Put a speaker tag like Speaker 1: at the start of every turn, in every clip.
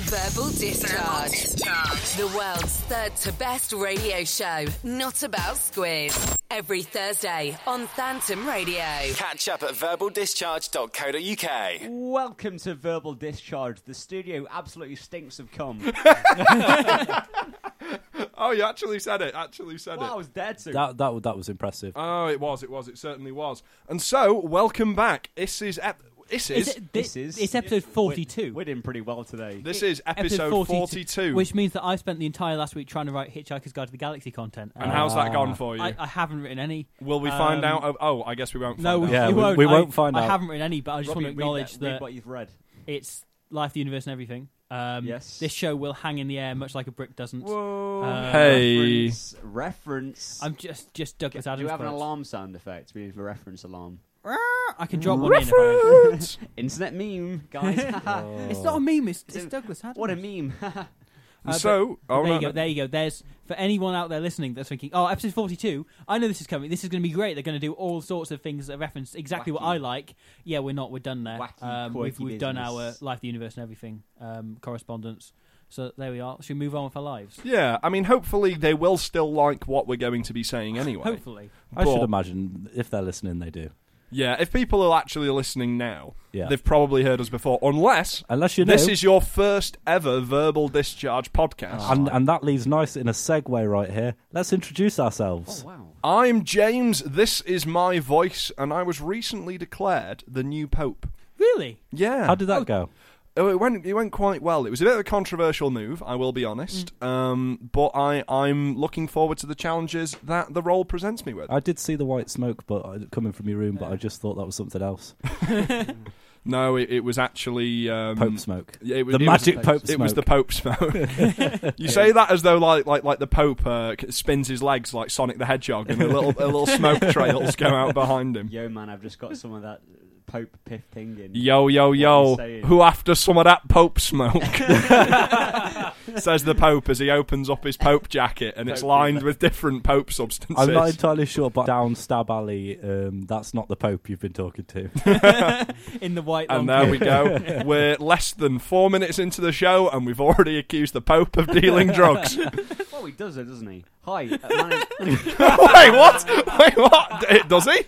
Speaker 1: Verbal Discharge. The world's third to best radio show, not about squid. Every Thursday on Phantom Radio.
Speaker 2: Catch up at verbaldischarge.co.uk.
Speaker 3: Welcome to Verbal Discharge. The studio absolutely stinks of cum.
Speaker 4: Oh, you actually said it. Actually said
Speaker 3: well, I
Speaker 4: it.
Speaker 3: was dead to.
Speaker 5: That that that was impressive.
Speaker 4: Oh, it was. It was. It certainly was. And so, welcome back. This is. Ep- this is.
Speaker 6: Is it, this is it's episode forty-two.
Speaker 3: We're doing pretty well today.
Speaker 4: this is episode 42.
Speaker 6: which means that I spent the entire last week trying to write Hitchhiker's Guide to the Galaxy content. Uh,
Speaker 4: and how's that gone for you?
Speaker 6: I, I haven't written any.
Speaker 4: Will we find out?
Speaker 6: um,
Speaker 4: Oh, oh, I guess we won't.
Speaker 6: No,
Speaker 4: find
Speaker 6: we,
Speaker 4: out.
Speaker 5: Yeah,
Speaker 6: we
Speaker 5: we-
Speaker 6: won't.
Speaker 5: we
Speaker 6: I-
Speaker 5: won't find
Speaker 6: I
Speaker 5: out.
Speaker 6: haven't written any, but I just
Speaker 3: Robbie,
Speaker 6: want
Speaker 3: read
Speaker 6: to acknowledge
Speaker 3: that-
Speaker 6: that,
Speaker 3: read what you've read.
Speaker 6: it's life, the universe, and everything. Um,
Speaker 3: Yes.
Speaker 6: this show will hang in the air much like a brick doesn't.
Speaker 4: Whoa.
Speaker 6: Uh,
Speaker 5: Hey,
Speaker 3: Reference. reference.
Speaker 6: I'm just just Douglas
Speaker 3: Do
Speaker 6: Adams.
Speaker 3: you have an
Speaker 6: quotes.
Speaker 3: alarm sound effect? We need a reference alarm.
Speaker 6: I can drop one in. apparently.
Speaker 3: Internet meme, guys.
Speaker 6: It's not a meme. It's,
Speaker 3: It's
Speaker 6: it's
Speaker 3: a-
Speaker 6: Douglas Adams.
Speaker 3: what a meme.
Speaker 6: Uh,
Speaker 4: so,
Speaker 6: but
Speaker 4: oh,
Speaker 6: there you
Speaker 4: no,
Speaker 6: go. There you go. There's for anyone out there listening that's thinking, "Oh, episode 42. I know this is coming. This is going to be great. They're going to do all sorts of things that reference exactly what
Speaker 3: Wacky.
Speaker 6: I like." Yeah, we're not. We're done there.
Speaker 3: Wacky,
Speaker 6: um, we've
Speaker 3: quirky
Speaker 6: we've done our
Speaker 3: business.
Speaker 6: life, the universe, and everything um, correspondence. So there we are. Should we move on with our lives?
Speaker 4: yeah, I mean, hopefully they will still like what we're going to be saying anyway.
Speaker 6: Hopefully.
Speaker 5: I
Speaker 4: But-
Speaker 5: should imagine if they're listening, they do.
Speaker 4: Yeah, if people are actually listening now,
Speaker 5: Yeah.
Speaker 4: they've probably heard us before. Unless
Speaker 5: Unless you
Speaker 4: this
Speaker 5: know.
Speaker 4: is your first ever verbal discharge podcast.
Speaker 5: And and that leaves nice in a segue right here. Let's introduce ourselves.
Speaker 3: wow.
Speaker 4: I'm James, this is my voice, and I was recently declared the new Pope.
Speaker 6: Really?
Speaker 4: Yeah.
Speaker 5: How did that go?
Speaker 4: Oh, it went it went quite well. It was a bit of a controversial move, I will be honest.
Speaker 5: Mm.
Speaker 4: Um, but I I'm looking forward to the challenges that the role presents me with.
Speaker 5: I did see the white smoke, but uh, coming from your room, but I just thought that was something else.
Speaker 4: no, it, it was actually um,
Speaker 5: Pope smoke.
Speaker 4: yeah, it was-
Speaker 5: the
Speaker 4: it was-
Speaker 5: magic Pope
Speaker 4: It was the
Speaker 5: smoke.
Speaker 4: Pope's phone. you say that as though like like like the Pope uh, c- spins his legs like Sonic the Hedgehog, and the little the little smoke trails go out behind him.
Speaker 3: Yo, man, I've just got some of that Pope Piff thing in.
Speaker 4: Yo, yo,
Speaker 3: you
Speaker 4: yo.
Speaker 3: saying?
Speaker 4: Who after some of that Pope smoke? Says the Pope as he opens up his Pope jacket and it's
Speaker 3: Pope
Speaker 4: lined with different Pope substances.
Speaker 5: I'm not entirely sure, but down Stab Alley, um, that's not the Pope you've been talking to.
Speaker 6: In the white.
Speaker 4: and
Speaker 6: long
Speaker 4: there
Speaker 6: coat.
Speaker 4: we go. We're less than four minutes into the show and we've already accused the Pope of dealing drugs. Wait,
Speaker 3: Well, he does it, doesn't he? Hi. uh, my name-
Speaker 4: what? Wait, what? D- Does he?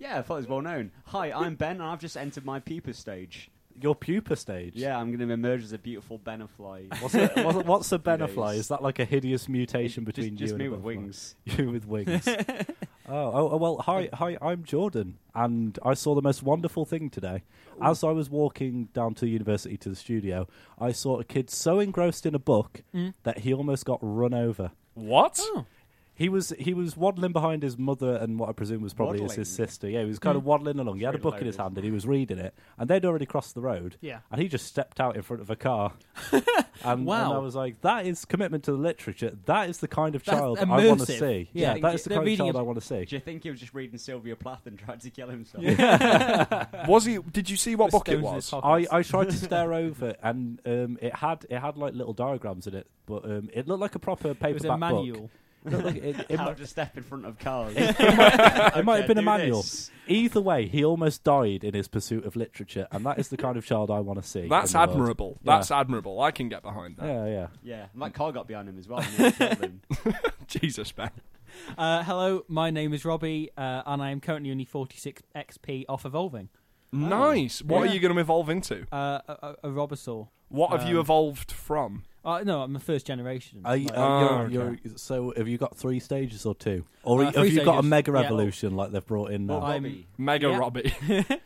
Speaker 3: yeah, I thought it was well known. Hi, I'm Ben, and I've just entered my pupa stage.
Speaker 5: Your pupa stage.
Speaker 3: Yeah, I'm going to emerge as a beautiful benafly.
Speaker 5: What's a, what's a- what's a benefly?
Speaker 3: days.
Speaker 5: Is that like a hideous mutation between
Speaker 3: just, just
Speaker 5: you
Speaker 3: me
Speaker 5: and a
Speaker 3: with
Speaker 5: butterfly?
Speaker 3: wings.
Speaker 5: You with wings. oh, oh, oh, well, hi, hi. I'm Jordan, and I saw the most wonderful thing today. As I was walking down to university to the studio, I saw a kid so engrossed in a book
Speaker 3: Mm.
Speaker 5: that he almost got run over.
Speaker 4: What?
Speaker 5: He was he was waddling behind his mother and what I presume was probably his- his
Speaker 3: Waddling? Mm.
Speaker 5: sister. Yeah, he was kind of waddling along. He had a
Speaker 3: Pretty
Speaker 5: book in his
Speaker 3: hilarious.
Speaker 5: hand and he was reading it, and they'd already crossed the road.
Speaker 6: Yeah.
Speaker 5: and he just stepped out in front of a car. and,
Speaker 6: Wow.
Speaker 5: and I was like, that is commitment to the literature. That is the kind of
Speaker 6: That's
Speaker 5: child I want to
Speaker 6: immersive.
Speaker 5: see.
Speaker 6: Yeah.
Speaker 5: Yeah, that is the
Speaker 6: They're
Speaker 5: kind of
Speaker 6: reading
Speaker 5: child
Speaker 6: a-
Speaker 5: I want to see.
Speaker 3: Do you think he was just reading Sylvia Plath and tried to kill himself?
Speaker 4: Was he? Did you see what
Speaker 6: With
Speaker 4: book it
Speaker 6: stones in his
Speaker 4: was?
Speaker 6: pocket.
Speaker 5: I, I tried to stare over and um, it had it had like little diagrams in it, but um, it looked like a proper paperback
Speaker 6: It was a manual.
Speaker 5: book. It looked like- it- it
Speaker 3: How
Speaker 5: mu-
Speaker 3: to step in front of cars.
Speaker 5: It might have been a
Speaker 3: do
Speaker 5: manual.
Speaker 3: this.
Speaker 5: Either way, he almost died in his pursuit of literature, and that is the kind of child I want to see.
Speaker 4: That's
Speaker 5: in the world.
Speaker 4: admirable.
Speaker 5: Yeah.
Speaker 4: That's admirable. I can get behind that.
Speaker 5: Yeah, yeah.
Speaker 3: yeah, and that car got behind him as well. and it killed him.
Speaker 4: Jesus, man.
Speaker 6: Uh, hello, my name is Robbie, uh, and I am currently only 46 XP off evolving.
Speaker 4: Nice. What
Speaker 6: Oh. Yeah.
Speaker 4: are you going to evolve into?
Speaker 6: Uh, a, a, a Robosaur.
Speaker 4: What have you evolved from?
Speaker 6: Uh, no, I'm a first generation.
Speaker 5: Are you,
Speaker 6: Like,
Speaker 5: are
Speaker 4: Oh,
Speaker 5: you-
Speaker 4: okay.
Speaker 5: you're- so, have you got three stages or two, or
Speaker 6: Uh,
Speaker 5: have
Speaker 6: three
Speaker 5: you got a
Speaker 6: stages.
Speaker 5: mega
Speaker 6: Yeah.
Speaker 5: evolution like they've brought in now?
Speaker 3: Well,
Speaker 6: I'm-
Speaker 3: Robbie,
Speaker 4: Mega
Speaker 6: Yeah.
Speaker 4: Robbie.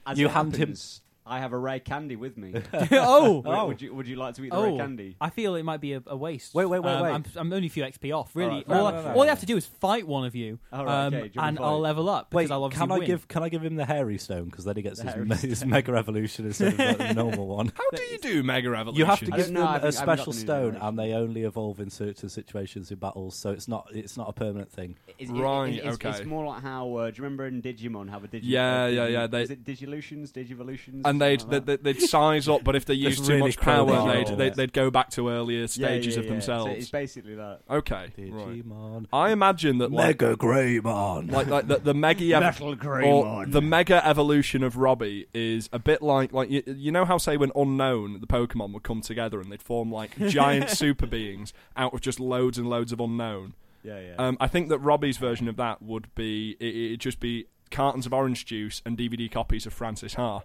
Speaker 3: as
Speaker 5: You
Speaker 3: it
Speaker 5: hand him-
Speaker 3: happens, I have a rare candy with me.
Speaker 6: oh,
Speaker 3: Would- Would you Would you like to eat the rare candy?
Speaker 6: I feel it might be a, a waste.
Speaker 5: Wait, wait, wait,
Speaker 6: Um,
Speaker 5: wait.
Speaker 6: I'm, I'm only a few XP off, really.
Speaker 3: Alright, fair
Speaker 6: all,
Speaker 3: enough,
Speaker 6: I,
Speaker 3: fair
Speaker 6: all I
Speaker 3: enough.
Speaker 6: have to do is fight one of you, um,
Speaker 3: Alright, okay, do you wanna
Speaker 6: and I'll
Speaker 3: fight?
Speaker 6: level up
Speaker 5: Wait,
Speaker 6: because I'll obviously
Speaker 5: can I
Speaker 6: win.
Speaker 5: give can I give him the hairy stone because then he gets
Speaker 3: The
Speaker 5: his,
Speaker 3: hairy
Speaker 5: me- his
Speaker 3: stone.
Speaker 5: mega evolution instead of like, the normal one.
Speaker 4: How do you do Mega Evolution?
Speaker 5: You have to
Speaker 3: I
Speaker 5: give
Speaker 3: don't
Speaker 5: them
Speaker 3: know, I haven't- I
Speaker 5: a
Speaker 3: haven't got
Speaker 5: special
Speaker 3: the new
Speaker 5: stone,
Speaker 3: generation.
Speaker 5: and they only evolve in certain situations in battles. So it's not it's not a permanent thing.
Speaker 3: It's,
Speaker 4: Right,
Speaker 3: It's, it's
Speaker 4: okay.
Speaker 3: more like how uh, do you remember in Digimon how a Digimon?
Speaker 4: Yeah, yeah, yeah, they-
Speaker 3: Is it Digilutions, Digivolutions?
Speaker 4: I and they'd they'd, they'd size up, but if they
Speaker 5: That's
Speaker 4: used too
Speaker 5: really
Speaker 4: much power,
Speaker 5: cool.
Speaker 4: they'd,
Speaker 5: Oh.
Speaker 4: they'd they'd go back to earlier stages of
Speaker 3: So
Speaker 4: themselves.
Speaker 3: it's basically that.
Speaker 4: okay, right.
Speaker 5: Digimon.
Speaker 4: I imagine that like,
Speaker 5: Mega Greymon. Um,
Speaker 4: like, like the, the mega ev-
Speaker 3: Metal Greymon.
Speaker 4: or the mega evolution of Robbie is a bit like like you, you know how say when unknown the Pokemon would come together and they'd form like giant super beings out of just loads and loads of unknown.
Speaker 3: Yeah, yeah.
Speaker 4: Um, I think that Robbie's version of that would be it, it'd just be cartons of orange juice and DVD copies of Francis Ha,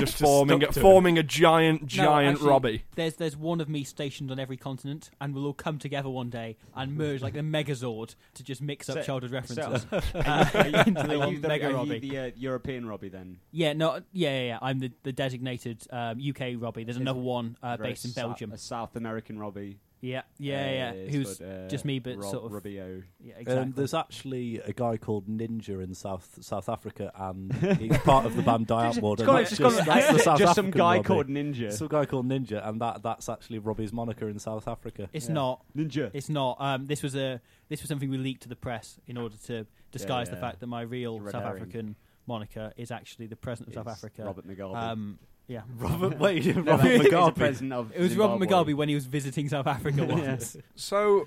Speaker 4: just forming
Speaker 5: stuck to
Speaker 4: forming a giant
Speaker 6: No,
Speaker 4: giant
Speaker 6: actually,
Speaker 4: Robbie.
Speaker 6: There's there's one of me stationed on every continent, and we'll all come together one day and merge like the Megazord to just mix up
Speaker 3: So-
Speaker 6: childhood references.
Speaker 3: so-
Speaker 6: Uh, into the
Speaker 3: are
Speaker 6: one
Speaker 3: you the,
Speaker 6: Mega
Speaker 3: are you
Speaker 6: Robbie.
Speaker 3: the, uh, European Robbie then?
Speaker 6: Yeah, no, yeah, yeah, yeah. I'm the, the designated um, UK Robbie. There's another one uh,
Speaker 3: Very
Speaker 6: based in
Speaker 3: Sa-
Speaker 6: Belgium.
Speaker 3: a South American Robbie.
Speaker 6: Yeah, yeah,
Speaker 3: uh,
Speaker 6: yeah.
Speaker 3: is
Speaker 6: Who's
Speaker 3: called, uh,
Speaker 6: just me, but
Speaker 3: Rob-
Speaker 6: sort of.
Speaker 3: Robbio.
Speaker 6: Yeah,
Speaker 5: Um,
Speaker 6: exactly.
Speaker 5: there's actually a guy called Ninja in South South Africa, and he's part of the band Die Outward. and
Speaker 3: Got it,
Speaker 5: that's
Speaker 3: just got it.
Speaker 5: that's the South
Speaker 3: Just some
Speaker 5: African
Speaker 3: guy
Speaker 5: Robbie.
Speaker 3: called Ninja.
Speaker 5: Some guy called Ninja, and that, that's actually Robbie's moniker in South Africa.
Speaker 6: it's
Speaker 3: yeah.
Speaker 6: not.
Speaker 3: Ninja.
Speaker 6: It's not. Um, this was a this was something we leaked to the press in order to disguise
Speaker 3: yeah.
Speaker 6: the fact that my real
Speaker 3: Red
Speaker 6: South
Speaker 3: herring.
Speaker 6: African moniker is actually the president of South
Speaker 3: It's
Speaker 6: Africa.
Speaker 3: Robert Mugabe.
Speaker 6: Um, yeah,
Speaker 5: Robert, wait, Robert
Speaker 3: Robert Mugabe.
Speaker 5: Mugabe.
Speaker 3: president of
Speaker 6: It was
Speaker 3: Zimbabwe.
Speaker 6: Robert Mugabe when he was visiting South Africa once.
Speaker 3: Yes.
Speaker 4: So,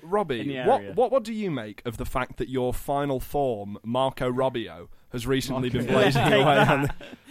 Speaker 3: In the
Speaker 4: Robbie,
Speaker 3: area.
Speaker 4: what, what what do you make of the fact that your final form, Marco Robbio, has recently been
Speaker 3: Marco.
Speaker 4: blazing away? on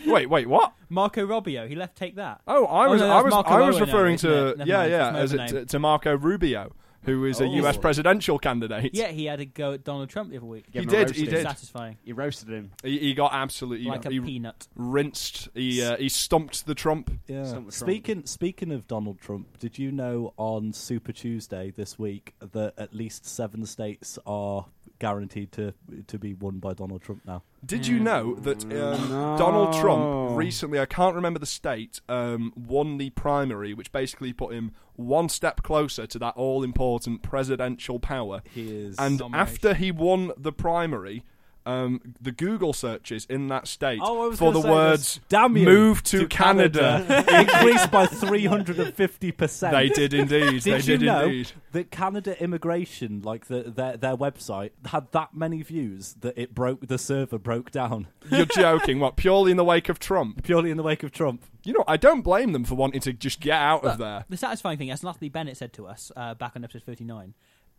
Speaker 4: the- Wait, wait, what?
Speaker 6: Marco Robbio, he left take that.
Speaker 4: Oh, I
Speaker 6: Oh,
Speaker 4: was
Speaker 6: no,
Speaker 4: I
Speaker 6: that's
Speaker 4: was
Speaker 6: Marco
Speaker 4: I was
Speaker 6: Rubio now,
Speaker 4: referring
Speaker 6: isn't
Speaker 4: to
Speaker 6: it? Never
Speaker 4: yeah
Speaker 6: mind,
Speaker 4: yeah
Speaker 6: that's my
Speaker 4: as
Speaker 6: other
Speaker 4: it,
Speaker 6: name.
Speaker 4: to, to Marco Rubio, who is a
Speaker 3: Oh.
Speaker 4: U.S. presidential candidate.
Speaker 6: Yeah, he had a go at Donald Trump the other week.
Speaker 3: Give
Speaker 4: He
Speaker 3: him a
Speaker 4: did,
Speaker 3: roast
Speaker 4: he
Speaker 3: him.
Speaker 4: did.
Speaker 6: Satisfying.
Speaker 3: He roasted him.
Speaker 4: He, he got absolutely
Speaker 6: Like a
Speaker 4: he
Speaker 6: peanut.
Speaker 4: rinsed. He uh, he stumped the Trump.
Speaker 5: Yeah.
Speaker 3: Something with Trump.
Speaker 5: Speaking speaking of Donald Trump, did you know on Super Tuesday this week that at least seven states are guaranteed to to be won by Donald Trump now?
Speaker 4: Did
Speaker 5: Mm.
Speaker 4: you know that um, Donald Trump recently, I can't remember the state, um, won the primary, which basically put him one step closer to that all important presidential power.
Speaker 5: He is
Speaker 4: and
Speaker 6: Domination.
Speaker 4: after he won the primary, um, the Google searches in that state
Speaker 5: Oh, I was
Speaker 4: for
Speaker 5: gonna
Speaker 4: the
Speaker 5: say
Speaker 4: words
Speaker 5: this. Damn you,
Speaker 4: "move to, Canada."
Speaker 5: increased by three hundred and fifty percent.
Speaker 4: they did indeed. they
Speaker 5: Did you
Speaker 4: did
Speaker 5: know
Speaker 4: indeed.
Speaker 5: that Canada Immigration, like the, their their website, had that many views that it broke the server broke down
Speaker 4: You're joking? What? Purely in the wake of Trump?
Speaker 5: purely in the wake of Trump?
Speaker 4: You know, I don't blame them for wanting to just get out of there.
Speaker 6: The satisfying thing, as Natalie Bennett said to us uh, back on episode 39,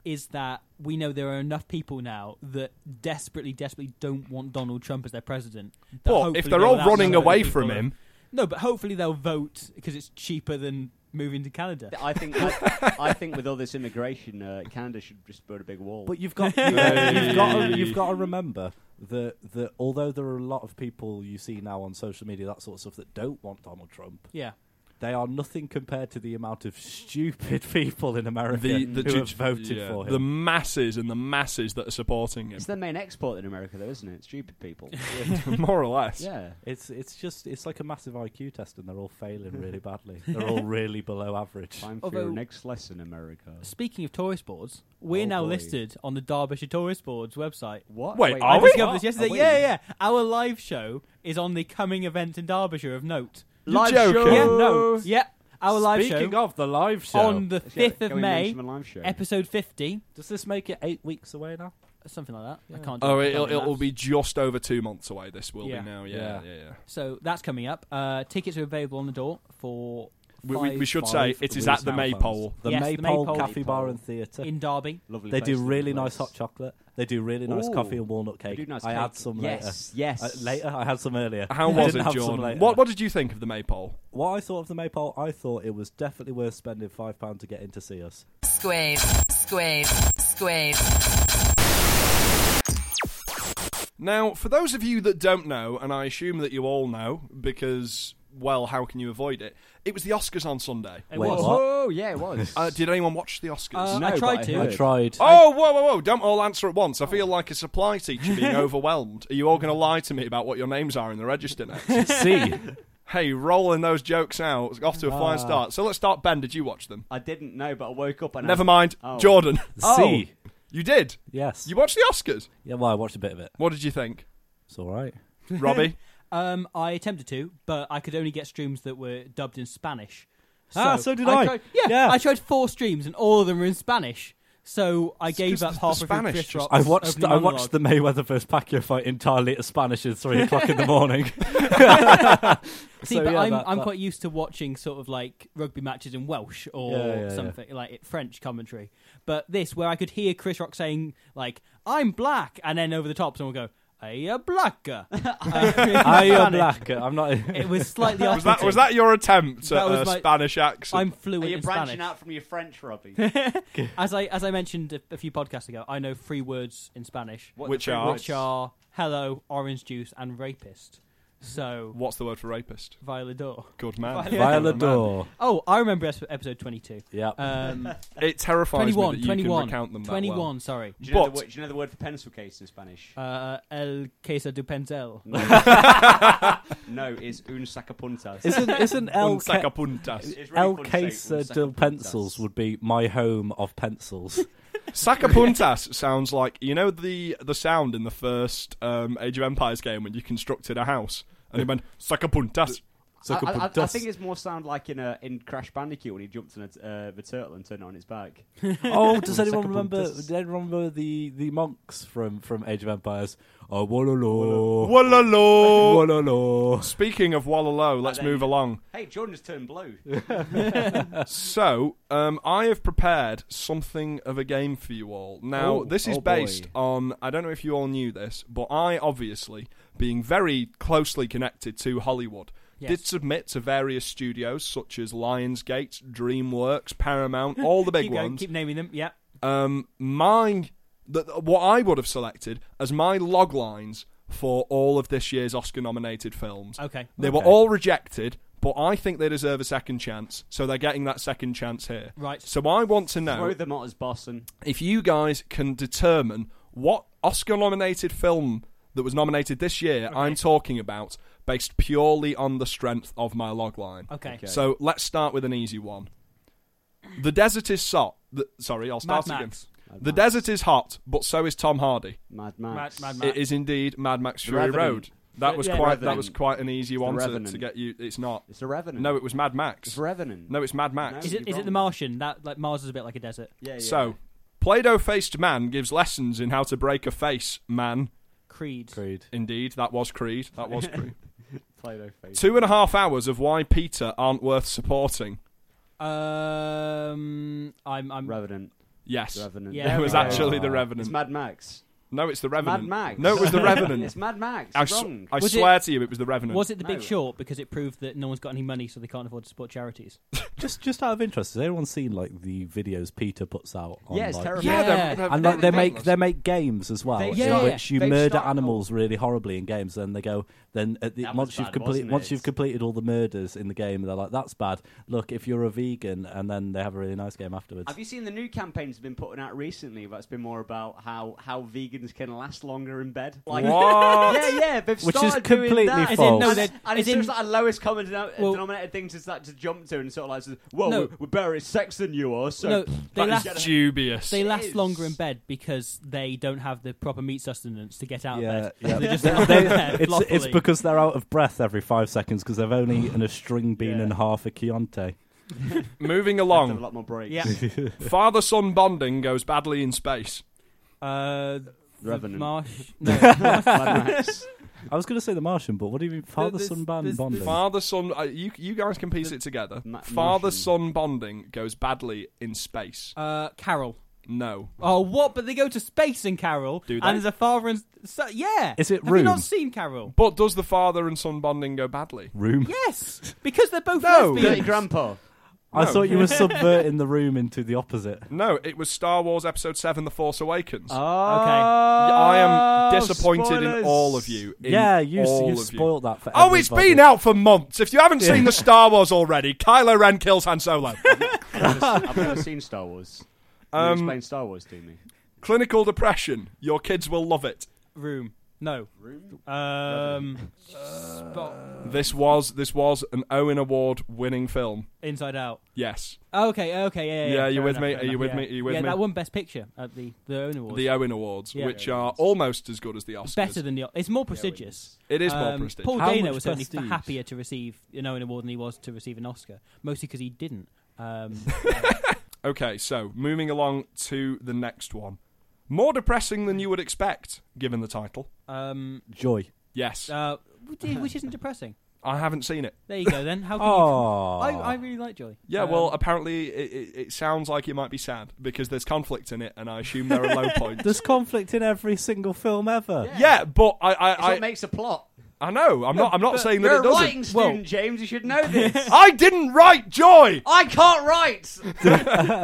Speaker 6: is that we know there are enough people now that desperately, desperately don't want Donald Trump as their president. that
Speaker 4: But
Speaker 6: hopefully
Speaker 4: if they're
Speaker 6: they'll
Speaker 4: all
Speaker 6: allow
Speaker 4: running
Speaker 6: some of the
Speaker 4: away
Speaker 6: people
Speaker 4: from
Speaker 6: that-
Speaker 4: him,
Speaker 6: No, but hopefully they'll vote because it's cheaper than moving to Canada.
Speaker 3: I think I, I think with all this immigration, uh, Canada should just build a big wall.
Speaker 5: But you've got you, have got to, you've got to remember that that although there are a lot of people you see now on social media that sort of stuff that don't want Donald Trump,
Speaker 6: Yeah.
Speaker 5: they are nothing compared to the amount of stupid people in America who
Speaker 4: ju-
Speaker 5: have voted
Speaker 4: yeah,
Speaker 5: for him.
Speaker 4: the masses and the masses that are supporting him,
Speaker 3: it's their main export in America, though, isn't it? Stupid people.
Speaker 4: more or less.
Speaker 3: yeah.
Speaker 5: It's it's just it's like a massive IQ test, and they're all failing really badly. They're all really below average.
Speaker 3: Time for
Speaker 6: Although-
Speaker 3: your next lesson, America.
Speaker 6: Speaking of tourist boards, we're
Speaker 3: Oh,
Speaker 6: now
Speaker 3: boy.
Speaker 6: listed on the Derbyshire Tourist Board's website.
Speaker 3: What?
Speaker 4: Wait, are
Speaker 6: I
Speaker 4: we? Oh,
Speaker 6: discovered this yesterday.
Speaker 3: Are we?
Speaker 6: Yeah, yeah. Our live show is on the coming event in Derbyshire of note.
Speaker 3: Live
Speaker 4: joking.
Speaker 3: show.
Speaker 6: Yeah,
Speaker 4: Oh.
Speaker 6: no. Yeah, our live
Speaker 5: Speaking
Speaker 6: show
Speaker 5: of the live show,
Speaker 6: on the
Speaker 3: Let's go-
Speaker 6: fifth of
Speaker 3: go and
Speaker 6: May,
Speaker 3: mention a live show.
Speaker 6: episode fifty,
Speaker 5: does this make it eight weeks away now?
Speaker 6: something like that. I can't. Do
Speaker 4: Oh,
Speaker 6: I
Speaker 4: it'll,
Speaker 6: can't do
Speaker 4: it'll
Speaker 6: maths.
Speaker 4: be just over two months away. This will
Speaker 6: Yeah.
Speaker 4: be now. Yeah,
Speaker 5: Yeah.
Speaker 4: yeah, yeah.
Speaker 6: So that's coming up. Uh, tickets are available on the door for
Speaker 4: We, we, we
Speaker 6: five
Speaker 4: should say
Speaker 5: Five
Speaker 4: it is
Speaker 5: Louis
Speaker 4: at the
Speaker 5: Hamiltons.
Speaker 4: Maypole.
Speaker 5: The
Speaker 6: Yes, the
Speaker 5: Maypole,
Speaker 6: Maypole.
Speaker 5: Cafe Bar
Speaker 3: Maypole.
Speaker 5: and Theatre.
Speaker 6: in Derby.
Speaker 3: Lovely
Speaker 5: They
Speaker 3: place,
Speaker 5: do
Speaker 3: lovely
Speaker 5: really nice
Speaker 3: place.
Speaker 5: hot chocolate. They do really nice
Speaker 3: Ooh.
Speaker 5: coffee and walnut
Speaker 3: They
Speaker 5: cake.
Speaker 3: do nice
Speaker 5: I had
Speaker 3: cake.
Speaker 5: some
Speaker 3: Yes,
Speaker 5: later.
Speaker 3: yes.
Speaker 5: Uh, later, I had some earlier.
Speaker 4: How
Speaker 5: I
Speaker 4: was
Speaker 5: didn't
Speaker 4: it,
Speaker 5: have some
Speaker 4: Jordan?
Speaker 5: later.
Speaker 4: What what did you think of the Maypole?
Speaker 5: What I thought of the Maypole, I thought it was definitely worth spending five pound to get in to see us.
Speaker 1: Squid, squid, squid.
Speaker 4: Now, for those of you that don't know, and I assume that you all know because, well, how can you avoid it? It was the Oscars on Sunday.
Speaker 6: It
Speaker 5: Wait,
Speaker 6: was.
Speaker 5: what?
Speaker 3: Oh, yeah, it was.
Speaker 4: Uh, did anyone watch the Oscars?
Speaker 6: Uh,
Speaker 3: No,
Speaker 6: I
Speaker 3: but
Speaker 6: tried
Speaker 3: I
Speaker 6: to.
Speaker 3: heard.
Speaker 5: I Oh. tried.
Speaker 4: Oh, whoa, whoa, whoa. Don't all answer at once. I feel like a supply teacher being overwhelmed. Are you all going to lie to me about what your names are in the register next?
Speaker 5: see.
Speaker 4: hey, rolling those jokes out. Off to a
Speaker 6: Ah.
Speaker 4: fine start. So let's start. Ben, did you watch them?
Speaker 3: I didn't know, but I woke up and
Speaker 4: Never
Speaker 3: I,
Speaker 4: mind.
Speaker 3: Oh.
Speaker 4: Jordan,
Speaker 5: See.
Speaker 4: you did.
Speaker 5: Yes.
Speaker 4: You watched the Oscars.
Speaker 5: yeah, well, I watched a bit of it.
Speaker 4: What did you think?
Speaker 5: It's all right.
Speaker 4: Robbie?
Speaker 6: Um, I attempted to, but I could only get streams that were dubbed in Spanish.
Speaker 5: Ah, so did I.
Speaker 6: Tried, yeah,
Speaker 5: Yeah.
Speaker 6: I tried four streams, and all of them were in Spanish. So I gave
Speaker 4: 'cause
Speaker 6: up
Speaker 4: the-
Speaker 6: half
Speaker 4: the
Speaker 6: of your
Speaker 4: Spanish
Speaker 6: Chris
Speaker 4: just-
Speaker 6: Rock's
Speaker 5: I watched
Speaker 6: opening
Speaker 5: I watched
Speaker 6: monologue.
Speaker 5: the Mayweather vs Pacquiao fight entirely at Spanish at three o'clock in the morning.
Speaker 6: See,
Speaker 5: So,
Speaker 6: but
Speaker 5: yeah,
Speaker 6: I'm
Speaker 5: that-
Speaker 6: I'm
Speaker 5: that-
Speaker 6: quite used to watching sort of like rugby matches in Welsh or
Speaker 5: Yeah, yeah, yeah.
Speaker 6: something like it- French commentary. But this, where I could hear Chris Rock saying like "I'm black," and then over the top someone will go "Aya blacker."
Speaker 5: Are
Speaker 6: Aya
Speaker 5: you black? I'm not.
Speaker 6: It was slightly
Speaker 4: Was that was that your attempt
Speaker 6: That
Speaker 4: at
Speaker 6: was
Speaker 4: a
Speaker 6: my-
Speaker 4: Spanish accent?
Speaker 6: I'm fluent
Speaker 3: Are you
Speaker 6: in
Speaker 3: branching
Speaker 6: Spanish.
Speaker 3: out from your French, Robbie?
Speaker 6: As I as I mentioned a, a few podcasts ago, I know three words in Spanish,
Speaker 3: What
Speaker 4: Which
Speaker 3: the three
Speaker 4: are?
Speaker 3: words?
Speaker 6: which are hello, orange juice, and rapist. So
Speaker 4: What's the word for rapist?
Speaker 6: violador.
Speaker 4: Good man.
Speaker 6: Violador.
Speaker 5: Violador.
Speaker 6: Oh, I remember es- episode twenty-two.
Speaker 5: Yeah.
Speaker 6: Um,
Speaker 4: It terrifies me
Speaker 6: 21,
Speaker 4: that you
Speaker 6: 21,
Speaker 4: can recount them that
Speaker 6: 21,
Speaker 4: well.
Speaker 6: sorry.
Speaker 3: Do you, know
Speaker 4: But-
Speaker 3: the, wo- do you know the word for pencil case in Spanish?
Speaker 6: Uh, El Queso de Penzel.
Speaker 3: no, it's un sacapuntas.
Speaker 5: isn't isn't El
Speaker 4: Un sacapuntas.
Speaker 3: It's really
Speaker 5: El
Speaker 3: fun to say, un
Speaker 5: Casa del
Speaker 3: sacapuntas.
Speaker 5: uh, Pencils would be my home of pencils.
Speaker 4: Sacapuntas sounds like you know the the sound in the first um, Age of Empires game when you constructed a house and it went sacapuntas.
Speaker 3: I, I- I- I
Speaker 5: Sacapuntas.
Speaker 3: think it's more sound like in a, in Crash Bandicoot when he jumped on a, uh, the turtle and turned it on its back.
Speaker 5: Oh, does anyone
Speaker 4: Sacapuntas.
Speaker 5: remember? Does anyone remember the, the monks from, from Age of Empires? Oh, walolo,
Speaker 4: Wallalo.
Speaker 5: walolo.
Speaker 4: Speaking of Wallalo, let's
Speaker 3: then-
Speaker 4: move along.
Speaker 3: Hey, Jordan's turned blue.
Speaker 4: So, um, I have prepared something of a game for you all. Now,
Speaker 5: Oh,
Speaker 4: this is
Speaker 5: oh boy.
Speaker 4: based on, I don't know if you all knew this, but I obviously, being very closely connected to Hollywood,
Speaker 6: Yes.
Speaker 4: did submit to various studios such as Lionsgate, DreamWorks, Paramount, all the big
Speaker 6: keep going,
Speaker 4: ones.
Speaker 6: keep naming them. Yeah.
Speaker 4: um, my th- th- what I would have selected as my log lines for all of this year's Oscar nominated films.
Speaker 6: Okay.
Speaker 4: They were
Speaker 5: Okay.
Speaker 4: all rejected, but I think they deserve a second chance, so they're getting that second chance here.
Speaker 6: Right.
Speaker 4: So I want to
Speaker 3: Throw
Speaker 4: know
Speaker 3: them out as Boston.
Speaker 4: if you guys can determine what Oscar nominated film that was nominated this year I'm talking about based purely on the strength of my log line.
Speaker 6: Okay.
Speaker 3: Okay.
Speaker 4: So let's start with an easy one. The desert is hot. The, sorry, I'll
Speaker 6: Mad
Speaker 4: start again.
Speaker 6: Max.
Speaker 4: The desert is hot, but so is Tom Hardy.
Speaker 3: Mad Max.
Speaker 6: Mad- Mad Max.
Speaker 4: It is indeed Mad Max
Speaker 3: The
Speaker 4: Fury
Speaker 3: Revenant.
Speaker 4: Road. That was
Speaker 6: Yeah,
Speaker 4: quite
Speaker 3: Revenant.
Speaker 4: that was quite an easy one to, to
Speaker 3: Revenant.
Speaker 4: get you. It's not.
Speaker 3: It's a Revenant.
Speaker 4: No, it was Mad Max.
Speaker 3: it's Revenant.
Speaker 4: No, it's Mad Max.
Speaker 6: Is it
Speaker 3: You're
Speaker 6: is it the
Speaker 3: wrong.
Speaker 6: Martian? That like Mars is a bit like a desert.
Speaker 3: Yeah, yeah.
Speaker 4: So, Play-Doh faced man gives lessons in how to break a face man.
Speaker 6: Creed.
Speaker 5: Creed.
Speaker 4: Indeed, that was Creed. That was Creed.
Speaker 3: Play-Doh face.
Speaker 4: Two and a half hours of why Peter aren't worth supporting.
Speaker 6: Um, I'm I'm
Speaker 3: Revenant. The
Speaker 4: Yes,
Speaker 3: Revenant.
Speaker 6: Yeah,
Speaker 4: it was
Speaker 6: Oh.
Speaker 4: actually the
Speaker 3: It's
Speaker 4: Revenant.
Speaker 3: Mad Max.
Speaker 4: no, it's the Revenant.
Speaker 3: Mad Max.
Speaker 4: No, it was the Revenant.
Speaker 3: it's Mad Max.
Speaker 4: I, s-
Speaker 3: Wrong.
Speaker 4: I
Speaker 6: Was
Speaker 4: swear
Speaker 6: it-
Speaker 4: to you, it was the Revenant.
Speaker 6: Was it the Big
Speaker 3: No.
Speaker 6: Short because it proved that no one's got any money, so they can't afford to support charities?
Speaker 5: Just just out of interest, has anyone seen like the videos Peter puts out? On,
Speaker 3: Yeah, it's
Speaker 5: like-
Speaker 3: terrible.
Speaker 4: Yeah,
Speaker 6: Yeah.
Speaker 4: they're, they're,
Speaker 5: And like they
Speaker 4: they're
Speaker 5: make
Speaker 4: ridiculous.
Speaker 5: they make games as well,
Speaker 3: They-
Speaker 5: in
Speaker 6: yeah,
Speaker 5: which you
Speaker 3: they
Speaker 5: murder
Speaker 3: start-
Speaker 5: animals really horribly in games. Then they go, then at the,
Speaker 3: That
Speaker 5: once
Speaker 3: was
Speaker 5: you've
Speaker 3: bad,
Speaker 5: completed
Speaker 3: wasn't
Speaker 5: once
Speaker 3: it?
Speaker 5: you've completed all the murders in the game, they're like, that's bad. Look, if you're a vegan, and then they have a really nice game afterwards.
Speaker 3: Have you seen the new campaigns have been putting out recently? That's been more about how, how vegans can last longer in bed. Like,
Speaker 4: What?
Speaker 3: yeah, yeah, they've
Speaker 5: Which is
Speaker 3: started doing
Speaker 5: completely
Speaker 3: that.
Speaker 5: As in, no, false.
Speaker 3: and,
Speaker 6: they're-
Speaker 3: and
Speaker 6: as
Speaker 3: it's
Speaker 6: in-
Speaker 3: just like the lowest common denom-
Speaker 6: Well-
Speaker 3: denominator things is that to jump to and sort of like, says, well,
Speaker 6: No.
Speaker 3: we're, we're better at sex than you are, so
Speaker 6: no, they
Speaker 4: That
Speaker 6: last
Speaker 4: is dubious.
Speaker 6: they last
Speaker 3: is.
Speaker 6: longer in bed because they don't have the proper meat sustenance to get out
Speaker 5: Yeah,
Speaker 6: of bed.
Speaker 5: yeah.
Speaker 6: They just
Speaker 5: They-
Speaker 6: lie
Speaker 5: they-
Speaker 6: in bed
Speaker 5: it's, it's
Speaker 6: sloppily.
Speaker 5: because they're out of breath every five seconds because they've only eaten a string bean
Speaker 3: Yeah.
Speaker 5: and half a Chianti.
Speaker 3: Have
Speaker 4: Moving
Speaker 3: to have a
Speaker 4: along,
Speaker 3: lot more breaks.
Speaker 6: yeah.
Speaker 4: father son bonding goes badly in space.
Speaker 6: Uh, the
Speaker 3: Revenant.
Speaker 6: Marsh. No.
Speaker 3: Mad Max.
Speaker 5: I was going to say the Martian, but what do you mean father
Speaker 6: this-
Speaker 5: son ban
Speaker 6: this-
Speaker 5: bonding?
Speaker 4: Father son, uh, you you guys can piece it together.
Speaker 3: Ma-
Speaker 4: Father
Speaker 3: Martian.
Speaker 4: son bonding goes badly in space.
Speaker 6: Uh, Carol.
Speaker 4: No,
Speaker 6: Oh, what? But they go to space in Carol.
Speaker 4: Do they?
Speaker 6: And there's a father and son. Yeah.
Speaker 5: Is it
Speaker 6: Have you
Speaker 5: Room?
Speaker 6: not seen Carol?
Speaker 4: but does the father and son bonding go badly?
Speaker 5: room.
Speaker 6: Yes, because they're both
Speaker 4: No.
Speaker 3: Dirty
Speaker 6: lesbians.
Speaker 3: Grandpa.
Speaker 5: I thought you were subverting the room into the opposite.
Speaker 4: No, it was Star Wars Episode Seven: The Force Awakens. Ah,
Speaker 3: Oh,
Speaker 4: I am disappointed in
Speaker 3: spoilers.
Speaker 4: all of you. In
Speaker 5: yeah, you s-
Speaker 4: all
Speaker 5: you
Speaker 4: of
Speaker 5: spoiled that for.
Speaker 4: Oh, it's
Speaker 5: everybody.
Speaker 4: been out for months. If you haven't seen the Star Wars already, Kylo Ren kills Han Solo.
Speaker 3: I've never, I've never seen Star Wars. Can you
Speaker 4: Um,
Speaker 3: explain Star Wars to me.
Speaker 4: Clinical depression. Your kids will love it.
Speaker 6: Room. No. Room. Um. spot-
Speaker 4: This was this was an Owen Award winning film.
Speaker 6: Inside Out.
Speaker 4: Yes,
Speaker 6: Oh, okay. Okay. Yeah. Yeah.
Speaker 4: Yeah, you
Speaker 6: fair
Speaker 4: with
Speaker 6: enough,
Speaker 4: me?
Speaker 6: fair
Speaker 4: Are you
Speaker 6: enough,
Speaker 4: with
Speaker 6: yeah.
Speaker 4: me? Are you with
Speaker 6: yeah,
Speaker 4: me?
Speaker 6: that won Best Picture at the the Owen Awards.
Speaker 4: the Owen Awards,
Speaker 6: Yeah.
Speaker 4: which are almost as good as the Oscars.
Speaker 6: Better than the. It's more prestigious.
Speaker 4: It is more
Speaker 6: Um,
Speaker 4: prestigious.
Speaker 6: Paul
Speaker 5: How
Speaker 6: Dano
Speaker 5: much
Speaker 6: was certainly f-
Speaker 5: prestige?
Speaker 6: happier to receive an Owen Award than he was to receive an Oscar, mostly because he didn't. Um,
Speaker 4: Okay, so moving along to the next one. More depressing than you would expect, given the title.
Speaker 6: Um,
Speaker 5: Joy.
Speaker 4: Yes.
Speaker 6: uh, which is- which isn't depressing.
Speaker 4: I haven't seen it.
Speaker 6: There you go. Then how? Can
Speaker 5: Oh.
Speaker 6: you, I, I really like Joy.
Speaker 4: Yeah,
Speaker 6: Um,
Speaker 4: well, apparently it, it, it sounds like it might be sad because there's conflict in it, and I assume there are low points.
Speaker 5: There's conflict in every single film ever.
Speaker 4: yeah, but I, I,
Speaker 3: It's
Speaker 4: I,
Speaker 3: what makes a plot.
Speaker 4: I know. I'm not. I'm not saying that
Speaker 3: You're
Speaker 4: it
Speaker 3: a
Speaker 4: doesn't.
Speaker 3: writing student, James. You should know this.
Speaker 4: I didn't write joy.
Speaker 3: I can't write.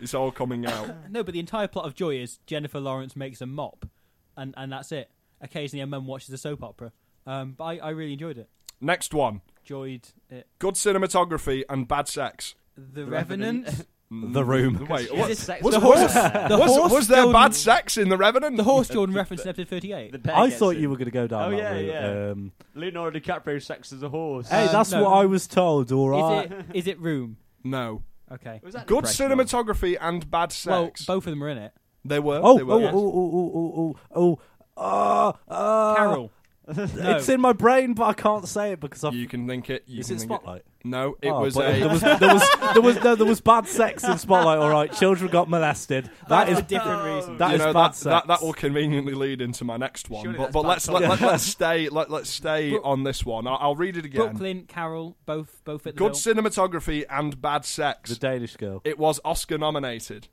Speaker 4: It's all coming out.
Speaker 6: No, but the entire plot of Joy is Jennifer Lawrence makes a mop, and and that's it. Occasionally, a mum watches a soap opera. Um, but I, I really enjoyed it.
Speaker 4: Next one.
Speaker 6: Enjoyed it.
Speaker 4: Good cinematography and bad sex.
Speaker 6: The, Revenant.
Speaker 5: The Room.
Speaker 4: Wait,
Speaker 3: Is
Speaker 4: what,
Speaker 3: this sex
Speaker 4: was,
Speaker 3: the
Speaker 4: was,
Speaker 3: horse-
Speaker 6: the
Speaker 4: was-
Speaker 6: horse
Speaker 4: was there
Speaker 6: Jordan-
Speaker 4: bad sex in The Revenant?
Speaker 6: The horse Jordan referenced in episode thirty-eight.
Speaker 3: The bear
Speaker 5: I
Speaker 3: gets
Speaker 5: thought
Speaker 3: it.
Speaker 5: you were going to go down
Speaker 3: Oh,
Speaker 5: that
Speaker 3: yeah,
Speaker 5: route.
Speaker 3: yeah.
Speaker 5: Um,
Speaker 3: Leonardo DiCaprio sex as a horse.
Speaker 5: hey,
Speaker 6: Uh,
Speaker 5: that's
Speaker 6: no.
Speaker 5: what I was told. All right.
Speaker 6: Is it? Is it Room?
Speaker 4: No.
Speaker 6: Okay.
Speaker 3: was that
Speaker 4: Good
Speaker 3: depression?
Speaker 4: cinematography and bad
Speaker 6: Well,
Speaker 4: sex.
Speaker 6: both of them are in it.
Speaker 4: they were.
Speaker 5: Oh,
Speaker 4: they
Speaker 5: oh,
Speaker 4: were yes.
Speaker 5: oh, oh, oh, oh, oh, oh, uh,
Speaker 4: Carol.
Speaker 5: It's in my brain, but I can't say it because I've.
Speaker 4: You can think it. You
Speaker 5: is
Speaker 4: can
Speaker 5: it
Speaker 4: think
Speaker 5: Spotlight?
Speaker 4: No, it
Speaker 5: Oh,
Speaker 4: was
Speaker 5: but
Speaker 4: a.
Speaker 5: there was there was there was no there was bad sex in Spotlight. All right, children got molested. That is
Speaker 6: for different reasons.
Speaker 5: That
Speaker 4: you
Speaker 5: is
Speaker 4: know,
Speaker 5: bad
Speaker 4: that,
Speaker 5: sex.
Speaker 4: that that will conveniently lead into my next one.
Speaker 3: Surely
Speaker 4: but
Speaker 3: that's
Speaker 4: but
Speaker 3: bad
Speaker 4: let's
Speaker 3: sex.
Speaker 4: let, let, let's stay let, let's stay
Speaker 6: Brook-
Speaker 4: on this one. I'll, I'll read it again.
Speaker 6: Brooklyn, Carol, both both at the
Speaker 4: Good
Speaker 6: Bill.
Speaker 4: cinematography and bad sex.
Speaker 5: the Danish girl.
Speaker 4: it was Oscar nominated,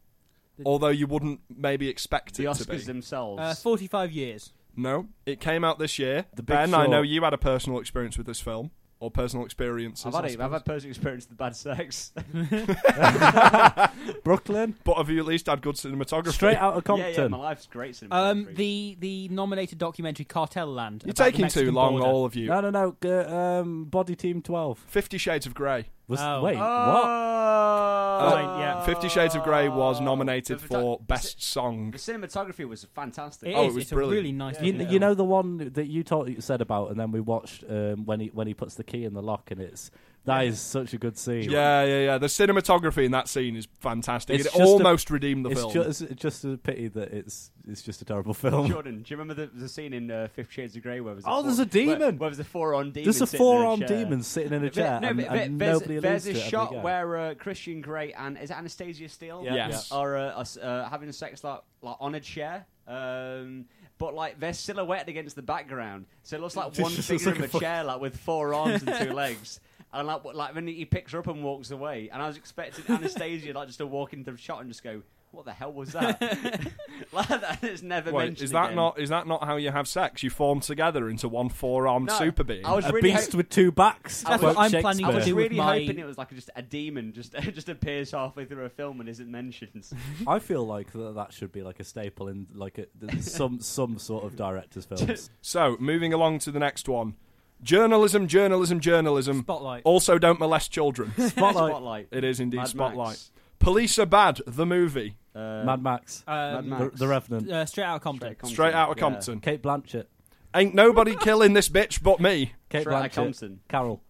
Speaker 4: although you wouldn't maybe expect
Speaker 3: The
Speaker 4: it
Speaker 3: Oscars
Speaker 4: to be.
Speaker 3: themselves.
Speaker 6: uh, Forty-five years.
Speaker 4: No, it came out this year.
Speaker 5: The Big
Speaker 4: ben, I know
Speaker 5: Short.
Speaker 4: you had a personal experience with this film or personal experiences.
Speaker 3: I've
Speaker 4: I
Speaker 3: had, it.
Speaker 4: suppose.
Speaker 3: I've had personal experience with bad sex.
Speaker 5: Brooklyn,
Speaker 4: But have you at least had good cinematography?
Speaker 5: straight out of
Speaker 3: yeah,
Speaker 5: Compton.
Speaker 3: yeah, my life's great cinematography.
Speaker 6: Um, the the nominated documentary Cartel Land.
Speaker 4: You're
Speaker 6: about the
Speaker 4: taking too
Speaker 6: Mexican
Speaker 4: long,
Speaker 6: border.
Speaker 4: all of you.
Speaker 5: No, no, no. g- um, Body Team Twelve
Speaker 4: Fifty Shades of Grey.
Speaker 5: was
Speaker 6: Oh.
Speaker 5: wait what?
Speaker 3: Oh.
Speaker 6: Fine, yeah.
Speaker 4: Uh, Fifty Shades of Grey was nominated
Speaker 3: The photo-
Speaker 4: for best song.
Speaker 3: The cinematography was fantastic.
Speaker 6: It
Speaker 4: Oh,
Speaker 6: is,
Speaker 4: it was
Speaker 6: it's a
Speaker 4: brilliant.
Speaker 6: really nice.
Speaker 5: You,
Speaker 6: documentary.
Speaker 5: you know the one that you told you said about, and then we watched um, when he when he puts the key in the lock, and it's that is such a good scene.
Speaker 4: Yeah, yeah, yeah. The cinematography in that scene is fantastic.
Speaker 5: It's
Speaker 4: it
Speaker 5: just a-
Speaker 4: almost redeemed the
Speaker 5: it's
Speaker 4: film.
Speaker 5: just it's just a pity that it's it's just a terrible film.
Speaker 3: Jordan, do you remember the, the scene in uh, Fifty Shades of Grey where was
Speaker 5: Oh, there's a
Speaker 3: where-
Speaker 5: demon!
Speaker 3: Where, was the four-armed demon?
Speaker 5: There's a
Speaker 3: sitting in
Speaker 5: four-armed
Speaker 3: chair?
Speaker 5: demon sitting in a
Speaker 3: But-
Speaker 5: chair,
Speaker 3: no,
Speaker 5: and,
Speaker 3: but- but
Speaker 5: and
Speaker 3: there's,
Speaker 5: nobody
Speaker 3: there's
Speaker 5: alludes
Speaker 3: a
Speaker 5: to it.
Speaker 3: shot
Speaker 5: There we go.
Speaker 3: where uh, Christian Grey and is it Anastasia Steele?
Speaker 5: Yeah.
Speaker 4: Yes. Yeah.
Speaker 3: Are uh, us- uh, having sex like like on a chair. Um, but like they're silhouetted against the background, so it looks like
Speaker 5: This
Speaker 3: one
Speaker 5: just
Speaker 3: figure
Speaker 5: looks like
Speaker 3: of a chair, like with four arms and two legs. And like, what- like when he picks her up and walks away, and I was expecting Anastasia like just to walk into the shot and just go, "What the hell was that?" like that is never
Speaker 4: Wait,
Speaker 3: mentioned.
Speaker 4: is that
Speaker 3: again.
Speaker 4: not is that not how you have sex? You form together into one four-armed
Speaker 3: No,
Speaker 4: super being.
Speaker 3: I was
Speaker 5: a
Speaker 3: really
Speaker 5: beast
Speaker 3: ho-
Speaker 5: with two backs.
Speaker 6: That's
Speaker 5: quote
Speaker 6: what I'm planning
Speaker 5: Shakespeare.
Speaker 3: I was
Speaker 6: do with
Speaker 3: really
Speaker 6: my-
Speaker 3: hoping it was like just a demon just just appears halfway through a film and isn't mentioned.
Speaker 5: I feel like that, that should be like a staple in like a, th- some some sort of director's films.
Speaker 4: So, moving along to the next one. Journalism, journalism, journalism.
Speaker 6: Spotlight.
Speaker 4: Also, don't molest children.
Speaker 5: Spotlight,
Speaker 3: Spotlight.
Speaker 4: it is indeed
Speaker 3: Mad
Speaker 4: Spotlight.
Speaker 3: Max.
Speaker 4: Police are bad. The movie.
Speaker 3: Uh,
Speaker 5: Mad Max,
Speaker 6: Um,
Speaker 3: Mad
Speaker 5: the,
Speaker 3: Max.
Speaker 5: the Revenant,
Speaker 6: uh, straight out of Compton.
Speaker 3: Compton.
Speaker 4: Straight out of
Speaker 3: Yeah.
Speaker 4: Compton.
Speaker 5: Kate Blanchett,
Speaker 4: Ain't nobody killing this bitch but me.
Speaker 5: Kate
Speaker 3: Straight outta
Speaker 5: Blanchett,
Speaker 3: Compton.
Speaker 5: Carol,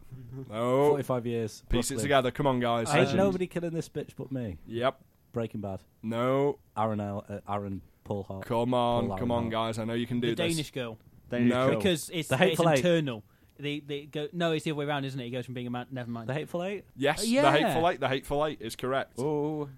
Speaker 4: No.
Speaker 5: forty-five years.
Speaker 4: Piece it
Speaker 5: Brooklyn.
Speaker 4: together. Come on, guys.
Speaker 5: Ain't
Speaker 4: Legend.
Speaker 5: nobody killing this bitch but me.
Speaker 4: Yep.
Speaker 5: Breaking Bad.
Speaker 4: No.
Speaker 5: Aaron, Al- uh, Aaron Paul Hart.
Speaker 4: Come on.
Speaker 5: Pull that
Speaker 4: Come
Speaker 5: one
Speaker 4: on,
Speaker 5: out.
Speaker 4: guys. I know you can do
Speaker 6: the
Speaker 4: this.
Speaker 6: Danish girl.
Speaker 3: Danish
Speaker 4: No.
Speaker 3: Girl.
Speaker 6: Because it's,
Speaker 5: The
Speaker 6: it's
Speaker 5: Hateful Eight.
Speaker 6: internal. They, they go, no, it's the other way around, isn't it? He goes from being a man. Never mind.
Speaker 5: The Hateful Eight.
Speaker 4: Yes.
Speaker 6: Yeah.
Speaker 4: The Hateful Eight. The Hateful Eight is correct.
Speaker 3: oh,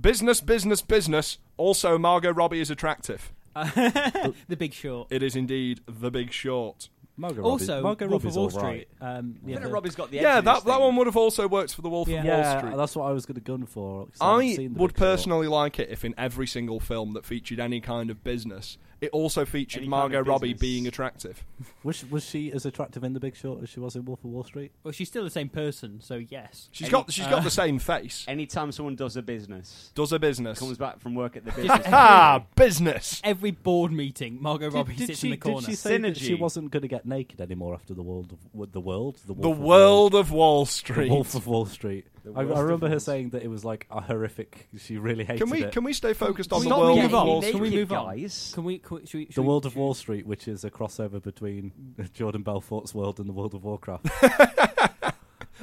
Speaker 4: Business, business, business. Also, Margot Robbie is attractive.
Speaker 6: the Big Short.
Speaker 4: It is indeed The Big Short.
Speaker 5: Margot
Speaker 6: Also,
Speaker 5: Robbie. Margot
Speaker 6: Wolf of
Speaker 5: Robbie's
Speaker 6: Wall
Speaker 5: all right.
Speaker 6: Street. Um, the
Speaker 3: I think
Speaker 6: other-
Speaker 3: Robbie's got the edge
Speaker 4: yeah,
Speaker 3: in this
Speaker 4: that, that
Speaker 3: thing.
Speaker 4: one would have also worked for The Wolf of Wall
Speaker 5: Yeah,
Speaker 4: Street.
Speaker 5: that's what I was going to gun for. 'cause haven't
Speaker 4: I
Speaker 5: seen The
Speaker 4: would
Speaker 5: Big Short.
Speaker 4: personally like it if in every single film that featured any kind of business, it also featured
Speaker 3: Any kind
Speaker 4: Margot
Speaker 3: of
Speaker 4: Robbie
Speaker 3: business.
Speaker 4: being attractive.
Speaker 5: Was she, was she as attractive in The Big Short as she was in Wolf of Wall Street?
Speaker 6: Well, she's still the same person, so yes.
Speaker 4: She's
Speaker 3: Any-
Speaker 4: got she's
Speaker 6: Uh,
Speaker 4: got the same face.
Speaker 3: Anytime someone does a business,
Speaker 4: Does a business.
Speaker 3: comes back from work at the business.
Speaker 4: Ah, business.
Speaker 6: Every board meeting, Margot Robbie
Speaker 5: did,
Speaker 6: sits
Speaker 5: she,
Speaker 6: in the corner.
Speaker 5: did she say that she
Speaker 3: Synergy.
Speaker 5: wasn't going to get naked anymore after the world of with the world?
Speaker 4: The
Speaker 5: The, Wolf of Wall,
Speaker 4: world of Wall
Speaker 5: the
Speaker 4: Street.
Speaker 5: Wolf of Wall Street.
Speaker 3: Wolf
Speaker 5: I, I
Speaker 3: of
Speaker 5: remember her
Speaker 3: Wall-
Speaker 5: saying that it was like a horrific. She really hated
Speaker 4: Can we
Speaker 5: it.
Speaker 4: can we stay focused on
Speaker 6: Can
Speaker 4: the
Speaker 6: we
Speaker 4: world
Speaker 6: move
Speaker 4: of
Speaker 6: on?
Speaker 4: Wall
Speaker 6: Can
Speaker 4: Street?
Speaker 6: we move on?
Speaker 3: Guys.
Speaker 6: Can we? Can we should we, should
Speaker 5: the
Speaker 6: we-
Speaker 5: World of
Speaker 6: should-
Speaker 5: Wall Street, which is a crossover between Jordan Belfort's world and the World of Warcraft.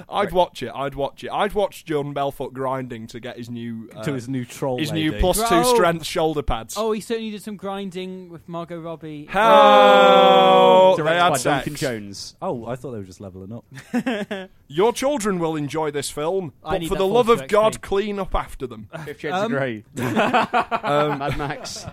Speaker 4: I'd watch it. I'd watch it. I'd watch Jordan Belfort grinding to get his new uh,
Speaker 5: to his new troll.
Speaker 4: his
Speaker 5: lady.
Speaker 4: new plus two
Speaker 6: Bro.
Speaker 4: strength shoulder pads.
Speaker 6: Oh, he certainly did some grinding with Margot Robbie. Oh,
Speaker 4: How they
Speaker 3: oh, Directed by
Speaker 4: had
Speaker 3: Duncan
Speaker 4: sex.
Speaker 3: Jones.
Speaker 5: Oh, I thought they were just leveling up.
Speaker 4: Your children will enjoy this film,
Speaker 6: I
Speaker 4: but
Speaker 6: need
Speaker 4: for
Speaker 6: that
Speaker 4: the love
Speaker 6: 42
Speaker 4: of God,
Speaker 6: XP.
Speaker 4: clean up after them.
Speaker 3: Fifty Shades
Speaker 6: Um,
Speaker 3: of Grey.
Speaker 4: Um,
Speaker 3: Mad Max.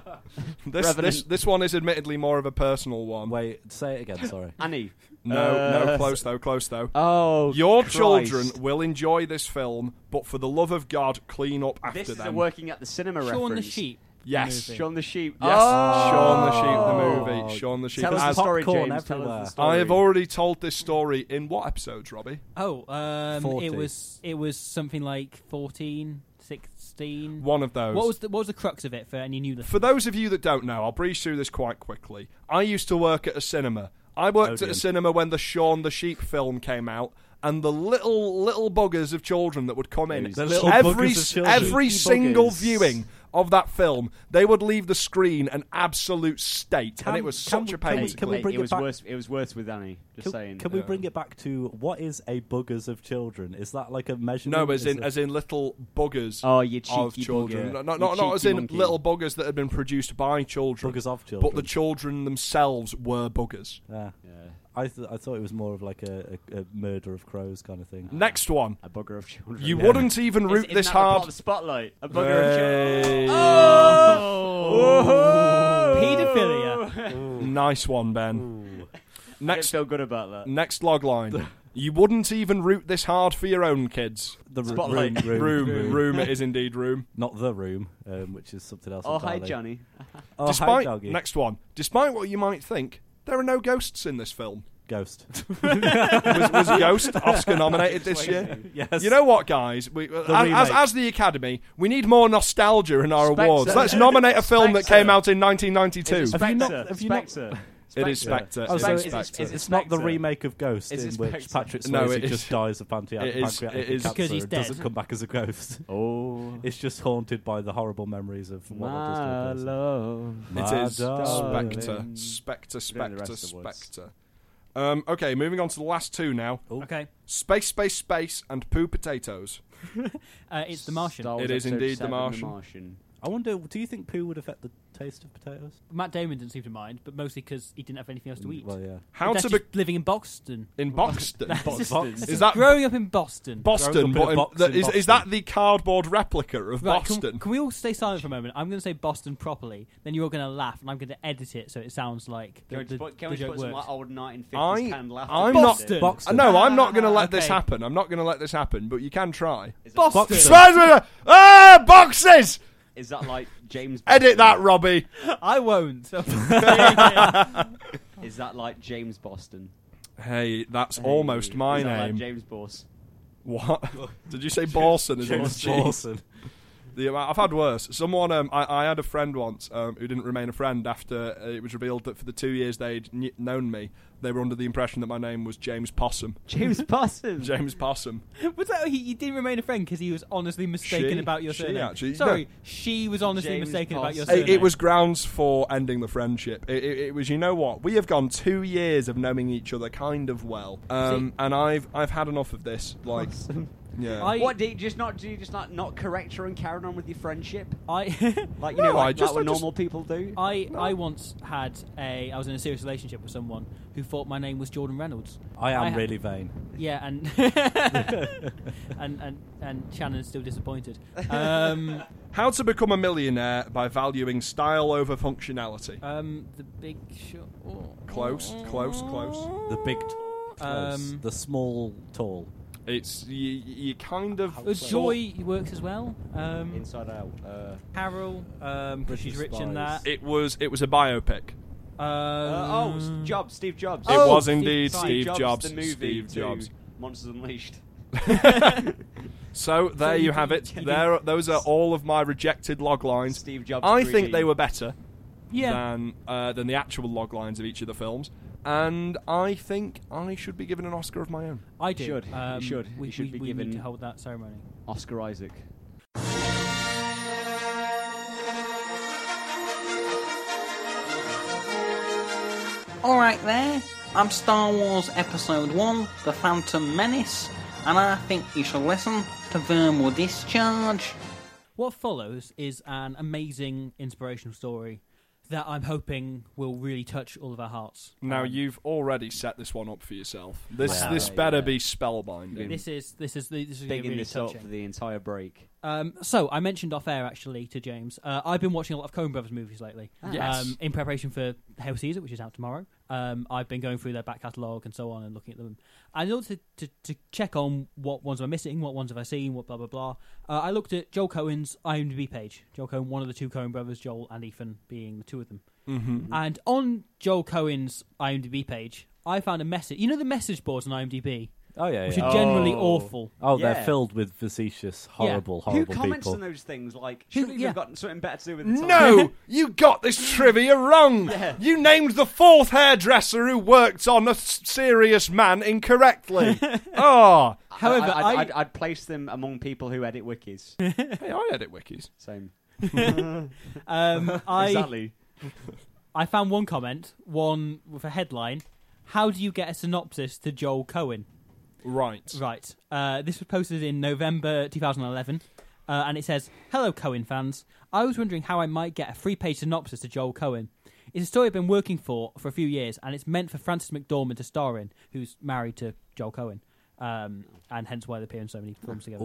Speaker 4: This, this
Speaker 3: Revenant.
Speaker 4: this one is admittedly more of a personal one.
Speaker 5: Wait, say it again. Sorry.
Speaker 3: Annie.
Speaker 4: No, no, close though, close though.
Speaker 3: uh, Oh,
Speaker 4: Your
Speaker 3: Christ.
Speaker 4: children will enjoy this film, but for the love of God, clean up after
Speaker 3: This is a
Speaker 4: them.
Speaker 3: working at the cinema
Speaker 6: Shaun the
Speaker 3: reference.
Speaker 6: Sheep.
Speaker 4: Yes.
Speaker 6: movie.
Speaker 3: Shaun the Sheep.
Speaker 4: Yes, Shaun the Sheep, the
Speaker 5: Oh.
Speaker 4: movie. Shaun the Sheep.
Speaker 3: Tell us the
Speaker 4: As-
Speaker 3: story,
Speaker 5: popcorn
Speaker 3: James. Tell
Speaker 5: everywhere.
Speaker 3: us the story.
Speaker 4: I have already told this story in what episodes, Robbie?
Speaker 6: Oh, um,
Speaker 5: 40.
Speaker 6: it was it was something like 14, 16.
Speaker 4: One of those.
Speaker 6: What was the what was the crux of it for any new listeners?
Speaker 4: For those of you that don't know, I'll breeze through this quite quickly. I used to work at a cinema. I worked at a
Speaker 5: Odeon.
Speaker 4: cinema when the Shaun the Sheep film came out, and the little little buggers of children that would come in
Speaker 5: The little
Speaker 4: every
Speaker 5: buggers of
Speaker 4: s-
Speaker 5: children.
Speaker 4: every
Speaker 5: Cheeky
Speaker 4: single
Speaker 5: buggers.
Speaker 4: viewing of that film, they would leave the screen an absolute state, and it was
Speaker 5: Can-
Speaker 4: such a
Speaker 5: can
Speaker 4: pain.
Speaker 5: we-
Speaker 4: to
Speaker 5: can we
Speaker 4: clean.
Speaker 5: bring
Speaker 3: it
Speaker 5: it
Speaker 3: was
Speaker 5: back-
Speaker 3: worse. It was worse with Annie. Just
Speaker 5: Can,
Speaker 3: saying. um,
Speaker 5: can we bring it back to what is a buggers of children? Is that like a measurement?
Speaker 4: No, as
Speaker 5: Is
Speaker 4: in
Speaker 5: it-
Speaker 4: as in little buggers
Speaker 3: Oh, you
Speaker 4: of
Speaker 3: cheeky
Speaker 4: children.
Speaker 3: bugger.
Speaker 4: Not, not,
Speaker 3: You
Speaker 4: not, not as
Speaker 3: cheeky
Speaker 4: in
Speaker 3: monkey.
Speaker 4: little buggers that had been produced by children.
Speaker 5: Buggers of
Speaker 4: But the
Speaker 5: children. Ah.
Speaker 4: children themselves were buggers.
Speaker 5: Yeah.
Speaker 3: Yeah.
Speaker 5: I th- I thought it was more of like a, a, a murder of crows kind of thing.
Speaker 4: Next one.
Speaker 3: A bugger of children.
Speaker 4: You wouldn't even
Speaker 3: Is-
Speaker 4: root
Speaker 3: isn't
Speaker 4: this
Speaker 3: that the plot
Speaker 4: hard.
Speaker 3: of Spotlight. A bugger of children. Oh!
Speaker 6: Paedophilia.
Speaker 4: Nice one, Ben.
Speaker 3: I
Speaker 4: Next, Mm.
Speaker 3: feel good about that.
Speaker 4: next log line. You wouldn't even root this hard for your own kids.
Speaker 5: The ru- room,
Speaker 3: Spotlight.
Speaker 5: room,
Speaker 4: Room, room. It is indeed room.
Speaker 5: not the room, um, which is something else.
Speaker 3: Oh, hi,
Speaker 5: entirely.
Speaker 3: Johnny.
Speaker 5: Oh, hi,
Speaker 4: Despite
Speaker 5: doggy.
Speaker 4: next one. Despite what you might think, there are no ghosts in this film.
Speaker 5: ghost.
Speaker 4: Was, was Ghost Oscar nominated this year?
Speaker 5: yes,
Speaker 4: You know what, guys? We, as, as,
Speaker 5: remake.
Speaker 4: as the Academy, we need more nostalgia in our
Speaker 3: Spectre.
Speaker 4: awards. Let's nominate a film that
Speaker 3: Spectre.
Speaker 4: came out in
Speaker 3: Is it
Speaker 4: 1992.
Speaker 5: you not-
Speaker 3: Spectre?
Speaker 5: have you not-
Speaker 3: Spectre.
Speaker 4: It is
Speaker 3: Spectre.
Speaker 4: Spectre.
Speaker 5: Oh,
Speaker 4: It
Speaker 5: so
Speaker 4: is
Speaker 5: it's-
Speaker 4: Spectre.
Speaker 3: it's-
Speaker 5: It's not the
Speaker 3: Spectre.
Speaker 5: remake of Ghost,
Speaker 3: Is it
Speaker 5: in which
Speaker 3: Spectre?
Speaker 5: Patrick
Speaker 4: No,
Speaker 5: Swayze
Speaker 4: it is-
Speaker 5: just dies of pancreatic,
Speaker 4: it is-
Speaker 5: pancreatic
Speaker 4: it is-
Speaker 5: cancer
Speaker 6: Because he's
Speaker 5: and
Speaker 6: dead.
Speaker 5: doesn't come back as a ghost.
Speaker 3: Oh,
Speaker 5: It's just haunted by the horrible memories of what it does to a
Speaker 3: my
Speaker 5: person.
Speaker 3: love.
Speaker 4: It is
Speaker 5: My darling.
Speaker 4: Spectre.
Speaker 3: Doing
Speaker 4: Spectre,
Speaker 3: the
Speaker 4: Spectre,
Speaker 3: rest of the words.
Speaker 4: Spectre. Um, okay, moving on to the last two now.
Speaker 6: Okay,
Speaker 4: Space, space, space, and poo potatoes.
Speaker 6: uh, it's The Martian.
Speaker 3: Star Wars
Speaker 4: It is
Speaker 3: Episode
Speaker 4: indeed The
Speaker 3: seven,
Speaker 4: Martian.
Speaker 5: I wonder, do you think poo would affect the taste of potatoes?
Speaker 6: Matt Damon didn't seem to mind, but mostly because he didn't have anything else to eat.
Speaker 5: Mm, Well, yeah.
Speaker 4: How
Speaker 6: That's
Speaker 4: to be
Speaker 6: just living in Boston.
Speaker 4: in Boston?
Speaker 6: Just-
Speaker 5: Boston.
Speaker 4: Is that
Speaker 6: growing up in Boston?
Speaker 4: Boston?
Speaker 5: Growing up in a
Speaker 4: But in-
Speaker 5: box
Speaker 4: that-
Speaker 5: in
Speaker 4: is, is that
Speaker 5: Boston.
Speaker 4: the cardboard replica of
Speaker 6: Right, can-
Speaker 4: Boston?
Speaker 6: Can, we all stay silent for a moment? I'm going to say Boston properly. Then you're all going to laugh, and I'm going to edit it so it sounds like the,
Speaker 3: Can we
Speaker 6: the,
Speaker 3: just put, can
Speaker 6: the
Speaker 3: we just
Speaker 6: joke
Speaker 3: put some
Speaker 6: works.
Speaker 3: like, old 1950s
Speaker 4: I-
Speaker 3: canned laughter?
Speaker 4: I'm
Speaker 3: in
Speaker 4: not-
Speaker 6: Boston.
Speaker 3: there?
Speaker 5: Boxton.
Speaker 4: no, I'm not going to let this
Speaker 6: Okay.
Speaker 4: happen. I'm not going to let this happen. But you can try.
Speaker 3: Is that-
Speaker 6: Boston.
Speaker 4: Spider- ah, boxes.
Speaker 3: Is that like James?
Speaker 4: Edit that,
Speaker 3: Boston?
Speaker 4: Robbie.
Speaker 6: I won't.
Speaker 3: Is that like James Boston?
Speaker 4: Hey, that's
Speaker 3: Hey,
Speaker 4: almost my
Speaker 3: is that
Speaker 4: name.
Speaker 3: Like James Boss.
Speaker 4: What? Did you say Boston? Is
Speaker 5: James
Speaker 4: it?
Speaker 5: Boston.
Speaker 4: The, I've had worse. Someone, um, I, I had a friend once um, who didn't remain a friend after uh, it was revealed that for the two years they'd kn- known me, they were under the impression that my name was James Possum.
Speaker 3: James Boston.
Speaker 4: James Possum.
Speaker 6: But that, he, he did remain a friend because he was honestly mistaken
Speaker 4: She-
Speaker 6: about your
Speaker 4: she
Speaker 6: surname.
Speaker 4: actually-
Speaker 6: Sorry,
Speaker 4: no.
Speaker 6: she was honestly
Speaker 3: James
Speaker 6: mistaken about your
Speaker 3: Parsons.
Speaker 4: it,
Speaker 6: surname.
Speaker 4: it was grounds for ending the friendship. It, it, it was, you know what? We have gone two years of knowing each other kind of well, um, and I've I've had enough of this. Like, yeah.
Speaker 6: I-
Speaker 3: What do you just not do? You just not not correct her and carry on with your friendship,
Speaker 6: I.
Speaker 3: like you
Speaker 4: No,
Speaker 3: know,
Speaker 4: I
Speaker 3: like,
Speaker 4: just-
Speaker 3: like what
Speaker 4: I just-
Speaker 3: normal people do.
Speaker 6: I, I once had a I was in a serious relationship with someone who thought my name was Jordan Reynolds.
Speaker 5: I am
Speaker 6: I-
Speaker 5: really vain.
Speaker 6: Yeah, and and and and Shannon's still disappointed. Um,
Speaker 4: How to become a millionaire by valuing style over functionality.
Speaker 6: um, the Big Short. Uh,
Speaker 4: close, close, close.
Speaker 5: The big, t-
Speaker 6: Um,
Speaker 5: the small, tall.
Speaker 4: It's you, you kind of
Speaker 6: It was Joy works as well. Um,
Speaker 3: Inside out. Uh,
Speaker 6: Carol, um, 'cause she's rich
Speaker 5: British
Speaker 6: in
Speaker 5: Spies.
Speaker 6: that.
Speaker 4: It was it was a biopic.
Speaker 6: Um,
Speaker 3: uh, oh, it's Jobs, Steve Jobs.
Speaker 4: It
Speaker 6: Oh,
Speaker 4: was
Speaker 6: Steve-
Speaker 4: indeed
Speaker 6: sorry,
Speaker 4: Steve, Jobs.
Speaker 3: the movie
Speaker 4: Steve
Speaker 3: to
Speaker 4: Jobs.
Speaker 3: Monsters Unleashed.
Speaker 4: So there you have it. There, those are all of my rejected log lines.
Speaker 3: Steve Jobs
Speaker 4: I
Speaker 3: 3D.
Speaker 4: think they were better
Speaker 6: Yeah.
Speaker 4: than uh, than the actual log lines of each of the films, and I think I should be given an Oscar of my own.
Speaker 6: I do.
Speaker 3: Should. You
Speaker 6: Um,
Speaker 3: should.
Speaker 6: We
Speaker 3: You should
Speaker 6: we-
Speaker 3: be
Speaker 6: we
Speaker 3: given-
Speaker 6: need to hold that ceremony.
Speaker 3: Oscar Isaac.
Speaker 2: Alright there, I'm Star Wars Episode 1 The Phantom Menace, and I think you should listen to Thermal Discharge.
Speaker 6: What follows is an amazing inspirational story that I'm hoping will really touch all of our hearts.
Speaker 4: Now you've already set this one up for yourself. This
Speaker 3: Yeah,
Speaker 4: this
Speaker 3: yeah.
Speaker 4: better be spellbinding.
Speaker 6: This is this is the- this is gonna be
Speaker 3: Bigging
Speaker 6: really
Speaker 3: this up
Speaker 6: touching.
Speaker 3: for the entire break.
Speaker 6: Um, so I mentioned off air actually to James. Uh, I've been watching a lot of Coen Brothers movies lately.
Speaker 3: Ah.
Speaker 4: Yes.
Speaker 6: Um, in preparation for Hail Caesar, which is out tomorrow. Um, I've been going through their back catalogue and so on and looking at them. And in order to, to, to check on what ones am I missing, what ones have I seen, what blah blah blah. Uh, I looked at Joel Cohen's IMDb page. Joel Cohen, one of the two Cohen brothers, Joel and Ethan being the two of them. Mm-hmm. And on Joel Cohen's IMDb page, I found a message. You know the message boards on IMDb,
Speaker 5: Oh yeah,
Speaker 6: which
Speaker 5: yeah.
Speaker 6: are generally
Speaker 3: Oh.
Speaker 6: awful.
Speaker 5: Oh, they're
Speaker 3: Yeah.
Speaker 5: filled with facetious, horrible,
Speaker 3: Who
Speaker 5: horrible
Speaker 3: comments
Speaker 5: people.
Speaker 3: on those things? Like,
Speaker 6: Who-
Speaker 3: shouldn't you
Speaker 6: yeah.
Speaker 3: have gotten something better to do with the time?
Speaker 4: No, you got this trivia wrong. You named the fourth hairdresser who worked on a s- serious man incorrectly. Ah,
Speaker 6: However,
Speaker 3: I,
Speaker 6: I-
Speaker 3: would I'd, I'd place them among people who edit wikis.
Speaker 4: hey, I edit wikis.
Speaker 3: Same.
Speaker 6: Um, I
Speaker 3: Exactly.
Speaker 6: I found one comment, one with a headline. How do you get a synopsis to Joel Cohen?
Speaker 4: Right.
Speaker 6: Right. Uh, this was posted in November 2011, uh, and it says, "Hello, Cohen fans. I was wondering how I might get a free-page synopsis to Joel Cohen. It's a story I've been working for for a few years, and it's meant for Francis McDormand to star in, who's married to Joel Cohen, um, and hence why they appear in so many films together.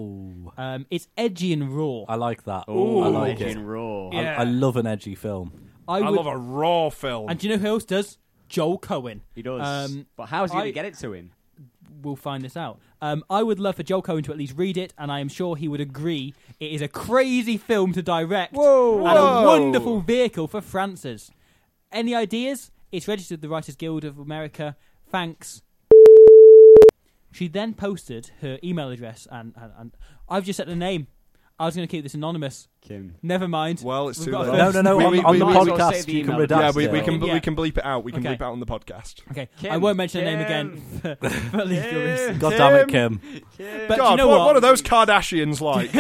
Speaker 6: Um, it's edgy and raw.
Speaker 5: I like that.
Speaker 3: Ooh,
Speaker 5: I like
Speaker 3: Legend
Speaker 5: it.
Speaker 3: Raw.
Speaker 5: I, I love an edgy film.
Speaker 6: I,
Speaker 4: I
Speaker 6: would-
Speaker 4: love a raw film.
Speaker 6: And do you know who else does? Joel Cohen.
Speaker 3: He does.
Speaker 6: Um,
Speaker 3: but how's he
Speaker 6: I-
Speaker 3: going to get it to him?
Speaker 6: we'll find this out. Um, I would love for Joel Cohen to at least read it, and I am sure he would agree it is a crazy film to direct and a
Speaker 4: Whoa.
Speaker 6: wonderful vehicle for Francis. Any ideas? It's registered with the Writers Guild of America. Thanks. She then posted her email address, and, and, and I've just said the name. I was going to keep this anonymous.
Speaker 3: Kim.
Speaker 6: Never mind.
Speaker 4: Well, it's
Speaker 6: We've
Speaker 4: too
Speaker 6: got a
Speaker 4: late.
Speaker 6: third-
Speaker 5: No, no, no.
Speaker 4: We-
Speaker 5: on
Speaker 4: we-
Speaker 5: on
Speaker 4: we-
Speaker 5: the
Speaker 4: we-
Speaker 3: well
Speaker 5: podcast,
Speaker 3: say the
Speaker 5: you can
Speaker 3: email
Speaker 5: redact
Speaker 4: yeah,
Speaker 3: address.
Speaker 4: we,
Speaker 5: it.
Speaker 4: we can
Speaker 6: Yeah.
Speaker 4: we can bleep it out. We can
Speaker 6: Okay.
Speaker 4: bleep it out on the podcast.
Speaker 6: Okay,
Speaker 3: Kim.
Speaker 6: I won't mention the name
Speaker 3: Kim.
Speaker 6: again for, for at least your reason.
Speaker 5: God damn it, Kim.
Speaker 6: But do
Speaker 4: God,
Speaker 6: you know
Speaker 4: what,
Speaker 6: what?
Speaker 4: what are those Kardashians like?
Speaker 6: Do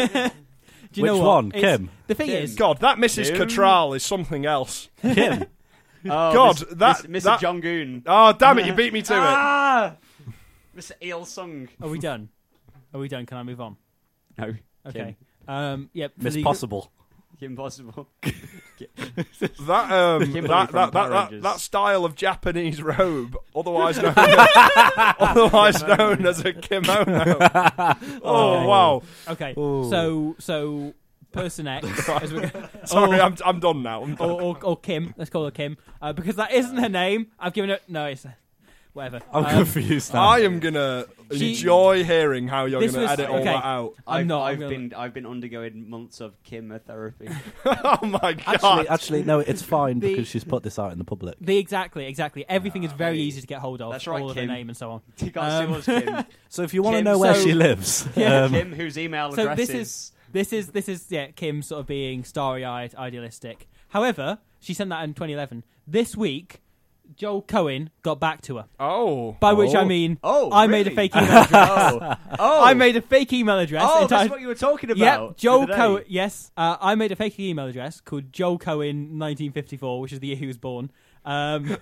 Speaker 6: you know
Speaker 5: Which
Speaker 6: what?
Speaker 5: one?
Speaker 6: It's-
Speaker 5: Kim?
Speaker 6: The thing is,
Speaker 4: God, that Mrs.
Speaker 3: Kim.
Speaker 4: Cattrall is something else.
Speaker 5: Kim.
Speaker 3: Oh,
Speaker 4: God,
Speaker 3: Miss-
Speaker 4: that-
Speaker 3: Miss- Mr.
Speaker 4: that-
Speaker 3: John Goon.
Speaker 4: Oh, damn it, you beat me to it.
Speaker 3: Ah! Mr. Il Sung.
Speaker 6: are we done? Are we done? Can I move on?
Speaker 3: No.
Speaker 6: Okay. Um, yep. for
Speaker 5: Miss
Speaker 6: the-
Speaker 5: Possible.
Speaker 3: Kim. Impossible.
Speaker 4: That um,
Speaker 3: Kimberly
Speaker 4: that,
Speaker 3: from Power
Speaker 4: that, that, that,
Speaker 3: Rangers.
Speaker 4: that style of Japanese robe, otherwise known as, otherwise known as a kimono. Oh wow!
Speaker 6: Okay. So so person X, as we
Speaker 4: Sorry,
Speaker 6: or,
Speaker 4: I'm I'm done now. I'm done.
Speaker 6: or, or, or Kim. Let's call her Kim uh, because that isn't her name. I've given her no. It's whatever.
Speaker 5: I'm
Speaker 6: Um,
Speaker 5: confused now.
Speaker 4: I am gonna
Speaker 6: She-
Speaker 4: enjoy hearing how you're
Speaker 6: This
Speaker 4: gonna
Speaker 6: was-
Speaker 4: edit all
Speaker 6: okay.
Speaker 4: that out.
Speaker 6: I'm
Speaker 3: I've-
Speaker 6: not, I'm
Speaker 3: I've
Speaker 6: gonna-
Speaker 3: been. I've been undergoing months of chemotherapy.
Speaker 4: Oh my god!
Speaker 5: Actually, actually, no, it's fine
Speaker 6: The-
Speaker 5: because she's put this out in the public.
Speaker 6: the exactly exactly. Everything is very easy to get hold of.
Speaker 3: That's right,
Speaker 6: All of
Speaker 3: Kim.
Speaker 6: her name and so on.
Speaker 3: you can't
Speaker 6: Um,
Speaker 3: see us, Kim.
Speaker 5: So if you want to
Speaker 3: Kim,
Speaker 5: know where
Speaker 6: so-
Speaker 5: she lives,
Speaker 6: Yeah.
Speaker 5: um,
Speaker 3: Kim, whose email
Speaker 6: so
Speaker 3: address
Speaker 6: this is this is this is yeah Kim sort of being starry eyed, idealistic. However, she sent that in 2011. This week, Joel Cohen got back to her.
Speaker 4: oh,
Speaker 6: By which I
Speaker 5: Oh.
Speaker 6: mean,
Speaker 3: Oh,
Speaker 6: I made a
Speaker 3: really?
Speaker 6: fake email address.
Speaker 3: oh, oh,
Speaker 6: I made a fake email address.
Speaker 3: Oh, that's
Speaker 6: entitled-
Speaker 3: what you were talking about.
Speaker 6: Yeah, Joel
Speaker 3: the other
Speaker 6: Cohen.
Speaker 3: day.
Speaker 6: Yes, uh, I made a fake email address called Joel Cohen 1954, which is the year he was born. Um,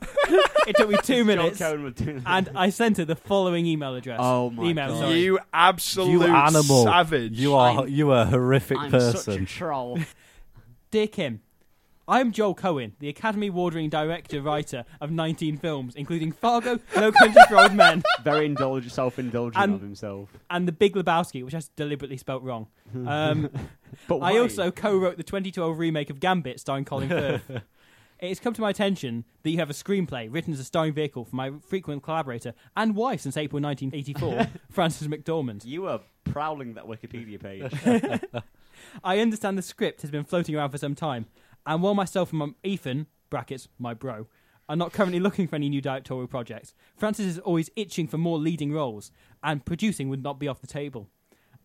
Speaker 6: it took me two minutes,
Speaker 3: Joel Cohen was doing that.
Speaker 6: and I sent her the following email address.
Speaker 3: Oh my
Speaker 6: The email,
Speaker 3: God.
Speaker 6: sorry.
Speaker 4: you absolute
Speaker 5: you animal,
Speaker 4: savage!
Speaker 5: you are
Speaker 3: I'm-
Speaker 5: you are a horrific
Speaker 3: I'm such a
Speaker 5: person.
Speaker 3: troll.
Speaker 6: Dear Kim, I'm Joel Cohen, the Academy Award-winning director writer of 19 films, including Fargo, No Country for Old Men,
Speaker 3: Very indulgent, self-indulgent
Speaker 6: And-
Speaker 3: of himself.
Speaker 6: and The Big Lebowski, which I deliberately spelt wrong. Um,
Speaker 3: But
Speaker 6: I
Speaker 3: why?
Speaker 6: also co-wrote the 2012 remake of Gambit starring Colin Firth. it has come to my attention that you have a screenplay written as a starring vehicle for my frequent collaborator and wife since April 1984, Frances McDormand.
Speaker 3: you were prowling that Wikipedia page.
Speaker 6: I understand the script has been floating around for some time, and while myself and my, Ethan (brackets my bro) are not currently looking for any new directorial projects, Francis is always itching for more leading roles, and producing would not be off the table.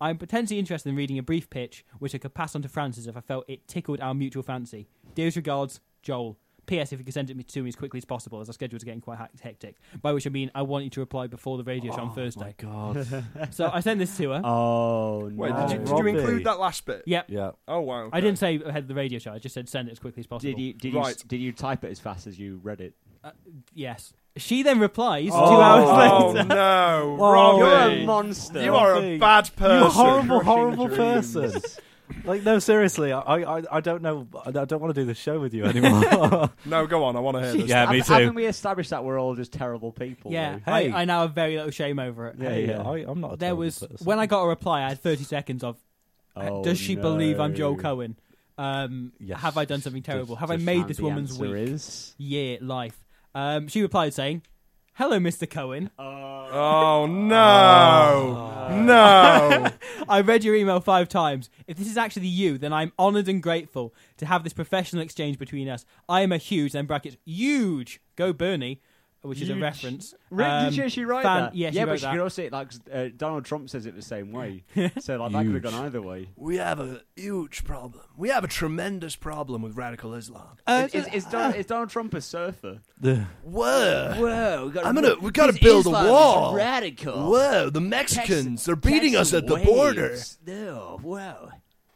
Speaker 6: I am potentially interested in reading a brief pitch, which I could pass on to Francis if I felt it tickled our mutual fancy. Dearest regards, Joel. P.S. If you could send it me- to me as quickly as possible, as our schedules are getting quite hec- hectic. By which I mean, I want you to reply before the radio show on Thursday.
Speaker 5: God.
Speaker 6: So I send this to her.
Speaker 3: Oh no!
Speaker 4: Wait, did, you,
Speaker 5: Oh,
Speaker 4: did you
Speaker 5: Robbie.
Speaker 4: include that last bit?
Speaker 6: Yep.
Speaker 5: yeah.
Speaker 4: Oh wow. okay.
Speaker 6: I didn't say ahead of the radio show. I just said send it as quickly as possible.
Speaker 3: Did you did you,
Speaker 4: Right.
Speaker 3: did you type it as fast as you read it?
Speaker 6: Yes. She then replies two
Speaker 5: Oh.
Speaker 6: hours
Speaker 4: Oh
Speaker 6: later.
Speaker 4: no,
Speaker 5: Oh,
Speaker 4: Robbie.
Speaker 3: You're a monster.
Speaker 4: You are a
Speaker 5: Robbie.
Speaker 4: bad person.
Speaker 5: You horrible,
Speaker 4: Crushing
Speaker 5: horrible
Speaker 4: dreams.
Speaker 5: person. Like no, seriously, I, I, I don't know. I don't want to do this show with you anymore.
Speaker 4: No, go on. I want to hear this.
Speaker 5: Yeah,
Speaker 3: Haven't-
Speaker 5: me
Speaker 3: Haven't
Speaker 5: too.
Speaker 3: we established that we're all just terrible people?
Speaker 6: Yeah,
Speaker 3: though?
Speaker 5: Hey.
Speaker 6: I, I now have very little shame over it.
Speaker 3: Yeah, yeah.
Speaker 5: I, I'm not. A
Speaker 6: There
Speaker 5: terrible
Speaker 6: was
Speaker 5: person.
Speaker 6: when I got a reply, I had 30 seconds of
Speaker 3: Oh,
Speaker 6: Does she
Speaker 3: no.
Speaker 6: believe I'm Joel Cohen? Um,
Speaker 5: Yes.
Speaker 6: Have I done something terrible?
Speaker 3: Just-
Speaker 6: have I
Speaker 3: just
Speaker 6: made
Speaker 3: found
Speaker 6: this
Speaker 3: the
Speaker 6: woman's
Speaker 3: answer
Speaker 6: week?
Speaker 3: Is.
Speaker 6: Yeah, life. Um, she replied saying, "Hello, Mr. Cohen.
Speaker 4: Oh no, no.
Speaker 6: I read your email five times. If this is actually you, then I'm honoured and grateful to have this professional exchange between us. I am a huge, then brackets huge, go Bernie, which is a
Speaker 3: Huge.
Speaker 6: reference.
Speaker 3: Really?
Speaker 6: Um,
Speaker 3: did she actually write
Speaker 6: fan-
Speaker 3: that?
Speaker 6: Yeah, she
Speaker 3: yeah,
Speaker 6: wrote
Speaker 3: but she
Speaker 6: that.
Speaker 3: could also say it like uh, Donald Trump says it the same way. so like that could have gone either way.
Speaker 4: We have a huge problem. We have a tremendous problem with radical Islam.
Speaker 6: Uh,
Speaker 3: is, is, is, Don, is Donald Trump a surfer?
Speaker 4: Whoa.
Speaker 3: Whoa!
Speaker 4: I'm gonna- Oh, we gotta build a wall.
Speaker 3: Radical.
Speaker 4: Whoa, the
Speaker 3: Texas-
Speaker 4: Mexicans
Speaker 3: Texas waves. No, wow.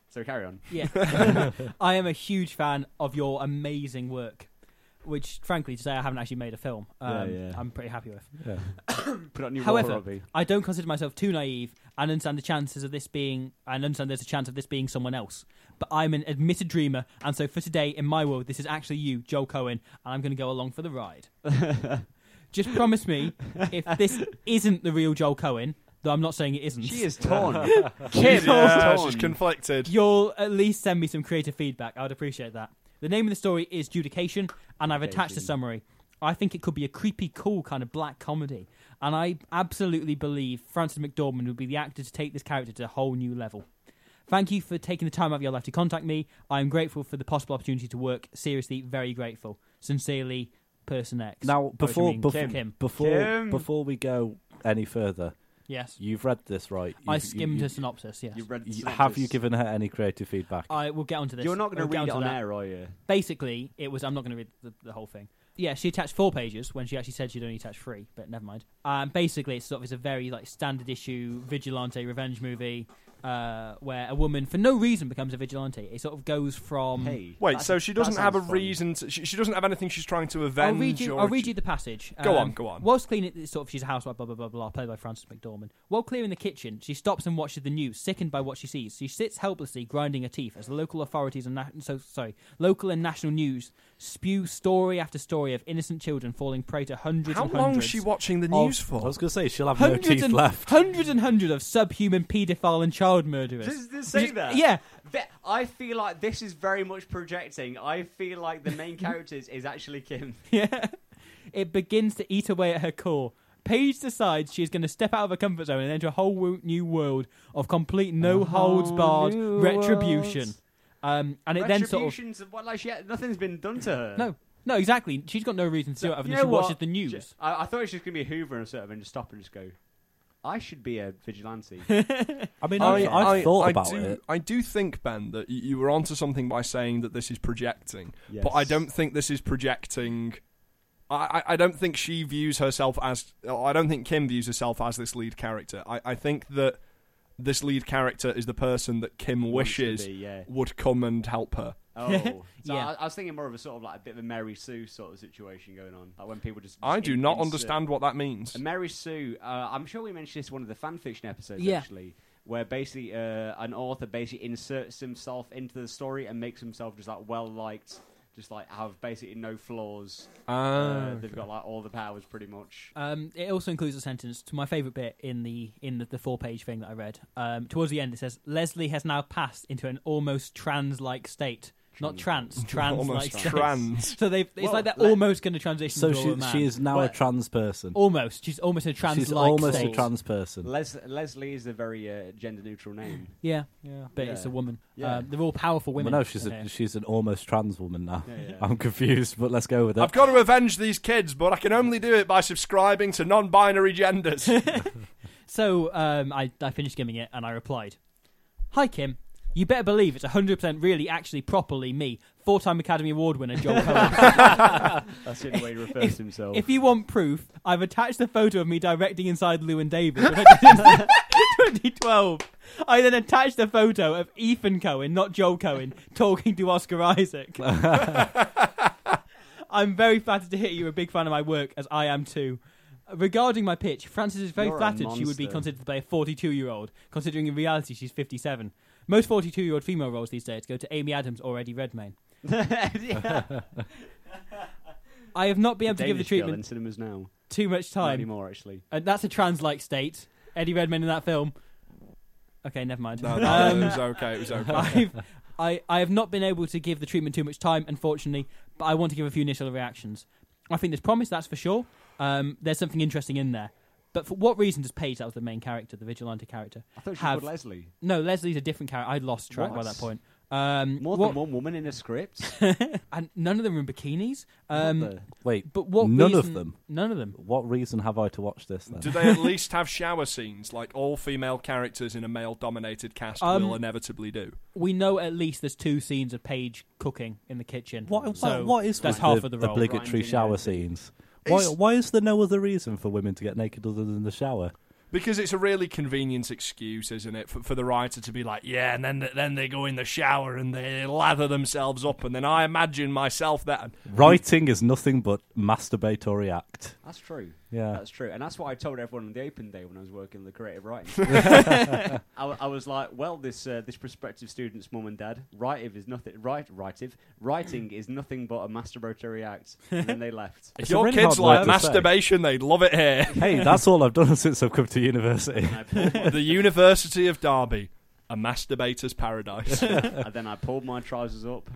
Speaker 3: So carry on.
Speaker 6: Yeah. I am a huge fan of your amazing work, which, frankly, to say I haven't actually made a film, um,
Speaker 3: Yeah, yeah.
Speaker 6: I'm pretty happy with.
Speaker 5: Yeah.
Speaker 3: Put on your
Speaker 6: However,
Speaker 3: However, Robbie.
Speaker 6: I don't consider myself too naive and understand the chances of this being, and understand there's a chance of this being someone else. But I'm an admitted dreamer, and so for today, in my world, this is actually you, Joel Cohen, and I'm going to go along for the ride. Just promise me, if this isn't the real Joel Cohen, though I'm not saying it isn't,
Speaker 3: She is torn.
Speaker 4: She's,
Speaker 3: Kim
Speaker 4: yeah,
Speaker 3: is torn.
Speaker 4: she's conflicted.
Speaker 6: You'll at least send me some creative feedback. I would appreciate that. The name of the story is Judication, and I've attached a
Speaker 3: Judication.
Speaker 6: summary. I think it could be a creepy, cool kind of black comedy, and I absolutely believe Francis McDormand would be the actor to take this character to a whole new level. Thank you for taking the time out of your life to contact me. I am grateful for the possible opportunity to work. Seriously, very grateful. Sincerely, Person X.
Speaker 5: Now
Speaker 6: What do you
Speaker 5: before
Speaker 6: mean,
Speaker 5: before
Speaker 6: Kim? Kim.
Speaker 5: before
Speaker 3: Kim.
Speaker 5: before we go any further,
Speaker 6: Yes,
Speaker 5: you've read this right.
Speaker 6: I
Speaker 5: You've- you-
Speaker 6: skimmed
Speaker 5: you-
Speaker 6: a synopsis. Yes,
Speaker 3: You read the
Speaker 5: you- Have you
Speaker 3: synopsis.
Speaker 5: given her any creative feedback?
Speaker 6: I will get onto this.
Speaker 3: You're not going
Speaker 6: We'll
Speaker 3: to
Speaker 6: get
Speaker 3: read it
Speaker 6: onto
Speaker 3: on
Speaker 6: that.
Speaker 3: air, are you?
Speaker 6: basically, it was I'm not going to read the, the whole thing. Yeah, she attached four pages when she actually said she'd only attached three, but never mind. Um, basically, it's sort of it's a very like standard issue vigilante revenge movie uh, where a woman for no reason becomes a vigilante. It sort of goes from.
Speaker 3: Hey.
Speaker 4: Wait,
Speaker 3: that's-
Speaker 4: so she
Speaker 3: that
Speaker 4: doesn't have a
Speaker 3: sounds fun.
Speaker 4: reason. To, she, she doesn't have anything she's trying to avenge.
Speaker 6: I'll read you.
Speaker 4: or
Speaker 6: I'll read you the passage. Um,
Speaker 4: Go on, go on.
Speaker 6: Whilst cleaning, it's sort of she's a housewife, blah blah blah blah, played by Frances McDormand. While clearing the kitchen, she stops and watches the news, sickened by what she sees. She sits helplessly grinding her teeth as the local authorities and na- so sorry, local and national news spew story after story of innocent children falling prey to hundreds.
Speaker 4: How
Speaker 6: and
Speaker 4: long
Speaker 6: hundreds
Speaker 4: is she watching the
Speaker 5: Oh,
Speaker 4: news
Speaker 5: I
Speaker 4: for?
Speaker 5: was going to say she'll have no
Speaker 6: Hundreds
Speaker 5: teeth
Speaker 6: and
Speaker 5: left.
Speaker 6: hundreds and hundreds of subhuman paedophile and child murderers.
Speaker 3: Does this say
Speaker 6: Which is-
Speaker 3: that?
Speaker 6: Yeah,
Speaker 3: Ve- I feel like this is very much projecting. I feel like the main characters is actually Kim.
Speaker 6: Yeah. It begins to eat away at her core. Paige decides she is going to step out of her comfort zone and enter a whole wo- new world of complete no holds barred
Speaker 3: new
Speaker 6: retribution. Um, and it then sort of
Speaker 3: Retributions of what, like, she, nothing's been done to her.
Speaker 6: no, no, exactly. She's got no reason to do it other
Speaker 3: You know
Speaker 6: than she watches
Speaker 3: what?
Speaker 6: the news.
Speaker 3: Ju- I, I thought it was just going to be a Hoover and sort of and just stop and just go. I should be a vigilante.
Speaker 5: I mean, I,
Speaker 3: I-
Speaker 5: I've thought about
Speaker 4: do,
Speaker 5: it.
Speaker 4: I do think, Ben, that y- you were onto something by saying that this is projecting, but I
Speaker 3: Yes.
Speaker 4: don't think this is projecting. I, I I don't think she views herself as. oh, I don't think Kim views herself as this lead character. I, I think that this lead character is the person that Kim
Speaker 3: Wants to
Speaker 4: wishes
Speaker 3: be, yeah.
Speaker 4: would come and help her.
Speaker 3: oh, so
Speaker 6: Yeah.
Speaker 3: I, I was thinking more of a sort of like a bit of a Mary Sue sort of situation going on, like when people just.
Speaker 4: I do
Speaker 3: in-
Speaker 4: not
Speaker 3: insert-
Speaker 4: understand what that means.
Speaker 3: A Mary Sue. Uh, I'm sure we mentioned this in one of the fan fiction episodes
Speaker 6: Yeah.
Speaker 3: actually, where basically uh, an author basically inserts himself into the story and makes himself just like well liked, just like have basically no flaws.
Speaker 4: Ah,
Speaker 3: uh, they've got like all the powers pretty much.
Speaker 6: Um, it also includes a sentence to my favourite bit in the in the, the four page thing that I read. Um, towards the end, it says Leslie has now passed into an almost trans like state. Not trance, trans like
Speaker 4: Almost
Speaker 6: state.
Speaker 4: trans.
Speaker 6: So they've it's
Speaker 3: Well,
Speaker 6: like they're
Speaker 3: let-
Speaker 6: almost going to transition.
Speaker 5: So
Speaker 6: to a
Speaker 5: she,
Speaker 6: man.
Speaker 5: she is now a
Speaker 3: What?
Speaker 5: trans person.
Speaker 6: almost. She's almost in a trans
Speaker 5: She's
Speaker 6: like
Speaker 5: almost
Speaker 6: state.
Speaker 5: a trans person.
Speaker 3: Les- Leslie is a very uh, gender neutral name.
Speaker 6: Yeah, yeah. But
Speaker 3: Yeah.
Speaker 6: it's a woman.
Speaker 3: Yeah.
Speaker 6: Um, they're all powerful
Speaker 5: Well,
Speaker 6: women.
Speaker 5: no, she's
Speaker 6: Yeah.
Speaker 5: a, she's an almost trans woman now.
Speaker 3: Yeah, yeah.
Speaker 5: I'm confused, but let's go with it.
Speaker 4: I've got to avenge these kids, but I can only do it by subscribing to non-binary genders.
Speaker 6: So um, I, I finished skimming it and I replied, Hi Kim, You better believe it's 100% really, actually, properly me, four time Academy Award winner Joel Cohen.
Speaker 3: That's the only way he refers to himself.
Speaker 6: If you want proof, I've attached a photo of me directing inside Lou and David, which I did in 2012. I then attached a photo of Ethan Cohen, not Joel Cohen, talking to Oscar Isaac. I'm very flattered to hear you're a big fan of my work, as I am too. Regarding my pitch, Frances is very
Speaker 3: You're a
Speaker 6: flattered she would be
Speaker 3: monster.
Speaker 6: considered to play a 42 year old, considering in reality she's 57. Most 42 year old female roles these days go to Amy Adams or Eddie Redmayne.
Speaker 3: yeah.
Speaker 6: I have not been able to give the
Speaker 3: Danish girl
Speaker 6: treatment
Speaker 3: in cinemas now.
Speaker 6: too much
Speaker 3: Not
Speaker 6: time.
Speaker 3: anymore, actually.
Speaker 6: Uh, that's a trans-like state. Eddie Redmayne in that film. Okay, never mind.
Speaker 4: No, no,
Speaker 6: Um,
Speaker 4: it was okay. It was okay.
Speaker 6: I've, I, I have not been able to give the treatment too much time, unfortunately, but I want to give a few initial reactions. I think there's promise, that's for sure. Um, there's something interesting in there. But for what reason does Paige, that was the main character, the vigilante character,
Speaker 3: I thought she
Speaker 6: have...
Speaker 3: called Leslie.
Speaker 6: no, Leslie's a different character. I lost track by
Speaker 3: What?
Speaker 6: that point. Um,
Speaker 3: More
Speaker 6: what-
Speaker 3: than one woman in a script.
Speaker 6: And none of them are in bikinis.
Speaker 3: What
Speaker 6: Um,
Speaker 3: the-
Speaker 5: Wait,
Speaker 6: But what
Speaker 5: None of
Speaker 6: reason-
Speaker 5: them?
Speaker 6: None of them.
Speaker 5: what reason have I to watch this then?
Speaker 4: Do they at least have shower scenes like all female characters in a male dominated cast
Speaker 6: Um,
Speaker 4: will inevitably do?
Speaker 6: We know at least there's two scenes of Paige cooking in the kitchen.
Speaker 5: What,
Speaker 6: So
Speaker 5: what, what is
Speaker 6: that's
Speaker 5: with
Speaker 6: half
Speaker 5: the
Speaker 6: of the role.
Speaker 5: obligatory
Speaker 3: grinding
Speaker 5: shower
Speaker 3: out.
Speaker 5: scenes? Why,
Speaker 4: It's-
Speaker 5: why is there no other reason for women to get naked other than the shower?
Speaker 4: Because it's a really convenient excuse, isn't it, for, for the writer to be like, yeah, and then then they go in the shower and they lather themselves up, and then I imagine myself that
Speaker 5: Writing is nothing but masturbatory act.
Speaker 3: That's true.
Speaker 5: Yeah.
Speaker 3: That's true. And that's what I told everyone on the open day when I was working on the creative writing. I, I was like, well, this uh, this prospective student's mum and dad, writive is nothing. Right, writive, writing is nothing but a masturbatory act. And then they left.
Speaker 4: if
Speaker 5: It's a
Speaker 4: your
Speaker 5: really
Speaker 4: kids
Speaker 5: hard
Speaker 4: like
Speaker 5: word to say.
Speaker 4: masturbation, they'd love it here.
Speaker 5: Hey, that's all I've done since I've come to university.
Speaker 3: And, I pulled my,
Speaker 4: the University of Derby, a masturbator's paradise.
Speaker 3: and then I pulled my trousers up,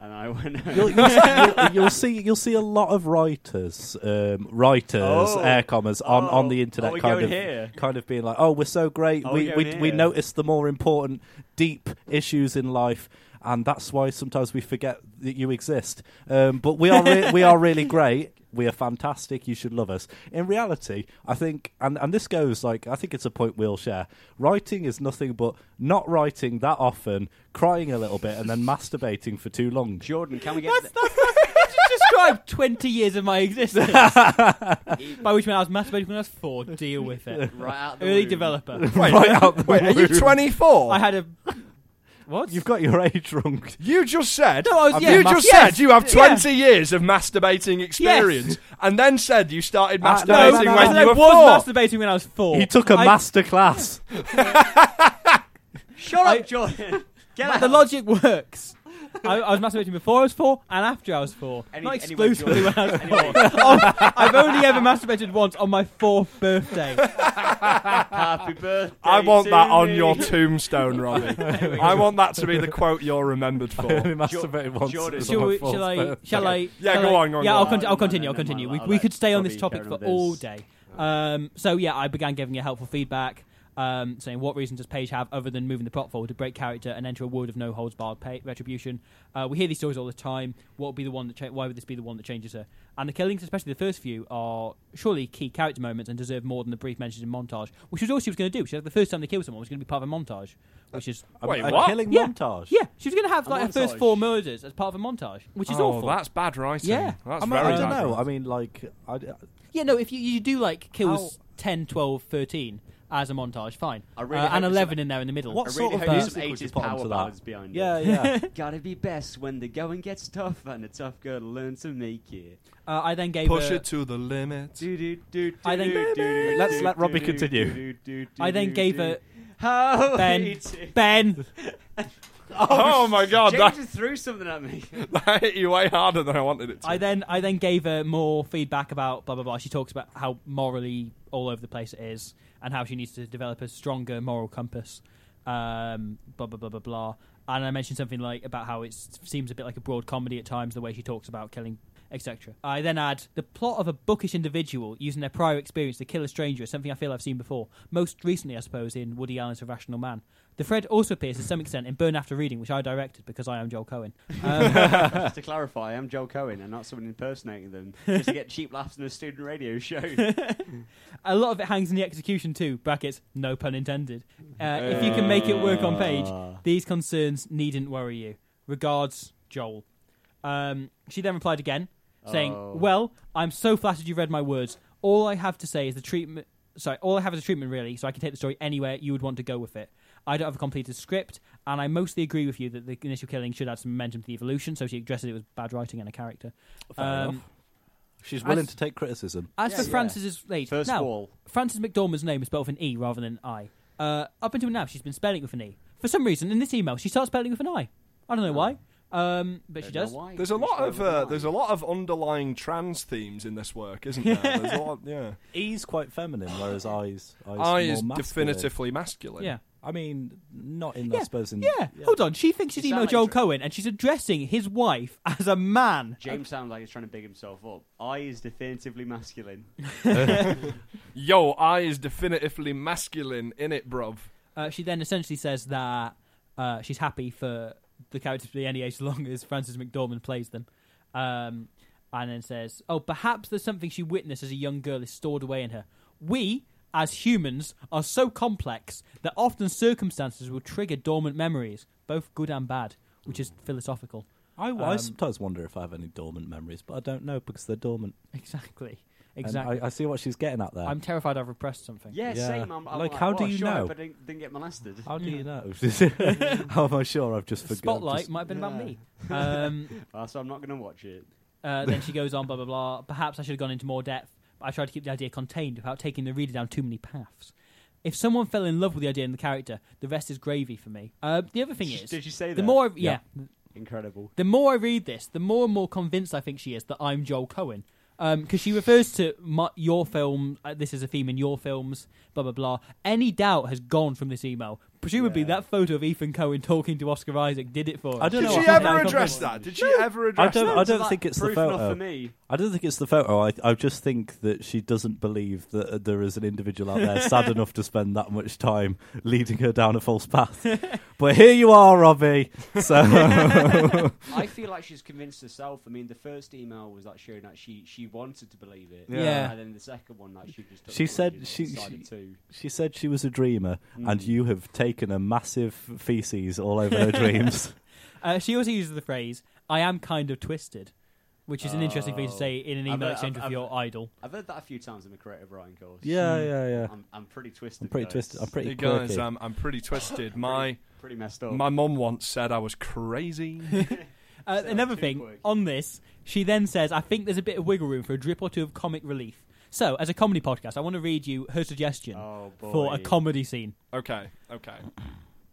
Speaker 3: and I went.
Speaker 5: You'll, you'll, you'll, you'll see, you'll see a lot of writers, um, writers,
Speaker 3: Oh.
Speaker 5: air commas on, on the
Speaker 3: Oh.
Speaker 5: internet,
Speaker 3: Are we
Speaker 5: kind
Speaker 3: going
Speaker 5: of,
Speaker 3: here?
Speaker 5: kind of being like, "Oh, we're so great.
Speaker 3: Are we
Speaker 5: we we,
Speaker 3: going
Speaker 5: we
Speaker 3: here?"
Speaker 5: notice the more important, deep issues in life, and that's why sometimes we forget that you exist. Um, but we are re- we are really great. We are fantastic. You should love us. In reality, I think, and, and this goes like I think it's a point we'll share. Writing is nothing but not writing that often, crying a little bit, and then masturbating for too long.
Speaker 3: Jordan, can we get
Speaker 6: That's, that's, that's you just described 20 years of my existence. By which means I was masturbating when I was four. Deal with it.
Speaker 3: right out of the
Speaker 6: Early
Speaker 3: womb?
Speaker 6: developer.
Speaker 4: wait, wait, are you 24?
Speaker 6: I had a. What?
Speaker 5: You've got your age wrong.
Speaker 4: You just said.
Speaker 6: No, I was- yeah,
Speaker 4: you
Speaker 6: mas-
Speaker 4: just
Speaker 6: yes.
Speaker 4: said you have
Speaker 6: Yeah.
Speaker 4: twenty years of masturbating experience, and then said you started
Speaker 5: Ah,
Speaker 4: masturbating
Speaker 5: no,
Speaker 6: no,
Speaker 5: no, no,
Speaker 4: when
Speaker 6: I, said
Speaker 5: no,
Speaker 6: I
Speaker 4: you were
Speaker 6: was
Speaker 4: four.
Speaker 6: masturbating when I was four.
Speaker 5: He took a
Speaker 6: I-
Speaker 5: master class.
Speaker 6: Shut
Speaker 3: I-
Speaker 6: up, But the logic works. I, I was masturbating before I was four and after I was four.
Speaker 3: Any-
Speaker 6: Not
Speaker 3: anyway,
Speaker 6: exclusively
Speaker 3: Jordan,
Speaker 6: when I was four.
Speaker 3: anyway,
Speaker 6: Oh, I've only ever masturbated once on my fourth birthday.
Speaker 3: happy birthday.
Speaker 4: I want
Speaker 3: to
Speaker 4: that on
Speaker 3: me.
Speaker 4: your tombstone, Robbie. I want that to be the quote you're remembered for.
Speaker 5: masturbated once.
Speaker 3: Jordan,
Speaker 5: It's on
Speaker 6: Shall,
Speaker 5: my
Speaker 6: we,
Speaker 5: fourth
Speaker 6: shall I?
Speaker 5: birthday.
Speaker 6: Shall I?
Speaker 4: Yeah,
Speaker 6: shall
Speaker 4: go
Speaker 6: I-
Speaker 4: on, go on,
Speaker 6: Yeah,
Speaker 4: go
Speaker 6: I'll,
Speaker 4: on.
Speaker 6: conti- I'll
Speaker 3: Never mind,
Speaker 6: continue. I'll
Speaker 3: never mind,
Speaker 6: continue. We,
Speaker 3: I'll
Speaker 6: we
Speaker 3: let
Speaker 6: could stay on this
Speaker 3: Robbie
Speaker 6: topic
Speaker 3: carry
Speaker 6: for
Speaker 3: on with
Speaker 6: all
Speaker 3: this.
Speaker 6: day. Um, so yeah, I began giving you helpful feedback, um, saying what reason does Page have other than moving the plot forward to break character and enter a world of no holds barred pay- retribution? Uh, we hear these stories all the time. What would be the one that? Cha- why would this be the one that changes her? And the killings, especially the first few, are surely key character moments and deserve more than the brief mentions in montage, which was all she was going to do. She the first time they kill someone was going to be part of a montage, which is
Speaker 4: Wait,
Speaker 5: a
Speaker 4: what?
Speaker 5: killing
Speaker 6: Yeah.
Speaker 5: montage.
Speaker 6: yeah, she was going to have
Speaker 3: A
Speaker 6: like her first
Speaker 3: montage.
Speaker 6: four murders as part of a montage, which is
Speaker 4: oh,
Speaker 6: awful.
Speaker 4: that's bad writing.
Speaker 6: Yeah.
Speaker 4: that's
Speaker 5: I, mean,
Speaker 4: very
Speaker 5: I don't
Speaker 4: bad
Speaker 5: know. I
Speaker 4: writing.
Speaker 5: mean, like, I, d-
Speaker 6: Yeah, no, if you, you do like kills
Speaker 5: How-
Speaker 6: 10, 12, 13 as a montage, fine.
Speaker 3: I really
Speaker 6: uh,
Speaker 3: hope
Speaker 6: and
Speaker 3: it's
Speaker 6: 11 in there in the middle.
Speaker 5: What
Speaker 3: I
Speaker 5: sort
Speaker 3: really
Speaker 5: of
Speaker 3: hope there's
Speaker 5: music
Speaker 3: some
Speaker 5: would you
Speaker 3: 80s
Speaker 5: put
Speaker 3: power
Speaker 5: onto that?
Speaker 3: ballads behind it.
Speaker 5: yeah, yeah.
Speaker 3: Gotta be best when the going gets tough and a tough girl learns to make it.
Speaker 6: Uh, I then gave
Speaker 4: Push
Speaker 6: her,
Speaker 4: it to the limit.
Speaker 3: Do, do, do, do,
Speaker 6: I think-
Speaker 3: do, do,
Speaker 5: Let's
Speaker 3: do,
Speaker 5: let
Speaker 3: do,
Speaker 5: Robbie
Speaker 3: do,
Speaker 5: continue.
Speaker 3: do, do, do,
Speaker 6: I then
Speaker 3: do,
Speaker 6: gave
Speaker 3: do. Oh,
Speaker 6: her
Speaker 3: How
Speaker 6: Ben.
Speaker 3: it is.
Speaker 6: Ben.
Speaker 4: Oh, my god,
Speaker 3: James
Speaker 4: that,
Speaker 3: just threw something at me.
Speaker 4: that hit you way harder than I wanted it to.
Speaker 6: I then I then gave her more feedback about blah blah blah. She talks about how morally all over the place it is, and how she needs to develop a stronger moral compass. Um, blah blah blah blah blah. And I mentioned something like about how it seems a bit like a broad comedy at times, the way she talks about killing etc. I then add the plot of a bookish individual using their prior experience to kill a stranger is something I feel I've seen before. Most recently, I suppose, in Woody Allen's Irrational Man. The thread also appears to some extent in Burn After Reading, which I directed because I am Joel Cohen.
Speaker 3: Just to clarify, I'm Joel Cohen and not someone impersonating them just to get cheap laughs in a student radio show.
Speaker 6: A lot of it hangs in the execution too. Brackets, no pun intended. Uh, if you can make it work on page, these concerns needn't worry you. Regards, Joel. Um, she then replied again, saying,
Speaker 3: Oh.
Speaker 6: "Well, I'm so flattered you read my words. All I have to say is the treatment. Sorry, all I have is a treatment really, so I can take the story anywhere you would want to go with it. I don't have a completed script, and I mostly agree with you that the initial killing should add some momentum to the evolution. So she addresses it with bad writing and a character. Um,
Speaker 5: She's
Speaker 6: I
Speaker 5: willing
Speaker 6: s-
Speaker 5: to take criticism.
Speaker 6: as
Speaker 3: Yeah,
Speaker 6: for
Speaker 3: yeah.
Speaker 6: Francis's age,
Speaker 3: First
Speaker 6: now,
Speaker 3: wall.
Speaker 6: Frances McDormand's name is spelled with an E rather than an I. Uh, up until now, she's been spelling it with an E. For some reason, in this email, she starts spelling it with an I. I don't know why, um, but she
Speaker 3: Oh. Don't know
Speaker 6: does.
Speaker 3: why.
Speaker 4: There's a lot
Speaker 3: Just
Speaker 4: of
Speaker 3: don't know
Speaker 4: uh,
Speaker 3: why.
Speaker 4: there's a lot of underlying trans themes in this work, isn't there? There's a lot, yeah.
Speaker 5: E's quite feminine, whereas I's I's
Speaker 4: I is
Speaker 5: more masculine.
Speaker 4: definitively masculine.
Speaker 6: Yeah.
Speaker 5: I mean, not in
Speaker 6: Yeah,
Speaker 5: I suppose in
Speaker 6: yeah. hold on. She thinks she's
Speaker 3: You sound
Speaker 6: emailed
Speaker 3: like
Speaker 6: Joel
Speaker 3: you're-
Speaker 6: Cohen, and she's addressing his wife as a man.
Speaker 3: James sounds like he's trying to big himself up. I is definitively masculine.
Speaker 4: Yo, I is definitively masculine in it, bruv.
Speaker 6: Uh, she then essentially says that uh, she's happy for the characters to be any age as long as Frances McDormand plays them. Um, and then says, Oh, perhaps there's something she witnessed as a young girl is stored away in her. We, as humans, are so complex that often circumstances will trigger dormant memories, both good and bad, which is philosophical.
Speaker 5: I, I
Speaker 6: Um,
Speaker 5: sometimes wonder if I have any dormant memories, but I don't know because they're dormant.
Speaker 6: Exactly.
Speaker 5: And
Speaker 6: Exactly.
Speaker 5: I, I see what she's getting at there.
Speaker 6: I, am terrified I've repressed something.
Speaker 3: Yeah,
Speaker 5: Yeah.
Speaker 3: same. I'm, I'm
Speaker 5: Like, how do
Speaker 3: "Well,
Speaker 5: you
Speaker 3: sure,
Speaker 5: know?"
Speaker 3: I didn't, didn't get molested.
Speaker 5: How do you know? How am I sure I've just forgotten?
Speaker 6: Spotlight
Speaker 5: Just-
Speaker 6: might have been about
Speaker 3: Yeah.
Speaker 6: me. Um,
Speaker 3: Uh, so I'm not going to watch it.
Speaker 6: Uh, then she goes on, blah blah blah. Perhaps I should have gone into more depth, but I tried to keep the idea contained without taking the reader down too many paths. If someone fell in love with the idea and the character, the rest is gravy for me. Uh, the other thing
Speaker 3: Sh-
Speaker 6: is,
Speaker 3: did you say
Speaker 6: the
Speaker 3: that?
Speaker 6: more, yeah.
Speaker 3: Incredible.
Speaker 6: the more I read this, the more and more convinced I think she is that I'm Joel Cohen. Because she refers to my, your film, uh, this is a theme in your films, blah, blah, blah. Any doubt has gone from this email. Presumably,
Speaker 3: Yeah.
Speaker 6: that photo of Ethan Cohen talking to Oscar Isaac did it for her.
Speaker 5: I don't
Speaker 4: Did
Speaker 5: know.
Speaker 4: she
Speaker 5: I think-
Speaker 4: ever
Speaker 6: Now,
Speaker 4: address
Speaker 3: come on.
Speaker 4: that? Did she ever
Speaker 5: I
Speaker 4: address
Speaker 5: don't.
Speaker 4: that?
Speaker 5: I don't
Speaker 3: That-
Speaker 5: think it's the
Speaker 3: proof
Speaker 5: photo.
Speaker 3: enough for me.
Speaker 5: I don't think it's the photo. I, I just think that she doesn't believe that uh, there is an individual out there sad enough to spend that much time leading her down a false path. but here you are, Robbie. So
Speaker 3: I feel like she's convinced herself. I mean, the first email was like showing that she she wanted to believe it.
Speaker 6: Yeah. Yeah.
Speaker 3: And then the second one, like she just took
Speaker 5: She
Speaker 3: the
Speaker 5: said
Speaker 3: plunge
Speaker 5: she-
Speaker 3: and decided
Speaker 5: she-
Speaker 3: to.
Speaker 5: she said she was a dreamer, and
Speaker 3: Mm.
Speaker 5: you have taken a massive feces all over her dreams.
Speaker 6: Uh, she also uses the phrase "I am kind of twisted," which is an interesting thing to
Speaker 3: Oh.
Speaker 6: say in an
Speaker 3: I've
Speaker 6: email
Speaker 3: heard- I've-
Speaker 6: exchange with
Speaker 3: I've-
Speaker 6: your idol.
Speaker 3: I've heard that a few times in the creative writing course. Hmm.
Speaker 5: Yeah, yeah, yeah.
Speaker 3: I'm, I'm pretty twisted.
Speaker 5: I'm pretty
Speaker 3: though.
Speaker 5: twisted. I'm
Speaker 3: It's
Speaker 5: pretty
Speaker 4: Hey guys, um,
Speaker 5: quirky.
Speaker 4: I'm, I'm pretty twisted. My
Speaker 3: pretty messed up.
Speaker 4: my mum once said I was crazy.
Speaker 6: Uh,
Speaker 3: So
Speaker 6: another
Speaker 3: too
Speaker 6: thing
Speaker 3: quirky.
Speaker 6: on this, she then says, "I think there's a bit of wiggle room for a drip or two of comic relief." So, as a comedy podcast, I want to read you her suggestion
Speaker 3: Oh,
Speaker 6: for a
Speaker 3: boy.
Speaker 6: comedy scene.
Speaker 4: okay, okay.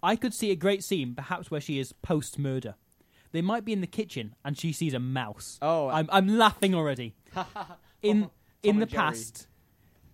Speaker 6: I could see a great scene, perhaps where she is post-murder. They might be in the kitchen, and she sees a mouse.
Speaker 3: Oh,
Speaker 6: I'm, I'm laughing already. in in
Speaker 3: and
Speaker 6: the
Speaker 3: Jerry.
Speaker 6: past,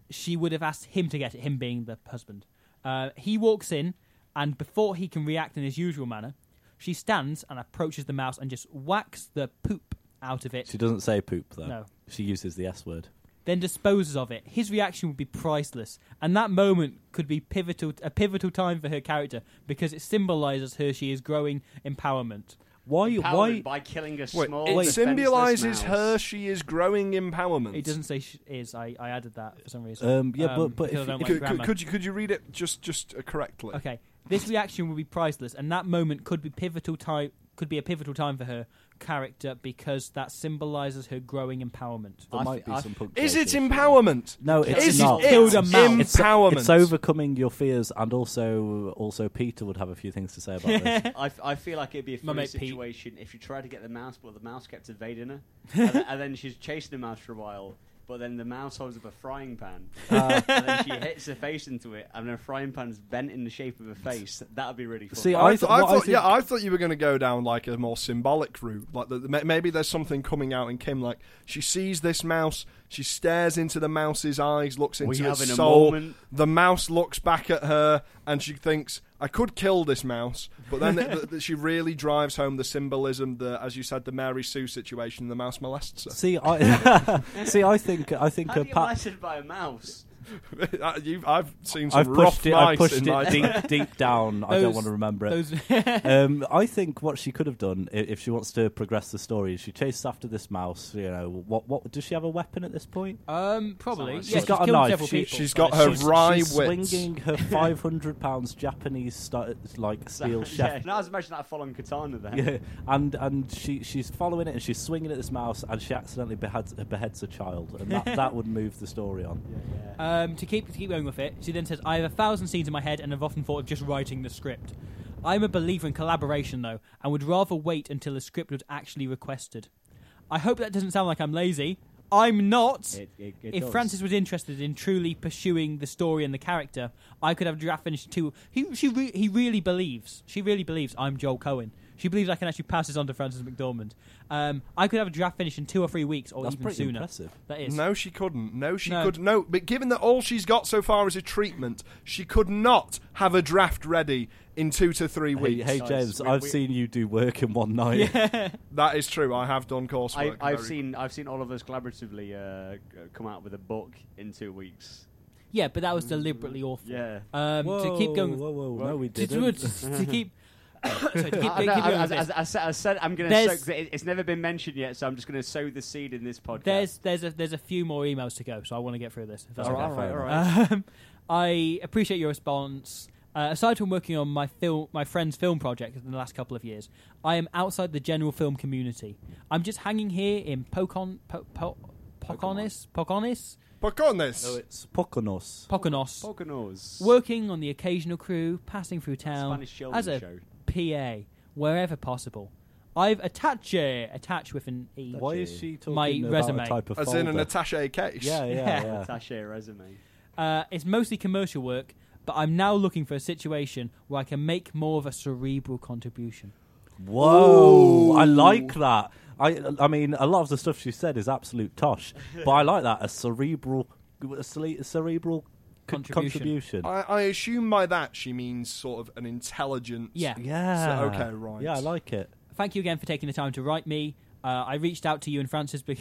Speaker 6: she would have asked him to get it. Him being the husband, uh, he walks in, and before he can react in his usual manner, she stands and approaches the mouse and just whacks the poop out of it.
Speaker 5: She doesn't say poop though.
Speaker 6: No.
Speaker 5: She uses the S word.
Speaker 6: Then disposes of it. His reaction would be priceless, and that moment could be pivotal. A pivotal time for her character because it symbolises her. She is growing empowerment.
Speaker 5: Why?
Speaker 3: Empowered
Speaker 5: Why?
Speaker 3: by killing a
Speaker 4: Wait,
Speaker 3: small.
Speaker 4: it
Speaker 3: defenseless
Speaker 4: symbolises
Speaker 3: mouse.
Speaker 4: her. She is growing empowerment.
Speaker 6: It doesn't say she is. I, I added that for some reason.
Speaker 5: Um, yeah, but- but
Speaker 6: because
Speaker 5: if-
Speaker 6: I don't
Speaker 5: if-
Speaker 6: like
Speaker 4: Could, could,
Speaker 6: grammar.
Speaker 4: could you could you read it just just uh, correctly?
Speaker 6: Okay, this reaction will be priceless, and that moment could be pivotal time. Could be a pivotal time for her character because that symbolises her growing empowerment.
Speaker 5: There
Speaker 3: I-
Speaker 5: might be
Speaker 3: I-
Speaker 5: some punctuation.
Speaker 4: Is it empowerment?
Speaker 5: No, it's
Speaker 4: is
Speaker 5: not.
Speaker 4: it
Speaker 6: Killed a mouse.
Speaker 5: It's-
Speaker 4: empowerment?
Speaker 5: It's overcoming your fears, and also, also Peter would have a few things to say about this.
Speaker 3: I, f- I feel like it'd be a
Speaker 6: My
Speaker 3: funny
Speaker 6: mate Pete.
Speaker 3: situation if you tried to get the mouse, but the mouse kept evading her, and, th- and then she's chasing the mouse for a while. But then the mouse holds up a frying pan,
Speaker 6: Ah.
Speaker 3: and then she hits her face into it, and her frying pan's bent in the shape of her face. That'd be really funny.
Speaker 5: See,
Speaker 4: I,
Speaker 5: I
Speaker 4: th-
Speaker 5: th-
Speaker 4: I
Speaker 5: what I
Speaker 4: thought, yeah,
Speaker 5: think-
Speaker 4: I thought you were going to go down like a more symbolic route. Like the, ma- maybe there's something coming out in Kim. Like she sees this mouse, she stares into the mouse's eyes, looks into
Speaker 3: having
Speaker 4: its
Speaker 3: a
Speaker 4: soul.
Speaker 3: moment.
Speaker 4: The mouse looks back at her, and she thinks, I could kill this mouse, but then th th she really drives home the symbolism, the as you said, the Mary Sue situation. The mouse molests her.
Speaker 5: See, I see. I think I think
Speaker 3: How
Speaker 5: uh,
Speaker 3: do you
Speaker 5: Pat.
Speaker 3: molested by a mouse?
Speaker 4: You've, I've seen some
Speaker 5: I've
Speaker 4: rough
Speaker 5: pushed it.
Speaker 4: mice
Speaker 5: I've pushed
Speaker 4: in
Speaker 5: it
Speaker 4: my time.
Speaker 5: deep, deep down. I don't
Speaker 6: Those-
Speaker 5: want to remember it.
Speaker 6: Those
Speaker 5: um, I think what she could have done, i- if she wants to progress the story, is she chased after this mouse. You know, what? What does she have a weapon at this point?
Speaker 6: um
Speaker 3: Someone
Speaker 6: probably yeah,
Speaker 3: She's
Speaker 6: she's
Speaker 5: got a
Speaker 6: killed
Speaker 5: knife.
Speaker 6: several
Speaker 5: She-
Speaker 6: people.
Speaker 4: she's got
Speaker 6: Uh,
Speaker 4: her wry
Speaker 5: she's
Speaker 4: wits.
Speaker 5: swinging her five hundred pounds Japanese sti- like steel
Speaker 3: yeah,
Speaker 5: chef.
Speaker 3: now I was imagining that full on katana there.
Speaker 5: Yeah, and and she she's following it and she's swinging at this mouse and she accidentally beheads, beheads a child and that, that would move the story on.
Speaker 6: Um, to keep to keep going with it, she then says, "I have a thousand scenes in my head and have often thought of just writing the script. I'm a believer in collaboration, though, and would rather wait until the script was actually requested. I hope that doesn't sound like I'm lazy. I'm not.
Speaker 3: It- it- it
Speaker 6: if
Speaker 3: does.
Speaker 6: Francis was interested in truly pursuing the story and the character, I could have a draft finished too. He she re- he really believes. She really believes I'm Joel Cohen. She believes I can actually pass this on to Francis McDormand. Um, I could have a draft finished in two or three weeks, or
Speaker 5: That's
Speaker 6: even
Speaker 5: pretty
Speaker 6: sooner.
Speaker 5: impressive.
Speaker 6: That is.
Speaker 4: No, she couldn't. No, she
Speaker 6: No.
Speaker 4: could. No, but given that all she's got so far is a treatment, she could not have a draft ready in two to three
Speaker 5: Hey,
Speaker 4: weeks.
Speaker 5: hey
Speaker 3: Guys,
Speaker 5: James,
Speaker 3: we-
Speaker 5: I've
Speaker 3: we-
Speaker 5: seen you do work in one night.
Speaker 4: That is true. I have done
Speaker 3: I,
Speaker 4: coursework.
Speaker 3: I've
Speaker 4: very-
Speaker 3: seen I've seen all of us collaboratively uh, g- come out with a book in two weeks.
Speaker 6: Yeah, but that was deliberately awful.
Speaker 3: Yeah.
Speaker 6: Um, to keep going,
Speaker 5: Whoa, whoa, whoa, no, we
Speaker 6: to,
Speaker 5: didn't.
Speaker 6: to, to keep, sorry, to keep,
Speaker 3: I, I,
Speaker 6: keep
Speaker 3: know,
Speaker 6: going
Speaker 3: I,
Speaker 6: with
Speaker 3: I,
Speaker 6: this.
Speaker 3: I, I said, I said I'm going to sow
Speaker 6: There's-
Speaker 3: 'cause it, it's never been mentioned yet, so I'm just going to sow the seed in this podcast.
Speaker 6: There's there's a there's a few more emails to go, so I want to get through this. If that's
Speaker 5: All
Speaker 6: okay.
Speaker 5: right, all right, all right.
Speaker 6: Um, I appreciate your response. Uh, aside from working on my film, my friend's film project in the last couple of years, I am outside the general film community. I'm just hanging here in Pocon, po, po, Poconis, Poconis,
Speaker 4: Pocones.
Speaker 5: No, it's Poconos.
Speaker 6: Poconos,
Speaker 3: Poconos.
Speaker 6: working on the occasional crew, passing through town
Speaker 3: Spanish children's
Speaker 6: as a
Speaker 3: show.
Speaker 6: PA wherever possible. I've attached uh, attached with an e.
Speaker 5: Why is she talking
Speaker 6: My
Speaker 5: about
Speaker 6: resume.
Speaker 5: a type of
Speaker 4: as in an
Speaker 5: folder?
Speaker 4: attaché case.
Speaker 5: Yeah,
Speaker 6: Yeah.
Speaker 5: Oh, yeah, yeah.
Speaker 3: Attaché resume.
Speaker 6: Uh, it's mostly commercial work, but I'm now looking for a situation where I can make more of a cerebral contribution.
Speaker 5: Whoa, I like that. I, I mean, a lot of the stuff she said is absolute tosh, but I like that a cerebral, a cele- cerebral c-
Speaker 6: Contribution.
Speaker 5: contribution.
Speaker 4: I, I assume by that she means sort of an intelligent.
Speaker 6: Yeah.
Speaker 5: Yeah.
Speaker 4: So, okay, right.
Speaker 5: Yeah, I like it.
Speaker 6: Thank you again for taking the time to write me. Uh, I reached out to you and Francis be-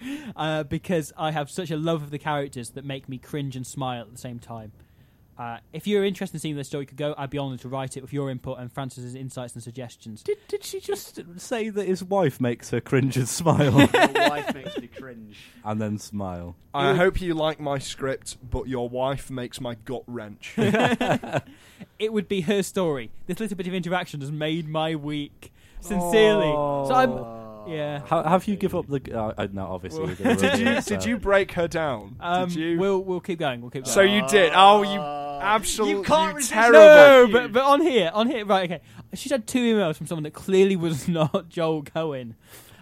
Speaker 6: uh, because I have such a love of the characters that make me cringe and smile at the same time. Uh, if you're interested in seeing where the story could go, I'd be honoured to write it with your input and Francis's insights and suggestions.
Speaker 5: Did, did she just say that his wife makes her cringe and smile?
Speaker 3: Your wife makes me cringe.
Speaker 5: and then smile.
Speaker 4: I hope you like my script, but your wife makes my gut wrench.
Speaker 6: it would be her story. This little bit of interaction has made my week. Sincerely. So I'm. Yeah.
Speaker 5: How, have you give up the? g- Uh, uh, no, obviously. you're gonna
Speaker 4: did
Speaker 5: ruin
Speaker 4: you
Speaker 5: it, so-
Speaker 4: did you break her down?
Speaker 6: Um,
Speaker 4: did you?
Speaker 6: We'll we'll keep going. We'll keep going.
Speaker 4: so you did. Oh, you
Speaker 5: Uh,
Speaker 4: absolutely
Speaker 3: You can't resist-
Speaker 4: terrible.
Speaker 6: no, but but on here, on here, right? Okay, she's had two emails from someone that clearly was not Joel Cohen,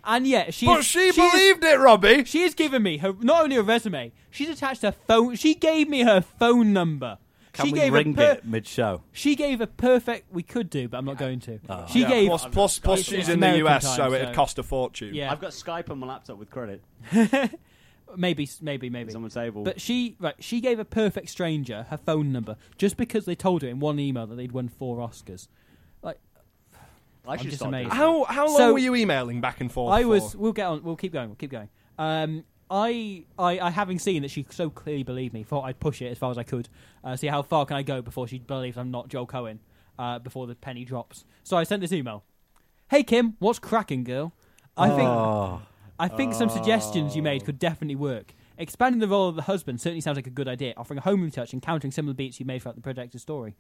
Speaker 6: and yet she's
Speaker 4: But she
Speaker 6: she's-
Speaker 4: believed it, Robbie.
Speaker 6: she has given me her not only her resume, she's attached her phone. She gave me her phone number.
Speaker 5: Can
Speaker 6: she
Speaker 5: we
Speaker 6: gave a
Speaker 5: ring
Speaker 6: per-
Speaker 5: it mid-show?
Speaker 6: She gave a perfect. We could do, but I'm not going to. She
Speaker 4: Yeah,
Speaker 6: gave.
Speaker 4: plus plus plus
Speaker 6: It's-
Speaker 4: she's
Speaker 6: it's
Speaker 4: in the
Speaker 6: American
Speaker 4: US,
Speaker 6: time,
Speaker 4: so it'd
Speaker 6: so-
Speaker 4: cost a fortune.
Speaker 6: yeah,
Speaker 3: I've got Skype on my laptop with credit.
Speaker 6: maybe, maybe, maybe.
Speaker 3: It's on the table.
Speaker 6: But she, right, she gave a perfect stranger her phone number just because they told her in one email that they'd won four Oscars. Like
Speaker 3: I should
Speaker 6: just
Speaker 3: start doing
Speaker 6: amazed.
Speaker 3: that.
Speaker 4: How how long
Speaker 6: So-
Speaker 4: were you emailing back and forth?
Speaker 6: I was.
Speaker 4: for?
Speaker 6: We'll get on. We'll keep going. We'll keep going. Um, I, I, I, having seen that she so clearly believed me, thought I'd push it as far as I could, uh, see how far can I go before she believes I'm not Joel Cohen, uh, before the penny drops. So I sent this email. Hey Kim, what's cracking, girl? I think I think some suggestions you made could definitely work. Expanding the role of the husband certainly sounds like a good idea, offering a homely touch and countering some of the beats you made throughout the project's story.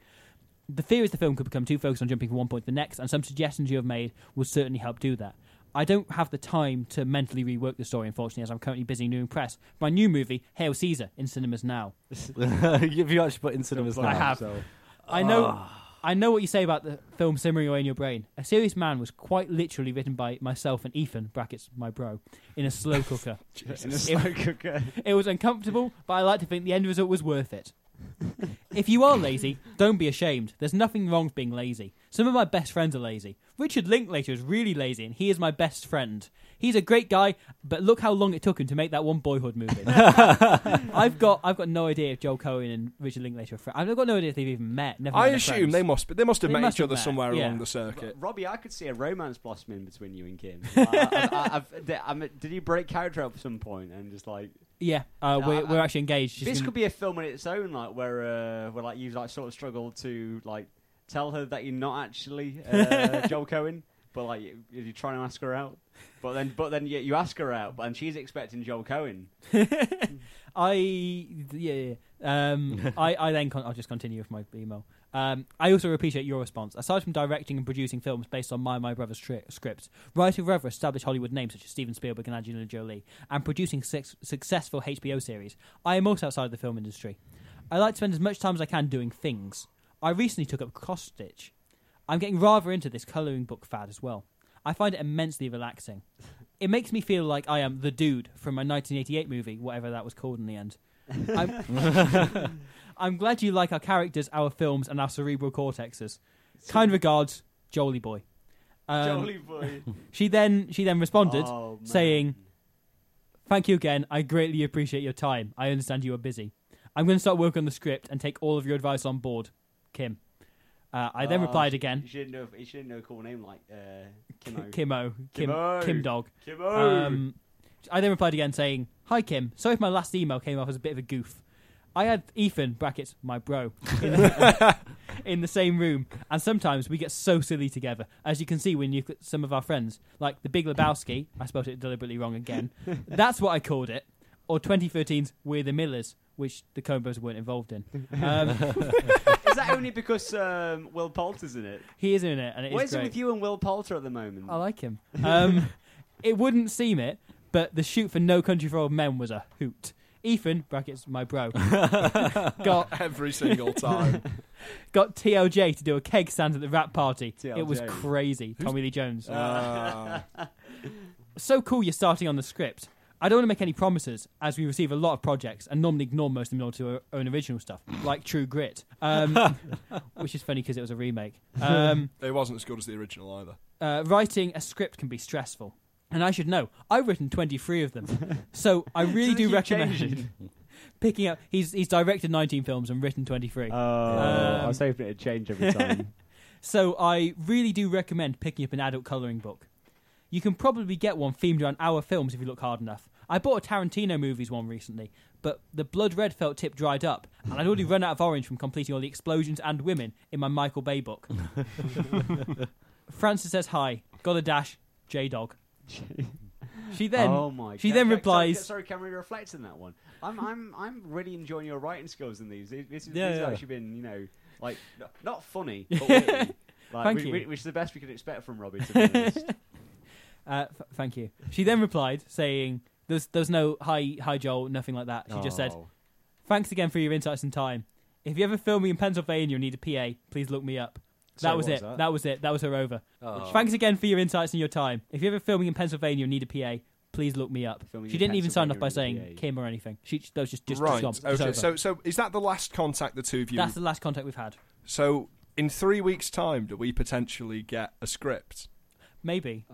Speaker 6: The fear is the film could become too focused on jumping from one point to the next, and some suggestions you have made would certainly help do that. I don't have the time to mentally rework the story, unfortunately, as I'm currently busy doing press. for My new movie, Hail Caesar, in cinemas now.
Speaker 5: Have you actually put in cinemas now?
Speaker 6: I have. I know. I know what you say about the film simmering away in your brain. A Serious Man was quite literally written by myself and Ethan (brackets my bro) in a slow cooker.
Speaker 3: In a slow cooker.
Speaker 6: It was uncomfortable, but I like to think the end result was worth it. if you are lazy, don't be ashamed. There's nothing wrong with being lazy. Some of my best friends are lazy. Richard Linklater is really lazy, and he is my best friend. He's a great guy, but look how long it took him to make that one Boyhood movie. I've got I've got no idea if Joel Cohen and Richard Linklater are friends. I've got no idea if they've even met. Never
Speaker 4: I
Speaker 6: mind they're
Speaker 4: assume
Speaker 6: friends.
Speaker 4: they must, but they must have
Speaker 6: They
Speaker 4: met
Speaker 6: must
Speaker 4: each
Speaker 6: have
Speaker 4: other
Speaker 6: met,
Speaker 4: somewhere
Speaker 6: yeah.
Speaker 4: along the circuit.
Speaker 3: Robbie, I could see a romance blossoming between you and Kim. I, I, I, I've, I mean, did you break character at some point and just like
Speaker 6: Yeah, uh,
Speaker 3: No,
Speaker 6: we're,
Speaker 3: I-
Speaker 6: we're actually engaged. She's
Speaker 3: this
Speaker 6: gonna-
Speaker 3: could be a film on its own, like where uh, where like you like sort of struggle to like tell her that you're not actually uh, Joel Cohen, but like you- you're trying to ask her out. But then, but then you, you ask her out, but and she's expecting Joel Cohen.
Speaker 6: I yeah, yeah, yeah. Um, I I then con- I'll just continue with my email. Um, I also appreciate your response. Aside from directing and producing films based on my My Brother's tri- scripts, writing for other established Hollywood names such as Steven Spielberg and Angelina Jolie, and producing six successful HBO series, I am also outside of the film industry. I like to spend as much time as I can doing things. I recently took up cross stitch. I'm getting rather into this colouring book fad as well. I find it immensely relaxing. It makes me feel like I am the dude from my 1988 movie, whatever that was called in the end. I'm, I'm glad you like our characters, our films, and our cerebral cortexes. Kind regards, Jolie boy. Um,
Speaker 3: Jolie boy.
Speaker 6: She then she then responded,
Speaker 3: Oh, man.
Speaker 6: saying, "Thank you again. I greatly appreciate your time. I understand you are busy. I'm going to start work on the script and take all of your advice on board, Kim." Uh, I then
Speaker 3: Oh,
Speaker 6: replied
Speaker 3: she-
Speaker 6: again,
Speaker 3: You shouldn't know. You shouldn't know a cool name like uh, Kimmo.
Speaker 6: Kimmo, Kim,
Speaker 3: Kimmo.
Speaker 6: Kim Dog.
Speaker 3: Kimmo.
Speaker 6: Um, I then replied again saying, "Hi Kim. Sorry if my last email came off as a bit of a goof. I had Ethan brackets my bro in the, in the same room, and sometimes we get so silly together, as you can see when you some of our friends like the Big Lebowski. I spelled it deliberately wrong again. That's what I called it. Or 2013's We're the Millers, which the Combos weren't involved in. Um,
Speaker 3: Is that only because um, Will Poulter's in it?
Speaker 6: he is in it, and it is
Speaker 3: What is it
Speaker 6: great.
Speaker 3: with you and Will Poulter at the moment?
Speaker 6: I like him. Um, it wouldn't seem it, but the shoot for No Country for Old Men was a hoot. Ethan brackets my bro got
Speaker 4: Every single time.
Speaker 6: got TLJ to do a keg stand at the rap party.
Speaker 3: TLJ.
Speaker 6: It was crazy. Tommy Lee Jones.
Speaker 4: Ah.
Speaker 6: so cool you're starting on the script. I don't want to make any promises, as we receive a lot of projects and normally ignore most of them in order to our own original stuff, like True Grit, um, which is funny because it was a remake. Um,
Speaker 4: It wasn't as good as the original either.
Speaker 6: uh, writing a script can be stressful. And I should know. I've written 23 of them. So I really
Speaker 3: Doesn't
Speaker 6: do
Speaker 3: keep
Speaker 6: recommend
Speaker 3: changing.
Speaker 6: picking up. He's, he's directed 19 films and written 23.
Speaker 3: I
Speaker 6: Um,
Speaker 3: was hoping it'd change every time.
Speaker 6: So I really do recommend picking up an adult colouring book. You can probably get one themed around our films if you look hard enough. I bought a Tarantino movies one recently, but the blood red felt tip dried up, and I'd already run out of orange from completing all the explosions and women in my Michael Bay book. Francis says hi. Got a dash. J Dog. She then
Speaker 3: oh my
Speaker 6: she
Speaker 3: God.
Speaker 6: then
Speaker 3: Yeah,
Speaker 6: replies-
Speaker 3: Sorry, sorry can we reflect on that one? I'm, I'm, I'm really enjoying your writing skills in these. This, this is,
Speaker 6: Yeah,
Speaker 3: these have
Speaker 6: yeah.
Speaker 3: actually been, you know, like n- not funny, but witty. Like,
Speaker 6: Thank
Speaker 3: whi-
Speaker 6: you.
Speaker 3: whi- Which is the best we could expect from Robbie. To be honest.
Speaker 6: Uh, f- thank you. She then replied saying, "There's there's no hi hi Joel, nothing like that." She just said,
Speaker 3: Oh.
Speaker 6: Thanks again for your insights and time. If you ever film me in Pennsylvania and need a PA, please look me up. That
Speaker 3: Sorry,
Speaker 6: was
Speaker 3: what
Speaker 6: it.
Speaker 3: was
Speaker 6: That?
Speaker 3: that?
Speaker 6: was it. That was her over. Thanks again for your insights and your time. If you're ever filming in Pennsylvania and need a PA, please look me up.
Speaker 3: Filming
Speaker 6: she
Speaker 3: in
Speaker 6: didn't even sign off by
Speaker 3: Pennsylvania
Speaker 6: saying
Speaker 3: and PA.
Speaker 6: Kim or anything. She that was just just
Speaker 4: right.
Speaker 6: just gone. It's
Speaker 4: okay.
Speaker 6: over.
Speaker 4: So, so is that the last contact the two of you?
Speaker 6: that's the last contact we've had.
Speaker 4: so, in three weeks' time, do we potentially get a script?
Speaker 6: Maybe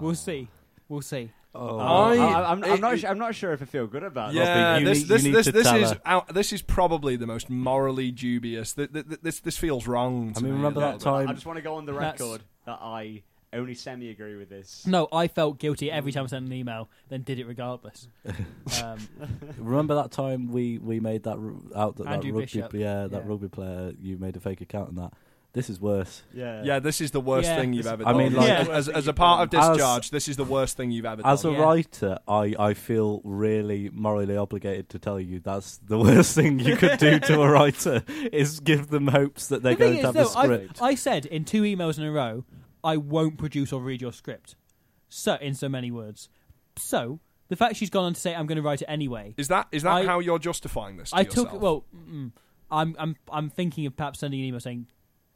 Speaker 6: we'll see. We'll see.
Speaker 3: I,
Speaker 4: I-
Speaker 3: am I'm
Speaker 4: it-
Speaker 3: not.
Speaker 4: it-
Speaker 3: su- I'm not sure if I feel good about
Speaker 4: Yeah,
Speaker 5: Robbie, you
Speaker 4: this
Speaker 5: need-
Speaker 4: this
Speaker 5: you need
Speaker 4: this,
Speaker 5: to
Speaker 4: this
Speaker 5: tell
Speaker 4: is
Speaker 5: her.
Speaker 4: out, this is probably the most morally dubious. Th- th- th- This this feels wrong. To
Speaker 5: I mean,
Speaker 4: me
Speaker 5: remember
Speaker 4: a
Speaker 5: that
Speaker 4: little bit.
Speaker 3: that. I
Speaker 5: time?
Speaker 3: just want to go on the
Speaker 6: That's-
Speaker 3: record that I only semi-agree with this.
Speaker 6: No, I felt guilty every time I sent an email, then did it regardless. um,
Speaker 5: Remember that time we we made that ru- out that, that
Speaker 6: Andrew
Speaker 5: rugby
Speaker 6: Bishop.
Speaker 5: yeah that
Speaker 6: Yeah.
Speaker 5: rugby player you made a fake account and that. This is worse.
Speaker 3: Yeah.
Speaker 4: Yeah, this is the worst
Speaker 6: Yeah.
Speaker 4: thing you've ever
Speaker 5: I
Speaker 4: done.
Speaker 5: mean,
Speaker 6: like-
Speaker 4: as, as a part of
Speaker 5: As-
Speaker 4: discharge, this is the worst thing you've ever
Speaker 5: As a
Speaker 4: done.
Speaker 6: Oh, Yeah.
Speaker 5: writer, I, I feel really morally obligated to tell you that's the worst thing you could do to a writer is give them hopes that they're
Speaker 6: The thing
Speaker 5: going to have
Speaker 6: is,
Speaker 5: a
Speaker 6: though, I've-
Speaker 5: script.
Speaker 6: I said in two emails in a row, I won't produce or read your script. So, in so many words. So, the fact she's gone on to say, I'm going to write it anyway.
Speaker 4: Is that is that
Speaker 6: I-
Speaker 4: how you're justifying this? To
Speaker 6: I
Speaker 4: yourself?
Speaker 6: took, well, mm, I'm, I'm, I'm thinking of perhaps sending an email saying,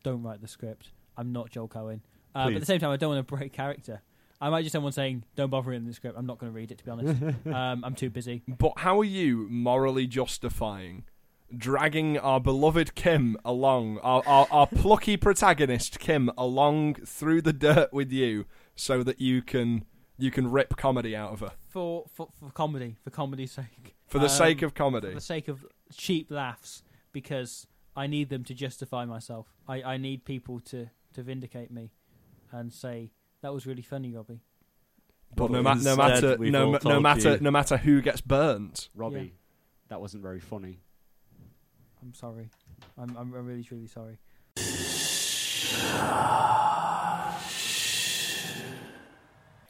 Speaker 6: don't write the script. I'm not Joel Cohen. Uh, but at the
Speaker 5: Please.
Speaker 6: same time, I don't want to break character. I might just send one saying, don't bother reading the script. I'm not going to read it, to be honest. um, I'm too busy.
Speaker 4: But how are you morally justifying dragging our beloved Kim along, our, our, our plucky protagonist Kim along through the dirt with you, so that you can you can rip comedy out of her
Speaker 6: for, for for comedy, for comedy's sake,
Speaker 4: for the
Speaker 6: Um,
Speaker 4: sake of
Speaker 6: for
Speaker 4: comedy.
Speaker 6: the sake of cheap laughs, because I need them to justify myself. I, I need people to to vindicate me, and say that was really funny, Robbie.
Speaker 4: But no, ma-
Speaker 5: But
Speaker 4: no
Speaker 5: instead,
Speaker 4: matter
Speaker 5: we've
Speaker 4: no, ma-
Speaker 5: all
Speaker 4: no
Speaker 5: told
Speaker 4: matter
Speaker 5: you.
Speaker 4: no matter who gets burnt,
Speaker 3: Robbie,
Speaker 6: Yeah.
Speaker 3: that wasn't very funny.
Speaker 6: I'm sorry. I'm I'm, I'm really truly sorry.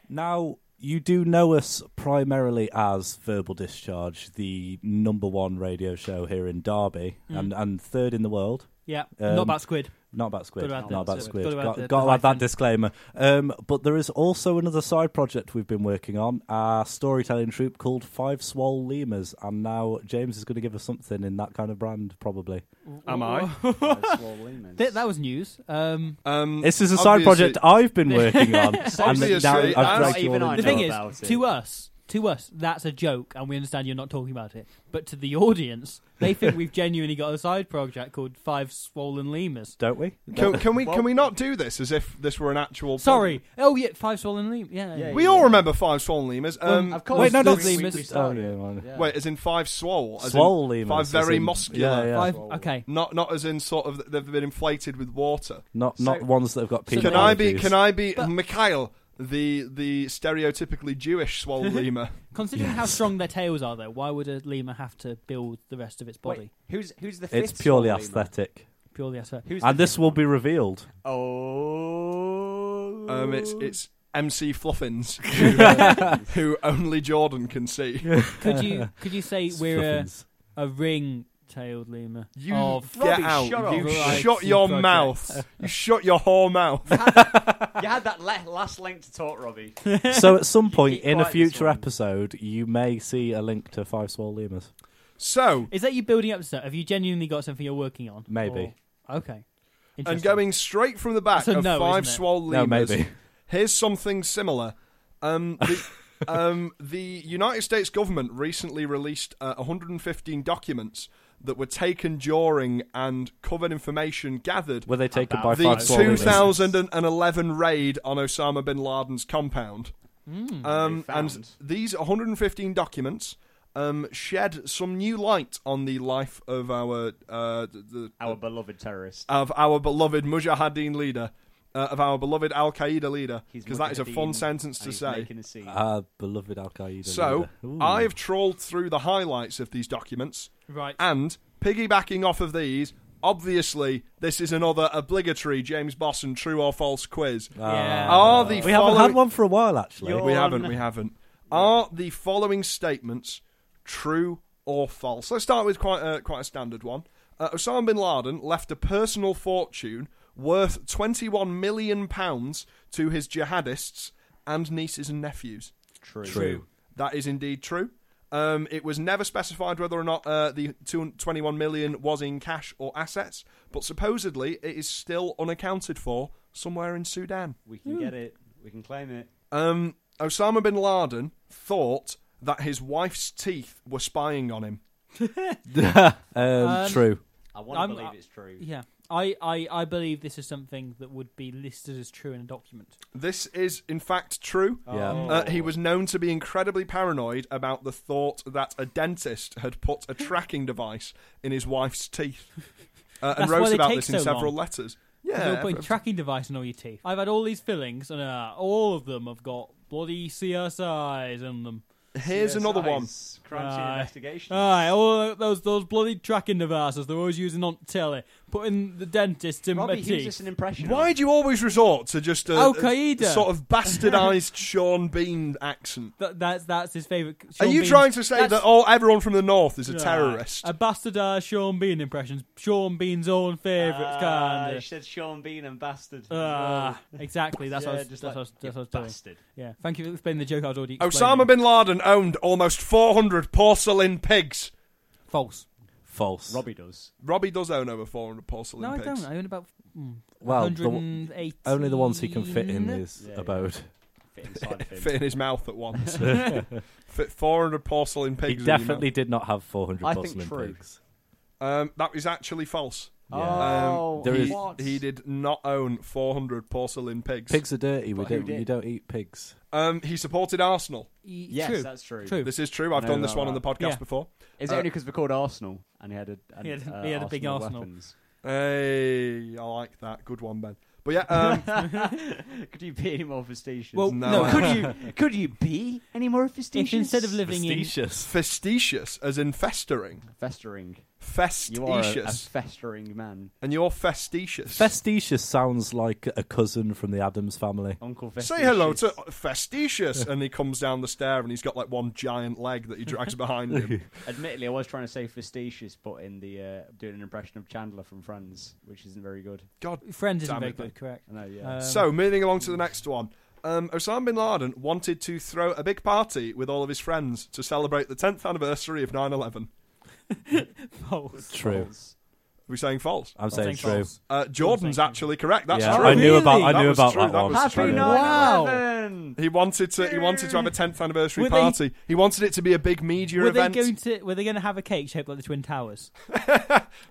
Speaker 5: Now, you do know us primarily as Verbal Discharge, the number one radio show here in Derby
Speaker 6: Mm.
Speaker 5: and, and third in the world.
Speaker 6: Yeah,
Speaker 5: Um,
Speaker 6: not about squid.
Speaker 5: Not about Squid.
Speaker 6: Gotta
Speaker 5: Not
Speaker 6: add that
Speaker 5: about
Speaker 6: to it.
Speaker 5: Squid.
Speaker 6: Gotta add
Speaker 5: Got,
Speaker 6: the-
Speaker 5: got
Speaker 6: the
Speaker 5: to add that
Speaker 6: hyphen.
Speaker 5: disclaimer. Um, but there is also another side project we've been working on, a storytelling troupe called Five Swole Lemurs. And now James is going to give us something in that kind of brand, probably.
Speaker 4: am I?
Speaker 3: That's all lemons.
Speaker 6: Th- that was news. Um,
Speaker 4: Um,
Speaker 5: This is a side
Speaker 4: obviously-
Speaker 5: project I've been working on.
Speaker 4: Obviously, that's-
Speaker 5: I've dragged you all
Speaker 3: even I
Speaker 5: into
Speaker 6: the
Speaker 5: it.
Speaker 6: thing
Speaker 3: know
Speaker 6: is,
Speaker 3: about it.
Speaker 6: to us, to us, that's a joke, and we understand you're not talking about it. But to the audience, they think we've genuinely got a side project called Five Swollen Lemurs.
Speaker 5: don't we?
Speaker 4: Can, can we can we not do this as if this were an actual?
Speaker 6: Sorry. Oh yeah, Five Swollen Lemurs. Yeah.
Speaker 3: Yeah,
Speaker 4: we all remember five swole lemurs. Um,
Speaker 3: of course.
Speaker 5: Wait, no,
Speaker 6: there's
Speaker 5: not
Speaker 6: the
Speaker 5: we-
Speaker 6: Miss-
Speaker 5: we
Speaker 3: oh, yeah,
Speaker 5: started.
Speaker 3: yeah.
Speaker 4: Wait, as in five swole. as in
Speaker 5: Swole lemurs,
Speaker 4: Five
Speaker 5: as
Speaker 4: very
Speaker 5: in-
Speaker 4: muscular.
Speaker 5: Yeah, yeah.
Speaker 6: Five.
Speaker 3: Swollen.
Speaker 6: Okay.
Speaker 4: Not not as in sort of they've been inflated with water.
Speaker 5: Not
Speaker 3: So-
Speaker 5: not ones that have got.
Speaker 4: Can I be? Can I be Mikhail, the the stereotypically Jewish swole lemur?
Speaker 6: Considering how strong their tails are, though, why would a lemur have to build the rest of its body?
Speaker 3: Wait, who's who's the fifth?
Speaker 5: It's purely
Speaker 3: swole lemur?
Speaker 5: aesthetic,
Speaker 6: Purely as a
Speaker 3: Who's
Speaker 5: and
Speaker 3: the
Speaker 5: this will be revealed.
Speaker 3: Oh.
Speaker 4: Um, it's it's MC Fluffins, who only Jordan can see.
Speaker 6: Could you could you say
Speaker 3: uh,
Speaker 6: we're
Speaker 5: Fluffins.
Speaker 6: a, a ring-tailed lemur?
Speaker 4: You
Speaker 6: Of-
Speaker 4: get
Speaker 3: Robbie,
Speaker 4: out!
Speaker 3: shut
Speaker 4: you
Speaker 6: up.
Speaker 4: shut your
Speaker 6: Right.
Speaker 4: mouth! You shut your whore mouth!
Speaker 3: you had that le- last link to talk, Robbie.
Speaker 5: so at some point
Speaker 3: keep
Speaker 5: in a
Speaker 3: quiet this
Speaker 5: future
Speaker 3: one.
Speaker 5: episode, you may see a link to Five Swole Lemurs.
Speaker 4: So,
Speaker 6: Is that you building up to stuff? Have you genuinely got something you're working on?
Speaker 5: Maybe.
Speaker 6: Or- Okay.
Speaker 4: and
Speaker 6: Interesting.
Speaker 4: going straight from the back
Speaker 6: That's a
Speaker 4: of
Speaker 6: no,
Speaker 4: five
Speaker 6: isn't it?
Speaker 4: swole
Speaker 5: No,
Speaker 4: lemurs,
Speaker 5: maybe.
Speaker 4: here's something similar. Um, the, um, the United States government recently released uh, 115 documents that were taken during and covered information gathered
Speaker 5: Were they taken by
Speaker 4: the
Speaker 5: Five Swole Lemurs?
Speaker 4: 2011 raid on Osama bin Laden's compound.
Speaker 5: Hmm,
Speaker 4: um,
Speaker 3: They
Speaker 4: and
Speaker 3: found.
Speaker 4: these 115 documents um, shed some new light on the life of our uh, the,
Speaker 3: Our beloved terrorist.
Speaker 4: of our beloved Mujahideen leader, uh, of our beloved Al Qaeda leader,
Speaker 3: He's
Speaker 4: because that is a
Speaker 3: Mujahideen,
Speaker 4: fun sentence
Speaker 3: and
Speaker 4: to
Speaker 3: he's
Speaker 4: say.
Speaker 3: making a scene.
Speaker 5: Ah, beloved Al Qaeda.
Speaker 4: So I've trawled through the highlights of these documents,
Speaker 6: Right.
Speaker 4: and piggybacking off of these. Obviously, this is another obligatory James Boston true or false quiz.
Speaker 6: yeah.
Speaker 4: Are the
Speaker 5: we haven't
Speaker 4: following-
Speaker 5: had one for a while, actually.
Speaker 3: You're-
Speaker 4: We
Speaker 3: on-
Speaker 4: haven't. We haven't. Are the following statements true or false? Let's start with quite a, quite a standard one. Uh, Osama bin Laden left a personal fortune worth 21 million pounds to his jihadists and nieces and nephews.
Speaker 3: True.
Speaker 5: True.
Speaker 4: That is indeed true. Um, it was never specified whether or not uh, the two- 21 million was in cash or assets, but supposedly it is still unaccounted for somewhere in Sudan.
Speaker 3: We can get it. We can claim it.
Speaker 4: Um, Osama bin Laden thought that his wife's teeth were spying on him.
Speaker 5: Um, true.
Speaker 3: I want to
Speaker 6: I'm-
Speaker 3: believe
Speaker 6: I-
Speaker 3: it's true.
Speaker 6: Yeah. I, I, I believe this is something that would be listed as true in a document.
Speaker 4: This is, in fact, true.
Speaker 5: Yeah.
Speaker 6: Oh.
Speaker 4: Uh, he was known to be incredibly paranoid about the thought that a dentist had put a tracking device in his wife's teeth, uh, and
Speaker 6: That's why
Speaker 4: wrote
Speaker 6: they
Speaker 4: about
Speaker 6: take
Speaker 4: this in
Speaker 6: so
Speaker 4: several
Speaker 6: long.
Speaker 4: letters.
Speaker 6: They'll
Speaker 4: Yeah,
Speaker 6: put a tracking device in all your teeth. I've had all these fillings, and uh, all of them have got bloody CSIs in them.
Speaker 4: here's another one.
Speaker 3: Crime scene
Speaker 6: Aye.
Speaker 3: investigation.
Speaker 6: Aye, all those those bloody tracking devices they're always using on telly, putting the dentist in my
Speaker 3: Robbie, who's
Speaker 6: teeth.
Speaker 3: this an impression?
Speaker 4: Why do you always resort to just a,
Speaker 6: Al
Speaker 4: a
Speaker 6: Qaeda.
Speaker 4: sort of bastardized Sean Bean accent?
Speaker 6: That, that's that's his favourite.
Speaker 4: Are
Speaker 6: Sean
Speaker 4: you
Speaker 6: Bean-
Speaker 4: trying to say
Speaker 6: that's-
Speaker 4: that all everyone from the north is a
Speaker 6: Right.
Speaker 4: terrorist?
Speaker 6: A bastardized Sean Bean impressions. Sean Bean's own favourites,
Speaker 3: Uh,
Speaker 6: kind
Speaker 3: she
Speaker 6: of.
Speaker 3: said Sean Bean and bastard.
Speaker 6: Ah, exactly. That's what I
Speaker 3: yeah,
Speaker 6: was,
Speaker 3: just like,
Speaker 6: that's what I was,
Speaker 3: you
Speaker 6: that's what I was doing.
Speaker 3: bastard.
Speaker 6: Yeah. Thank you for explaining the joke I was already explaining.
Speaker 4: Osama bin Laden owned almost 400 porcelain pigs.
Speaker 6: False.
Speaker 5: False.
Speaker 3: Robbie does.
Speaker 4: Robbie does own over 400 porcelain
Speaker 6: No, I
Speaker 4: pigs.
Speaker 6: don't. I own about mm,
Speaker 4: Oh,
Speaker 5: Well, the w-
Speaker 6: 180.
Speaker 5: only the ones he can fit in his
Speaker 3: Yeah, yeah.
Speaker 5: abode.
Speaker 3: Fit inside of him.
Speaker 4: Fit in his mouth at once. Fit 400 porcelain pigs. in
Speaker 5: He
Speaker 4: your
Speaker 5: definitely did not have 400
Speaker 3: I think
Speaker 5: porcelain
Speaker 3: true.
Speaker 5: pigs.
Speaker 4: mouth. Um, that is actually false.
Speaker 3: Oh,
Speaker 4: Um,
Speaker 5: There
Speaker 4: he,
Speaker 5: is-
Speaker 3: what?
Speaker 4: he did not own 400 porcelain pigs.
Speaker 5: Pigs are dirty. We
Speaker 3: But who
Speaker 5: don't.
Speaker 3: did?
Speaker 5: You don't eat pigs.
Speaker 4: Um, he supported Arsenal.
Speaker 3: Yes,
Speaker 6: true.
Speaker 3: that's true.
Speaker 6: True.
Speaker 4: This is true. I've
Speaker 3: I know
Speaker 4: done this
Speaker 3: about
Speaker 4: one on the
Speaker 3: that.
Speaker 4: podcast
Speaker 6: Yeah.
Speaker 4: before.
Speaker 3: Is it
Speaker 4: Uh,
Speaker 3: only because we're called Arsenal and he had a, and,
Speaker 6: He had a-
Speaker 3: uh,
Speaker 6: he had a big Arsenal.
Speaker 3: weapons?
Speaker 4: Hey, I like that. Good one, Ben. But yeah, um,
Speaker 3: could you be any more facetious?
Speaker 6: Well,
Speaker 4: No. no.
Speaker 3: could you? Could you be any more facetious?
Speaker 6: If instead of living in
Speaker 4: festitious, as in festering.
Speaker 3: festering, you are a, a
Speaker 4: Festitious.
Speaker 3: festering man,
Speaker 4: and you're festitious.
Speaker 5: Festitious sounds like a cousin from the Adams family.
Speaker 4: Oh,
Speaker 3: Uncle Festitious.
Speaker 4: Say hello to Festitious. and he comes down the stair and he's got like one giant leg that he drags behind him.
Speaker 3: Admittedly, I was trying to say facetious, but in the uh, doing an impression of Chandler from Friends, which isn't very good.
Speaker 4: God
Speaker 6: Friends isn't
Speaker 4: Damn
Speaker 6: very
Speaker 4: it,
Speaker 6: good, correct?
Speaker 3: I know, yeah.
Speaker 6: Um,
Speaker 4: So, moving along to the next one. Um, Osama bin Laden wanted to throw a big party with all of his friends to celebrate the 10th anniversary of 9 11.
Speaker 6: False.
Speaker 5: True.
Speaker 3: False.
Speaker 4: Are we saying false?
Speaker 5: I'm saying
Speaker 6: Saying
Speaker 5: true.
Speaker 6: false.
Speaker 4: Uh, Jordan's
Speaker 6: Thank you.
Speaker 4: actually correct. That's
Speaker 5: yeah,
Speaker 4: true.
Speaker 5: I knew about.
Speaker 4: That
Speaker 5: I knew
Speaker 4: was
Speaker 5: about
Speaker 4: true,
Speaker 5: that
Speaker 4: that
Speaker 5: one.
Speaker 4: was
Speaker 3: Happy
Speaker 4: true.
Speaker 5: Sorry.
Speaker 6: night. Wow.
Speaker 3: 9/11!
Speaker 4: He wanted to. He wanted to have a 10th anniversary
Speaker 6: Were they-
Speaker 4: party. he wanted it to be a big media
Speaker 6: Were
Speaker 4: event.
Speaker 6: they going to? Were they going to have a cake shaped like the Twin Towers?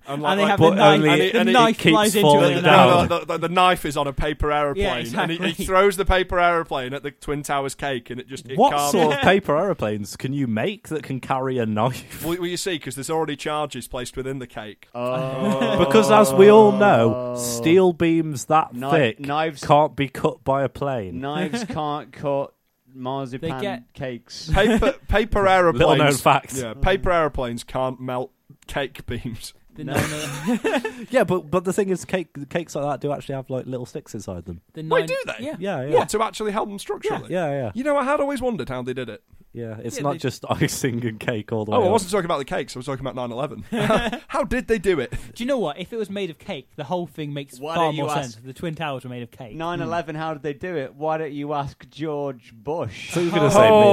Speaker 4: and
Speaker 6: and they have
Speaker 5: but
Speaker 6: the knife.
Speaker 5: only-
Speaker 6: and
Speaker 5: and
Speaker 6: the
Speaker 5: it- it
Speaker 6: knife
Speaker 5: keeps
Speaker 6: flies into
Speaker 5: falling
Speaker 6: it.
Speaker 5: down. No,
Speaker 4: the, the- the- the knife is on a paper aeroplane,
Speaker 6: Yeah,
Speaker 4: and he, he
Speaker 6: exactly.
Speaker 4: throws the paper aeroplane at the Twin Towers cake, and it just it
Speaker 5: What
Speaker 4: carves-
Speaker 5: sort of paper aeroplanes can you make that can carry a knife?
Speaker 4: Well, you see, because there's already charges placed within the cake.
Speaker 5: Oh.
Speaker 4: Oh.
Speaker 5: Because as we all know, steel beams that
Speaker 3: Kni-
Speaker 5: thick
Speaker 3: knives-
Speaker 5: can't be cut by a plane.
Speaker 3: Knives can't cut marzipan
Speaker 6: They get-
Speaker 3: cakes.
Speaker 4: paper paper aeroplanes.
Speaker 5: Little known fact.
Speaker 4: Yeah, paper aeroplanes can't melt cake beams.
Speaker 6: The, nine, the,
Speaker 5: Yeah, but but the thing is, cake cakes like that do actually have like little sticks inside them.
Speaker 6: the
Speaker 4: Wait,
Speaker 6: nine,
Speaker 4: do they?
Speaker 6: Yeah.
Speaker 5: Yeah, yeah,
Speaker 4: What to actually help them structurally?
Speaker 5: yeah, yeah,
Speaker 4: You know, I had always wondered how they did it.
Speaker 5: yeah. It's
Speaker 6: Yeah,
Speaker 5: not
Speaker 6: they-
Speaker 5: just icing and cake all the way.
Speaker 4: Oh, I
Speaker 5: up.
Speaker 4: wasn't talking about the cakes. I was talking about 9/11. how did they do it?
Speaker 6: Do you know what? If it was made of cake, the whole thing makes
Speaker 3: Why
Speaker 6: far
Speaker 3: don't you
Speaker 6: more
Speaker 3: ask-
Speaker 6: sense. The Twin Towers were made of cake.
Speaker 3: 9/11. How did they do it? Why don't you ask George Bush?
Speaker 5: So you're gonna say me?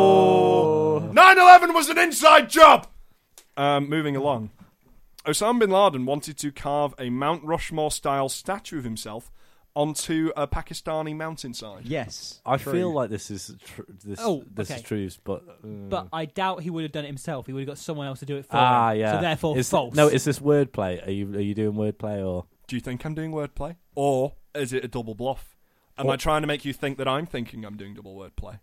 Speaker 4: Oh, 9/11 was an inside job. Um, moving along, Osama bin Laden wanted to carve a Mount Rushmore-style statue of himself onto a Pakistani mountainside.
Speaker 3: yes.
Speaker 5: I
Speaker 3: True.
Speaker 5: feel like this is tr- this
Speaker 6: Oh,
Speaker 5: this
Speaker 6: okay.
Speaker 5: is true, but uh,
Speaker 6: But I doubt he would have done it himself. He would have got someone else to do it for
Speaker 5: ah,
Speaker 6: him.
Speaker 5: yeah.
Speaker 6: So therefore,
Speaker 5: Is-
Speaker 6: false.
Speaker 5: No, is this wordplay? Are you are you doing wordplay or
Speaker 4: Do you think I'm doing wordplay, or is it a double bluff? Am I
Speaker 5: Or-
Speaker 4: trying to make you think that I'm thinking I'm doing double wordplay?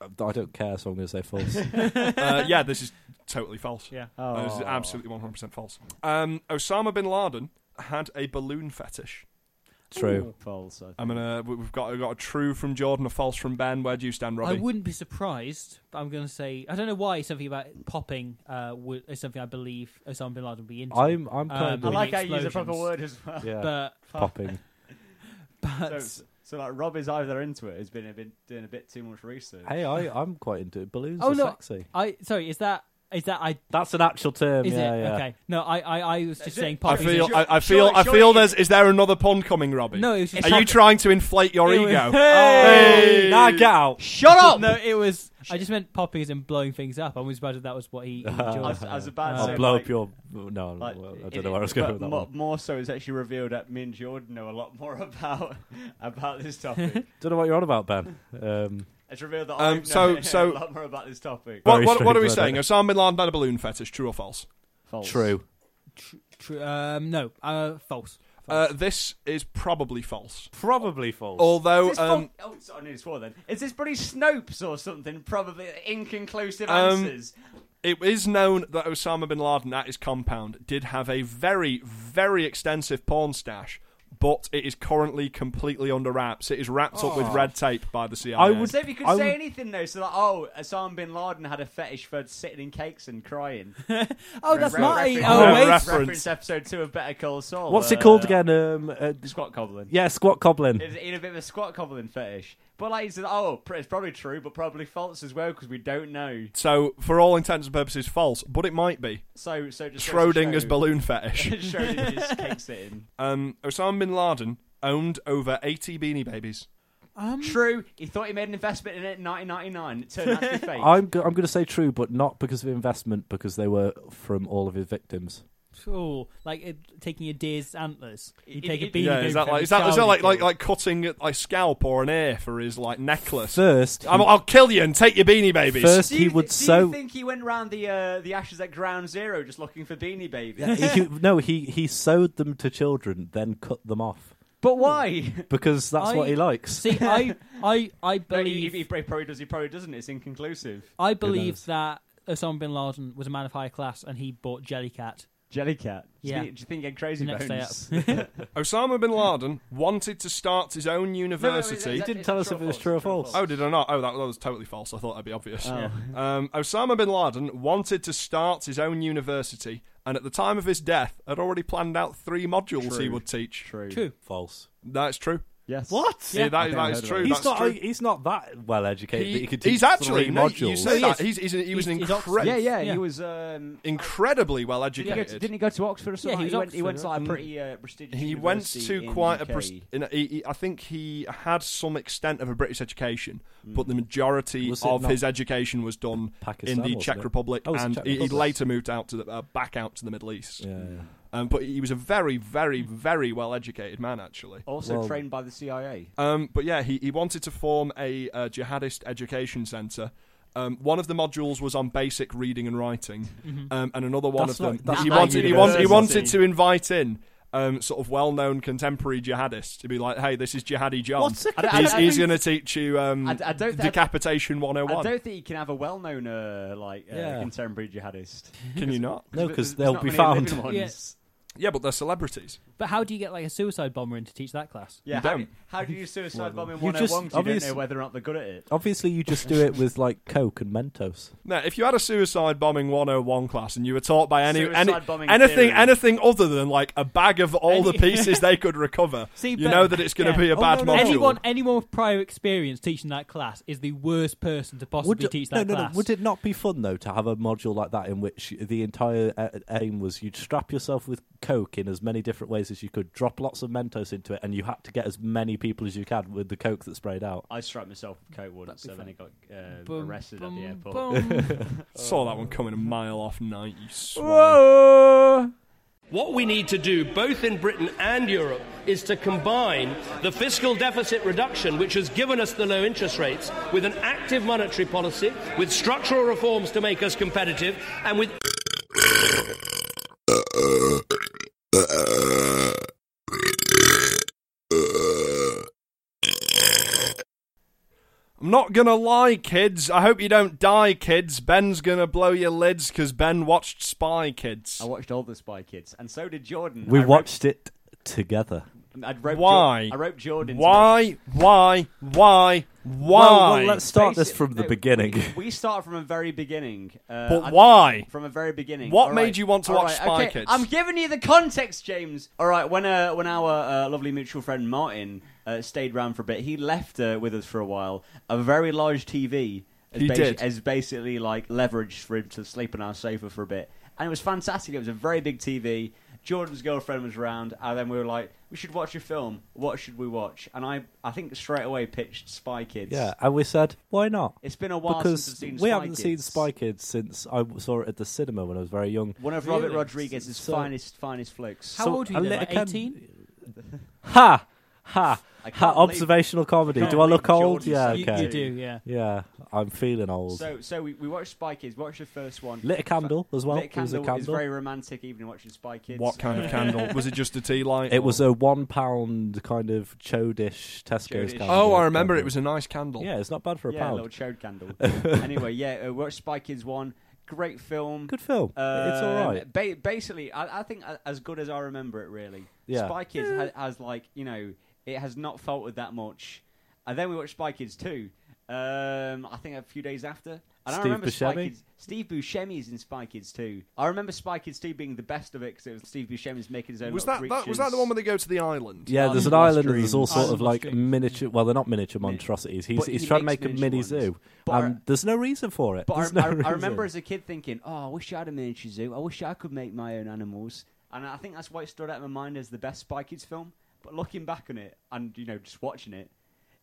Speaker 5: I don't care, so I'm gonna say false.
Speaker 4: uh, yeah, this is totally false.
Speaker 6: Yeah.
Speaker 4: Uh, This is absolutely 100% false. Um, Osama bin Laden had a balloon fetish.
Speaker 5: true.
Speaker 3: False. I think.
Speaker 4: I'm gonna. we- We've got we've got a true from Jordan, a false from Ben. Where do you stand,
Speaker 6: I
Speaker 4: Robbie?
Speaker 6: wouldn't be surprised. But I'm going to say I don't know why something about popping uh, would, is something I believe Osama bin Laden would be into.
Speaker 5: I'm I'm
Speaker 6: Um,
Speaker 5: kind
Speaker 3: I
Speaker 5: of
Speaker 3: like how you use a proper word
Speaker 6: Explosions.
Speaker 3: as well.
Speaker 5: yeah
Speaker 6: but
Speaker 5: popping.
Speaker 6: but
Speaker 3: So, so like Rob is either into it, has been, been doing a bit too much research.
Speaker 5: Hey, I I'm quite into it. balloons.
Speaker 6: Oh,
Speaker 5: are
Speaker 6: no.
Speaker 5: sexy.
Speaker 6: I sorry is that is that I
Speaker 5: That's an actual term.
Speaker 6: is
Speaker 5: yeah,
Speaker 6: it
Speaker 5: yeah.
Speaker 6: okay? No, I I, I was just
Speaker 3: it?
Speaker 6: saying
Speaker 4: I
Speaker 6: popping.
Speaker 4: feel.
Speaker 3: Sure-
Speaker 4: I, I feel.
Speaker 3: sure-
Speaker 4: I
Speaker 3: sure
Speaker 4: feel.
Speaker 3: you-
Speaker 4: There's. Is there another pun coming, Robbie?
Speaker 6: No, it was just
Speaker 4: Are you trying to inflate your
Speaker 6: It was-
Speaker 4: ego?
Speaker 5: Hey,
Speaker 4: Hey!
Speaker 5: now get out.
Speaker 3: Shut up!
Speaker 6: No, it was. I just meant popping as in blowing things up. I was surprised if that was what he. he
Speaker 3: I,
Speaker 6: enjoyed. Um,
Speaker 3: was, I was about to
Speaker 5: I'll
Speaker 3: say,
Speaker 5: blow
Speaker 3: like,
Speaker 5: up your. No,
Speaker 3: like,
Speaker 5: well, I
Speaker 3: it-
Speaker 5: don't know where I was going
Speaker 3: but
Speaker 5: with that
Speaker 3: mo-
Speaker 5: one.
Speaker 3: More so, it's actually revealed that me and Jordan know a lot more about about this topic.
Speaker 5: Don't know what you're on about, Ben. Um,
Speaker 3: it's revealed that
Speaker 4: Um,
Speaker 3: I know
Speaker 4: so- so-
Speaker 3: a lot more about this topic.
Speaker 4: What,
Speaker 5: Very
Speaker 4: what, what are we saying?
Speaker 5: straightforward.
Speaker 4: Osama bin Laden had a balloon fetish. True or false?
Speaker 3: False.
Speaker 5: true.
Speaker 6: Tr- tr- um, no, uh, false.
Speaker 4: Uh, this is probably false.
Speaker 5: Probably false.
Speaker 4: Although,
Speaker 3: Is this
Speaker 4: um,
Speaker 3: fal- oh, sorry, I nearly swore then. Is this pretty Snopes or something? Probably inconclusive
Speaker 4: Um,
Speaker 3: answers.
Speaker 4: It is known that Osama bin Laden at his compound did have a very, very extensive porn stash, but it is currently completely under wraps. It is wrapped up with red tape by the CIA.
Speaker 5: I would-
Speaker 3: So if you could
Speaker 5: I
Speaker 3: say
Speaker 5: would-
Speaker 3: anything though, so like, oh, Osama bin Laden had a fetish for sitting in cakes and crying.
Speaker 6: Oh, that's
Speaker 3: Re-
Speaker 6: my.
Speaker 3: reference-
Speaker 6: Oh,
Speaker 4: Re-
Speaker 6: wait.
Speaker 4: reference.
Speaker 3: reference episode two of Better Call Saul.
Speaker 5: What's it
Speaker 3: uh,
Speaker 5: called again? Um, uh,
Speaker 3: Squat Coblin.
Speaker 5: yeah, squat goblin.
Speaker 3: He's in a bit of a squat cobbling fetish. But like he said, oh, pr- it's probably true, but probably false as well because we don't know.
Speaker 4: So, for all intents and purposes, false, but it might be.
Speaker 3: So, so just
Speaker 4: Schrodinger's
Speaker 3: show,
Speaker 4: balloon fetish.
Speaker 3: Schrodinger's kicks it in.
Speaker 4: Um, Osama bin Laden owned over 80 beanie babies.
Speaker 3: Um, True. He thought he made an investment in it in 1999. It turned out to be fake.
Speaker 5: I'm go- I'm going to say true, but not because of investment, because they were from all of his victims.
Speaker 6: oh, like it, taking a deer's antlers. You
Speaker 3: It-
Speaker 6: take a
Speaker 3: it-
Speaker 6: beanie.
Speaker 4: yeah,
Speaker 6: goat
Speaker 4: is that
Speaker 6: from
Speaker 4: like
Speaker 6: a
Speaker 4: is that, is
Speaker 6: skull
Speaker 4: that like
Speaker 6: you
Speaker 4: like
Speaker 6: kill.
Speaker 4: like cutting a like, scalp or an ear for his like necklace?
Speaker 5: First,
Speaker 4: I'm,
Speaker 5: he-
Speaker 4: I'll kill you and take your beanie babies.
Speaker 5: First-
Speaker 3: Do
Speaker 5: He
Speaker 3: you,
Speaker 5: would
Speaker 3: do
Speaker 5: so-
Speaker 3: you think he went round the uh, the ashes at Ground Zero just looking for Beanie Baby?
Speaker 5: he- no, he he sewed them to children, then cut them off
Speaker 3: but why?
Speaker 5: because that's what
Speaker 6: I-
Speaker 5: he likes.
Speaker 6: See, I, I, I
Speaker 3: No, he, he
Speaker 6: believe,
Speaker 3: probably does. He probably doesn't. It's inconclusive.
Speaker 6: I
Speaker 5: Who
Speaker 6: believe
Speaker 5: knows?
Speaker 6: that Osama bin Laden was a man of high class, and he bought Jellycat.
Speaker 3: Jellycat. Do you
Speaker 6: Yeah.
Speaker 3: think- Do you think he had crazy
Speaker 6: Next day
Speaker 3: bones?
Speaker 6: up.
Speaker 4: Osama bin Laden wanted to start his own university.
Speaker 5: didn't tell us if it was true or false.
Speaker 4: Oh, did I not? Oh, that, that was totally false. I thought that'd be obvious.
Speaker 5: Oh.
Speaker 4: Um, Osama bin Laden wanted to start his own university, and at the time of his death, had already planned out three modules he
Speaker 3: True.
Speaker 4: would teach.
Speaker 3: True.
Speaker 6: True.
Speaker 5: False.
Speaker 4: That's true.
Speaker 3: Yes.
Speaker 4: Yeah, that,
Speaker 3: think
Speaker 4: that
Speaker 3: I
Speaker 4: is
Speaker 3: heard
Speaker 4: true.
Speaker 3: about
Speaker 5: He's
Speaker 4: That's
Speaker 5: not.
Speaker 4: true.
Speaker 5: He's not that well educated. that he could teach
Speaker 4: he's actually
Speaker 5: three
Speaker 4: no,
Speaker 5: modules.
Speaker 4: You say
Speaker 6: No, he
Speaker 4: that. He's, he's, an- he was an
Speaker 6: He's- he's
Speaker 4: incre-
Speaker 3: Yeah, yeah,
Speaker 6: Yeah.
Speaker 3: He was. Um,
Speaker 4: incredibly well
Speaker 3: did he, go to,
Speaker 4: educated.
Speaker 3: didn't he go to Oxford or something?
Speaker 6: he was
Speaker 3: went, he
Speaker 6: Oxford,
Speaker 3: went to like a
Speaker 4: right?
Speaker 3: pretty uh, prestigious.
Speaker 4: he went to
Speaker 3: university in
Speaker 4: quite a.
Speaker 3: UK.
Speaker 4: pres- in a he, he- I think he had some extent of a British education, but the majority
Speaker 5: Hmm. Was it
Speaker 4: of
Speaker 5: not-
Speaker 4: his education was done
Speaker 5: Pakistan,
Speaker 4: in the
Speaker 5: wasn't
Speaker 4: Czech
Speaker 5: it?
Speaker 4: Republic,
Speaker 5: Oh, it was the
Speaker 4: and
Speaker 5: Czech
Speaker 4: he, he
Speaker 5: Republic.
Speaker 4: later moved out to the, uh, back out to the Middle East.
Speaker 5: Yeah, yeah.
Speaker 4: Um, but he was a very, very, very well educated man, actually.
Speaker 3: Also
Speaker 5: Well-
Speaker 3: trained by the CIA.
Speaker 4: Um, but yeah, he, he wanted to form a, uh jihadist education centre. Um, one of the modules was on basic reading and writing,
Speaker 3: Mm-hmm.
Speaker 4: um, and another one
Speaker 5: That's
Speaker 4: of them
Speaker 5: not- that's
Speaker 4: he
Speaker 5: not
Speaker 4: wanted he, wanted he wanted
Speaker 3: university.
Speaker 4: to invite in um, sort of well known contemporary jihadists to be like, hey, this is jihadi John.
Speaker 5: What's a
Speaker 3: I don't- I
Speaker 4: he's
Speaker 3: don't
Speaker 4: he's
Speaker 3: think-
Speaker 4: going to teach you um,
Speaker 3: I d- I don't think-
Speaker 4: decapitation one hundred
Speaker 3: I
Speaker 4: and one.
Speaker 3: don't think you can have a well-known uh, like uh,
Speaker 5: Yeah.
Speaker 3: contemporary jihadist.
Speaker 4: Can you not?
Speaker 5: No,
Speaker 3: There's-
Speaker 5: because
Speaker 3: there's
Speaker 5: they'll
Speaker 3: not
Speaker 5: be
Speaker 3: many living
Speaker 5: found.
Speaker 3: ones.
Speaker 6: Yes.
Speaker 4: Yeah, but they're celebrities.
Speaker 6: But how do you get like a suicide bomber in to teach that class?
Speaker 3: Yeah,
Speaker 4: You
Speaker 3: how,
Speaker 4: don't.
Speaker 3: how do you suicide bomb in
Speaker 5: You just-
Speaker 3: 101 because you don't
Speaker 5: obvious-
Speaker 3: know whether or not they're good at it?
Speaker 5: Obviously, you just do it with like Coke and Mentos.
Speaker 4: Now, if you had a suicide bombing 101 class and you were taught by any,
Speaker 3: Suicide
Speaker 4: any
Speaker 3: bombing
Speaker 4: anything
Speaker 3: theory.
Speaker 4: anything other than like a bag of all the
Speaker 6: Any-
Speaker 4: pieces they could recover,
Speaker 6: See,
Speaker 4: you
Speaker 6: but-
Speaker 4: know that it's going to
Speaker 6: yeah.
Speaker 4: be a
Speaker 5: Oh,
Speaker 4: bad
Speaker 5: no, no,
Speaker 4: module.
Speaker 5: no.
Speaker 6: Anyone, anyone with prior experience teaching that class is the worst person to possibly
Speaker 5: Would-
Speaker 6: teach
Speaker 5: no,
Speaker 6: that
Speaker 5: no,
Speaker 6: class.
Speaker 5: no. Would it not be fun though to have a module like that in which the entire uh, aim was you'd strap yourself with Coke in as many different ways as you could, drop lots of Mentos into it, and you had to get as many people as you can with the Coke that sprayed out.
Speaker 3: I strapped myself with coke once, so then I got uh,
Speaker 6: Bum,
Speaker 3: arrested
Speaker 6: bum,
Speaker 3: at the airport.
Speaker 6: bum.
Speaker 4: Saw that one coming a mile off night. You swine.
Speaker 3: Uh,
Speaker 7: What we need to do, both in Britain and Europe, is to combine the fiscal deficit reduction, which has given us the low interest rates, with an active monetary policy, with structural reforms to make us competitive, and with
Speaker 4: I'm not gonna lie, kids. I hope you don't die, kids. Ben's gonna blow your lids because Ben watched Spy Kids.
Speaker 3: I watched all the Spy Kids, and so did Jordan.
Speaker 5: We
Speaker 3: I
Speaker 5: watched it together.
Speaker 3: Roped, I'd roped
Speaker 4: Why?
Speaker 3: Jo- I roped Jordan. to
Speaker 4: Why? Why? Why? Why?
Speaker 5: Well, well, let's start this
Speaker 3: Basi-
Speaker 5: from the
Speaker 3: no,
Speaker 5: beginning.
Speaker 3: We, we start from a very beginning. Uh,
Speaker 4: But
Speaker 3: I-
Speaker 4: why?
Speaker 3: From a very beginning.
Speaker 4: What
Speaker 3: All
Speaker 4: made
Speaker 3: right.
Speaker 4: you want to
Speaker 3: All
Speaker 4: watch
Speaker 3: right,
Speaker 4: Spy
Speaker 3: okay.
Speaker 4: Kids?
Speaker 3: I'm giving you the context, James. All right, when uh, when our uh, lovely mutual friend Martin uh, stayed round for a bit, he left uh, with us for a while. A very large TV as,
Speaker 4: He did.
Speaker 3: as basically like leverage for him to sleep on our sofa for a bit, and it was fantastic. It was a very big TV. Jordan's girlfriend was round, and then we were like, "We should watch a film. What should we watch?" And I, I think straight away pitched Spy Kids.
Speaker 5: Yeah, and we said, why not?
Speaker 3: It's been a while
Speaker 5: because
Speaker 3: since I've seen Spy
Speaker 5: we haven't seen
Speaker 3: Kids.
Speaker 5: Spy Kids since I w- saw it at the cinema when I was very young.
Speaker 3: One of Robert Rodriguez's
Speaker 5: So-
Speaker 3: finest, finest flicks.
Speaker 6: How old were
Speaker 5: a
Speaker 6: you then?
Speaker 5: little
Speaker 6: Like
Speaker 5: can-
Speaker 6: 18?
Speaker 5: Ha, ha,
Speaker 3: I
Speaker 5: ha!
Speaker 3: can't believe-
Speaker 5: Observational comedy.
Speaker 3: can't
Speaker 5: Do I look
Speaker 3: believe
Speaker 5: old?
Speaker 3: Jordan
Speaker 5: Yeah,
Speaker 3: said
Speaker 6: You,
Speaker 5: okay.
Speaker 6: you do, yeah.
Speaker 5: Yeah, I'm feeling old.
Speaker 3: So, so we, we watched Spy Kids. Watched the first one.
Speaker 5: Lit a candle as well.
Speaker 3: Lit a
Speaker 5: It was a
Speaker 3: candle, is
Speaker 5: candle.
Speaker 3: very romantic evening watching Spy Kids.
Speaker 4: What kind of candle? Was it just a tea light?
Speaker 5: It
Speaker 4: or-
Speaker 5: was a one pound kind of chodish Tesco's
Speaker 3: Chodish.
Speaker 5: candle.
Speaker 4: Oh, I remember. It was a nice candle.
Speaker 5: Yeah, it's not bad for a
Speaker 3: yeah,
Speaker 5: pound.
Speaker 3: little chode candle. anyway, yeah, uh, we watched Spy Kids one. Great film.
Speaker 5: Good film. it's all right.
Speaker 3: Um, Ba- basically, I, I think a- as good as I remember it. Really,
Speaker 5: Yeah. Eh.
Speaker 3: Spy Kids has, has like you know it has not faltered that much. And then we watched Spy Kids two. Um, I think a few days after. And I
Speaker 5: Steve
Speaker 3: remember Spy
Speaker 5: Buscemi?
Speaker 3: Kids. Steve Buscemi is in Spy Kids two. I remember Spy Kids two being the best of it because it was Steve Buscemi's making his own.
Speaker 4: Was that,
Speaker 3: little
Speaker 4: that was
Speaker 3: creatures.
Speaker 4: that the one where they go to the island?
Speaker 5: Yeah, there's an
Speaker 4: Lost
Speaker 5: island. and There's all
Speaker 4: Dreams.
Speaker 5: sort
Speaker 6: Island
Speaker 5: of
Speaker 6: of
Speaker 5: like
Speaker 6: Dreams.
Speaker 5: miniature. Well, they're not miniature monstrosities. He's
Speaker 3: But
Speaker 5: he's
Speaker 3: he
Speaker 5: trying to
Speaker 3: makes
Speaker 5: make a
Speaker 3: miniature
Speaker 5: mini
Speaker 3: ones.
Speaker 5: zoo,
Speaker 3: But I-
Speaker 5: and there's no reason for it.
Speaker 3: But I,
Speaker 5: There's no
Speaker 3: I, I
Speaker 5: reason.
Speaker 3: remember as a kid thinking, "Oh, I wish I had a miniature zoo. I wish I could make my own animals." And I think that's why it stood out in my mind as the best Spy Kids film. But looking back on it and you know just watching it,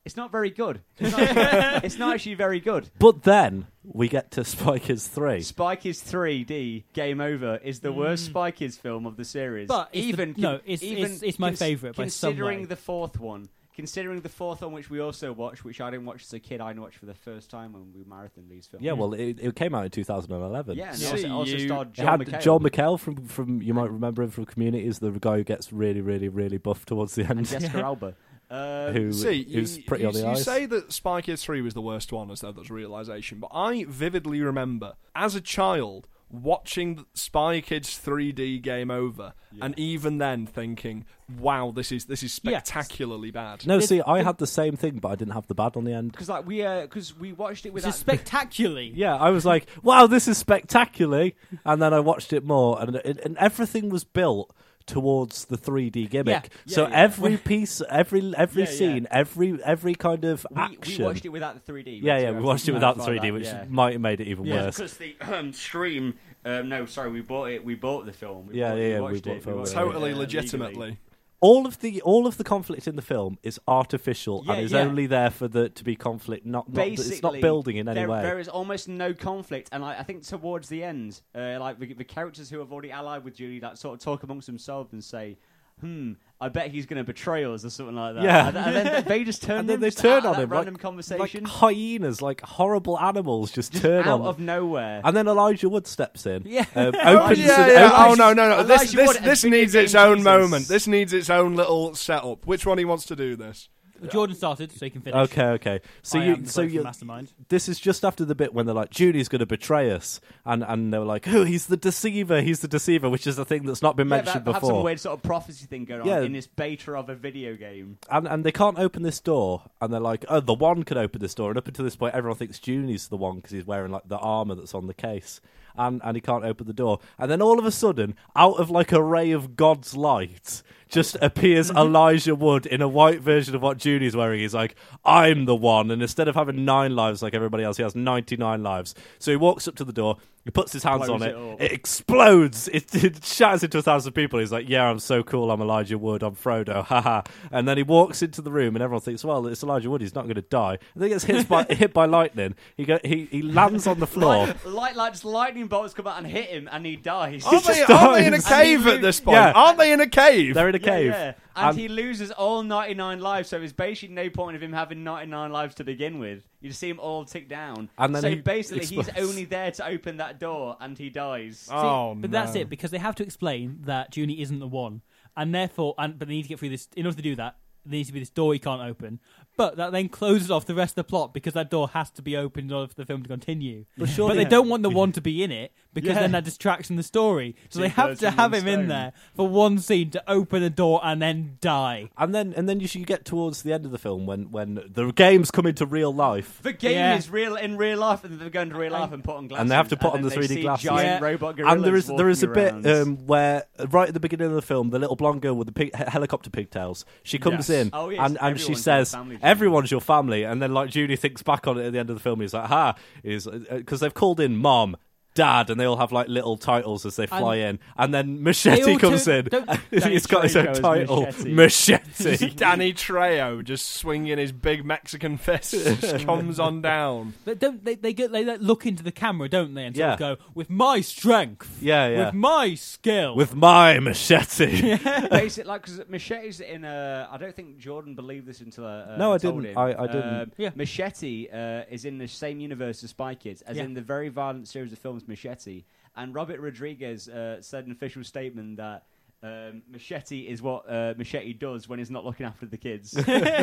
Speaker 3: It's not very good. It's not, it's not actually very good.
Speaker 5: But then we get to Spikers 3.
Speaker 3: Spike is 3D. Game Over is the
Speaker 5: Mm.
Speaker 3: worst Spike is film of the series.
Speaker 6: But it's the-
Speaker 3: even
Speaker 6: no, it's- it's- it's my favourite by some
Speaker 3: Considering
Speaker 6: way.
Speaker 3: the fourth one, considering the fourth one, which we also watched, which I didn't watch as a kid, I only watched for the first time when we marathoned these films.
Speaker 5: Yeah, well, it, it came out in 2011.
Speaker 3: yeah, and it
Speaker 4: See
Speaker 3: also, also
Speaker 4: you.
Speaker 3: starred
Speaker 5: It
Speaker 3: John
Speaker 5: had
Speaker 3: McHale.
Speaker 5: John McHale from, from you might remember him from Community is the guy who gets really really really buff towards the
Speaker 3: and
Speaker 5: end,
Speaker 3: Jessica Alba. Uh,
Speaker 5: who
Speaker 4: See,
Speaker 5: who's
Speaker 4: you,
Speaker 5: pretty
Speaker 4: you,
Speaker 5: on the
Speaker 4: you
Speaker 5: eyes.
Speaker 4: say that Spy Kids 3 was the worst one as though that's a realisation, but I vividly remember as a child watching the Spy Kids 3D Game Over and even then thinking, wow, this is this is
Speaker 6: Yeah.
Speaker 4: spectacularly bad.
Speaker 5: no, see, I had the same thing, but I didn't have the bad on the end.
Speaker 3: Because like we, because we watched it with
Speaker 6: It's just spectacularly.
Speaker 5: Yeah, I was like, wow, this is spectacular, and then I watched it more, and it, and everything was built towards the 3D gimmick.
Speaker 3: Yeah,
Speaker 5: so
Speaker 3: yeah.
Speaker 5: every piece, every every
Speaker 3: Yeah, yeah.
Speaker 5: scene, every every kind of
Speaker 3: we,
Speaker 5: action.
Speaker 3: we watched it without the 3D.
Speaker 5: yeah, yeah, we watched it without the 3D, which
Speaker 3: yeah.
Speaker 5: might have made it even worse.
Speaker 3: because the um, stream. Um, no, sorry, we bought it. We bought the film. We
Speaker 5: Yeah,
Speaker 3: bought,
Speaker 5: yeah, yeah,
Speaker 3: we
Speaker 5: we
Speaker 3: watched
Speaker 5: bought
Speaker 3: it.
Speaker 5: film,
Speaker 3: we watched
Speaker 5: yeah.
Speaker 4: Totally
Speaker 3: it, uh, legally.
Speaker 4: legitimately.
Speaker 5: all of the all of the conflict in the film is artificial
Speaker 3: Yeah,
Speaker 5: and is
Speaker 3: yeah.
Speaker 5: only there for the to be conflict. Not, not that it's not
Speaker 3: Basically,
Speaker 5: building in any
Speaker 3: there,
Speaker 5: way.
Speaker 3: There is almost no conflict, and I, I think towards the end, uh, like the, the characters who have already allied with Julie, like sort of talk amongst themselves and say, "Hmm, I bet he's going to betray us" or something like that.
Speaker 5: Yeah.
Speaker 3: and, and then they just turn.
Speaker 5: and then
Speaker 3: them
Speaker 5: they
Speaker 3: just out of
Speaker 5: turn on
Speaker 3: that
Speaker 5: him
Speaker 3: Random
Speaker 5: like,
Speaker 3: conversation
Speaker 5: like hyenas, like horrible animals, just, turn
Speaker 3: out
Speaker 5: on.
Speaker 3: of nowhere.
Speaker 5: and then Elijah Wood steps in.
Speaker 3: Yeah.
Speaker 5: um,
Speaker 4: Oh,
Speaker 5: opens
Speaker 4: yeah,
Speaker 5: the-
Speaker 4: yeah.
Speaker 5: opens-
Speaker 4: oh no, no, no!
Speaker 3: Unless
Speaker 4: This
Speaker 3: you
Speaker 4: this
Speaker 3: want a
Speaker 4: this
Speaker 3: video
Speaker 4: needs its
Speaker 3: game
Speaker 4: own
Speaker 3: Jesus.
Speaker 4: moment. This needs its own little setup. Which one he wants to do this?
Speaker 6: Jordan started, so he can finish.
Speaker 5: Okay, okay. So
Speaker 6: I
Speaker 5: you,
Speaker 6: am the
Speaker 5: so
Speaker 6: vote for
Speaker 5: you,
Speaker 6: mastermind.
Speaker 5: this is just after the bit when they're like, Judy's going to betray us, and and they were like, oh, he's the deceiver, he's the deceiver, which is a thing that's not been
Speaker 3: Yeah,
Speaker 5: mentioned
Speaker 3: that, have some
Speaker 5: before.
Speaker 3: weird sort of prophecy thing going on
Speaker 5: Yeah.
Speaker 3: in this beta of a video game.
Speaker 5: and and they can't open this door, and they're like, oh, the one can open this door, and up until this point, everyone thinks Junie's the one because he's wearing like the armor that's on the case, and and he can't open the door, and then all of a sudden, out of like a ray of God's light, just appears
Speaker 3: Mm-hmm.
Speaker 5: Elijah Wood in a white version of what Junie's wearing. He's like, I'm the one, and instead of having nine lives like everybody else, he has ninety nine lives. So he walks up to the door, he puts his hands
Speaker 3: Blows
Speaker 5: on
Speaker 3: it
Speaker 5: it,
Speaker 3: up.
Speaker 5: it explodes. It, it shatters into a thousand people. He's like, "Yeah, I'm so cool. I'm Elijah Wood. I'm Frodo." Haha. And then he walks into the room, and everyone thinks, "Well, it's Elijah Wood. He's not going to die." And then he gets hit by hit by lightning. He go, he he lands on the floor.
Speaker 3: Light, light, like, just lightning bolts come out and hit him, and he dies.
Speaker 4: Aren't they,
Speaker 5: just
Speaker 4: aren't they in a
Speaker 5: dies.
Speaker 4: cave
Speaker 3: And he
Speaker 4: at this
Speaker 3: lo-
Speaker 4: point?
Speaker 5: yeah.
Speaker 4: Aren't they in a cave?
Speaker 5: They're in a
Speaker 3: Yeah,
Speaker 5: cave.
Speaker 3: yeah. And, he loses all 99 lives, so there's basically no point of him having 99 lives to begin with. You just see him all tick down.
Speaker 5: And then
Speaker 3: so
Speaker 5: he
Speaker 3: basically, he's
Speaker 5: explodes.
Speaker 3: only there to open that door, and he dies.
Speaker 6: See,
Speaker 4: Oh,
Speaker 6: but
Speaker 4: no.
Speaker 6: that's it because they have to explain that Junie isn't the one, and therefore, and but they need to get through this. In order to do that, there needs to be this door he can't open. But that then closes off the rest of the plot because that door has to be opened in order for the film to continue. But, they don't want the one to be in it because
Speaker 3: Yeah.
Speaker 6: then that distracts from the story. So
Speaker 3: Two
Speaker 6: they have
Speaker 3: birds
Speaker 6: to
Speaker 3: with
Speaker 6: have
Speaker 3: one
Speaker 6: him in
Speaker 3: stone.
Speaker 6: there for one scene to open a door and then die.
Speaker 5: And then and then you should get towards the end of the film when when the games come into real life.
Speaker 3: The game
Speaker 6: Yeah.
Speaker 3: is real in real life, and they're going to real life and put on glasses,
Speaker 5: And they have to put on
Speaker 3: then
Speaker 5: the
Speaker 3: they
Speaker 5: 3D
Speaker 3: see
Speaker 5: glasses.
Speaker 3: Giant
Speaker 6: Yeah.
Speaker 3: robot gorillas.
Speaker 5: And there is there is a
Speaker 3: walking
Speaker 5: bit
Speaker 3: around.
Speaker 5: um, where uh, right at the beginning of the film, the little blonde girl with the pig- he- helicopter pigtails, she
Speaker 3: Yes.
Speaker 5: comes in
Speaker 3: Oh, yes,
Speaker 5: and, and she
Speaker 3: everyone's your
Speaker 5: says,
Speaker 3: family, Judy.
Speaker 5: "Everyone's your family." And then like Judy thinks back on it at the end of the film, he's like, "Ha!" Is because they've called in mom. Dad, and they all have like little titles as they fly in, and then
Speaker 6: They
Speaker 5: Machete
Speaker 6: all
Speaker 5: comes
Speaker 6: do-
Speaker 5: in.
Speaker 6: don't-
Speaker 5: He's got his own
Speaker 3: Trejo is
Speaker 5: title,
Speaker 3: Machete.
Speaker 5: Machete.
Speaker 4: Danny Trejo just swinging his big Mexican fist just comes on down.
Speaker 6: But don't they? They get they like, look into the camera, don't they? And sort of
Speaker 5: Yeah.
Speaker 6: go with my strength,
Speaker 5: Yeah, yeah.
Speaker 6: with my skill,
Speaker 5: With my machete.
Speaker 3: Basically, like because Machete's in a. I don't think Jordan believed this until uh, uh,
Speaker 5: No, I
Speaker 3: told
Speaker 5: didn't.
Speaker 3: him.
Speaker 5: I- I didn't.
Speaker 3: Um,
Speaker 6: Yeah.
Speaker 3: Machete uh, is in the same universe as Spy Kids, as
Speaker 6: Yeah.
Speaker 3: in the very violent series of films Machete. And Robert Rodriguez uh, said an official statement that. Um, machete is what uh, Machete does when he's not looking after the kids. wow.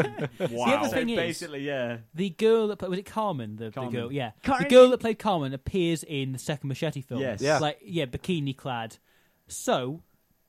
Speaker 3: so
Speaker 6: other thing is-
Speaker 3: basically, yeah.
Speaker 6: The girl that played, was it Carmen? The,
Speaker 3: Carmen.
Speaker 6: the girl, yeah.
Speaker 3: Carmen.
Speaker 6: The girl that played Carmen appears in the second Machete film.
Speaker 3: Yes.
Speaker 5: Yeah.
Speaker 6: Like yeah, bikini clad. So,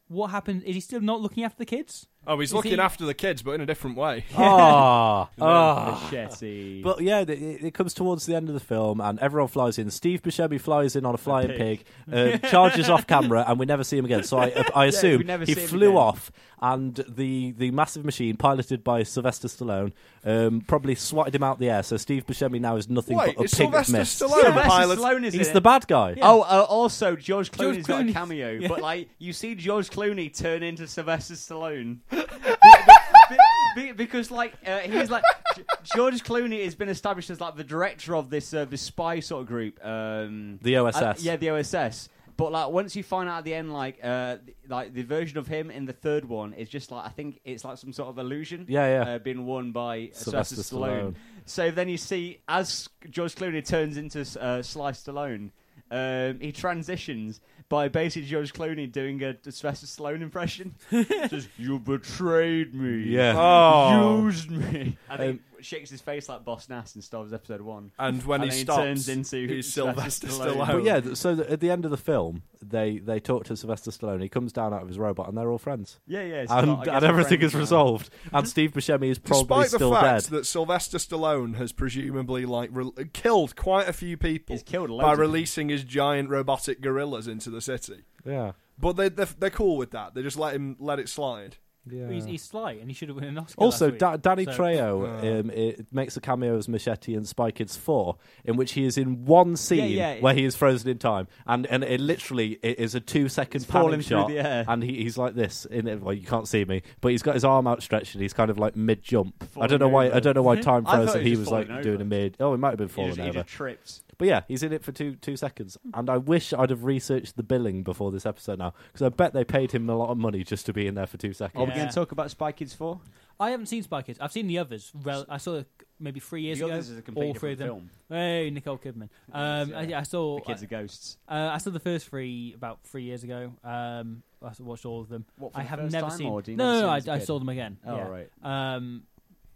Speaker 6: what happened? Is he still not looking after the kids?
Speaker 4: Oh, he's
Speaker 6: Is
Speaker 4: looking
Speaker 6: he-
Speaker 4: after the kids, but in a different way.
Speaker 5: Ah,
Speaker 3: Machete.
Speaker 5: But yeah, it, it it comes towards the end of the film, and everyone flies in. Steve Buscemi flies in on a flying pig,
Speaker 3: pig.
Speaker 5: uh, charges off camera, and we never see him again. So I, I assume
Speaker 3: we never
Speaker 5: he
Speaker 3: see him
Speaker 5: flew
Speaker 3: again.
Speaker 5: off, and the the massive machine piloted by Sylvester Stallone um, probably swatted him out the air. So Steve Buscemi now is nothing
Speaker 4: Wait,
Speaker 5: but a
Speaker 4: is
Speaker 5: pig of
Speaker 4: Sylvester
Speaker 5: mist.
Speaker 4: Stallone a
Speaker 3: Sylvester
Speaker 4: pilot?
Speaker 3: Stallone is in
Speaker 5: He's
Speaker 3: it.
Speaker 5: the bad guy.
Speaker 3: Oh, uh, also George Clooney's got a
Speaker 6: Clooney.
Speaker 3: cameo,
Speaker 6: Yeah.
Speaker 3: but like you see George Clooney turn into Sylvester Stallone. the, the- the- Be- because like uh, he's like G- George Clooney has been established as like the director of this uh, this spy sort of group. Um,
Speaker 5: The OSS.
Speaker 3: I- yeah, the OSS. But like once you find out at the end, like uh, th- like the version of him in the third one is just like I think it's like some sort of illusion.
Speaker 5: Yeah, yeah.
Speaker 3: Uh, being worn by Sylvester
Speaker 5: Sylvester
Speaker 3: Stallone.
Speaker 5: Stallone.
Speaker 3: So then you see as George Clooney turns into uh, Sly Stallone. Um, he transitions by basically George Clooney doing a Sylvester Stallone impression. Just you betrayed me.
Speaker 5: Yeah.
Speaker 4: Oh.
Speaker 3: Used me. And then he shakes his face like Boss Nass in Star Wars Episode 1.
Speaker 4: And when
Speaker 3: And
Speaker 4: he
Speaker 3: he
Speaker 4: stops,
Speaker 3: turns into
Speaker 4: he's Sylvester
Speaker 3: Sylvester Stallone.
Speaker 4: Stallone.
Speaker 5: But yeah, th- so th- at the end of the film, they they talk to Sylvester Stallone. He comes down out of his robot, and they're all friends.
Speaker 3: Yeah, yeah. it's
Speaker 5: and
Speaker 3: not- I guess
Speaker 5: and everything
Speaker 3: friends
Speaker 5: is
Speaker 3: now.
Speaker 5: resolved. And Steve Buscemi is probably
Speaker 4: Despite the
Speaker 5: still
Speaker 4: fact
Speaker 5: dead.
Speaker 4: that Sylvester Stallone has presumably like re- killed quite a few people
Speaker 3: He's killed loads
Speaker 4: by
Speaker 3: of people.
Speaker 4: releasing his giant robotic gorillas into the city,
Speaker 5: yeah,
Speaker 4: but they they're, they're cool with that. They just let him let it slide.
Speaker 5: yeah.
Speaker 6: He's, he's sly and he should have won an Oscar.
Speaker 5: Also,
Speaker 6: last week.
Speaker 5: da- Danny
Speaker 6: So-
Speaker 5: Trejo
Speaker 3: Oh.
Speaker 5: um, it makes a cameo as Machete in Spy Kids 4, in which he is in one scene
Speaker 3: yeah.
Speaker 5: where he is frozen in time, and and it literally it is a two second
Speaker 3: It's falling
Speaker 5: panning
Speaker 3: through
Speaker 5: shot,
Speaker 3: the air.
Speaker 5: and he, he's like this. In it, well, you can't see me, but he's got his arm outstretched, and he's kind of like mid jump. I don't know
Speaker 3: Falling
Speaker 5: why.
Speaker 3: over.
Speaker 5: I don't know why time
Speaker 3: I thought
Speaker 5: froze. it.
Speaker 3: he
Speaker 5: He
Speaker 3: was
Speaker 5: was
Speaker 3: falling
Speaker 5: like doing
Speaker 3: over.
Speaker 5: a mid. Oh, it might have been
Speaker 3: He
Speaker 5: falling
Speaker 3: just, he
Speaker 5: over.
Speaker 3: just trips.
Speaker 5: But yeah, he's in it for two two seconds, and I wish I'd have researched the billing before this episode now, because I bet they paid him a lot of money just to be in there for two seconds.
Speaker 3: Are we
Speaker 6: Yeah.
Speaker 3: going to talk about Spy Kids 4?
Speaker 6: I haven't seen Spy Kids. I've seen the others. Rel- I saw maybe three years
Speaker 3: The
Speaker 6: ago.
Speaker 3: others is a completely
Speaker 6: all three of them.
Speaker 3: different
Speaker 6: Hey, Nicole Kidman. Um, I,
Speaker 3: yeah.
Speaker 6: I saw.
Speaker 3: The Kids are Ghosts.
Speaker 6: Uh, I saw the first three about three years ago. Um, I watched all of them.
Speaker 3: What, for
Speaker 6: I
Speaker 3: the
Speaker 6: have
Speaker 3: first
Speaker 6: never
Speaker 3: time,
Speaker 6: seen.
Speaker 3: or do you
Speaker 6: no,
Speaker 3: never
Speaker 6: no,
Speaker 3: see
Speaker 6: no,
Speaker 3: them
Speaker 6: I,
Speaker 3: as a
Speaker 6: I
Speaker 3: kid?
Speaker 6: saw them again.
Speaker 3: Oh,
Speaker 6: yeah.
Speaker 3: right.
Speaker 6: Um,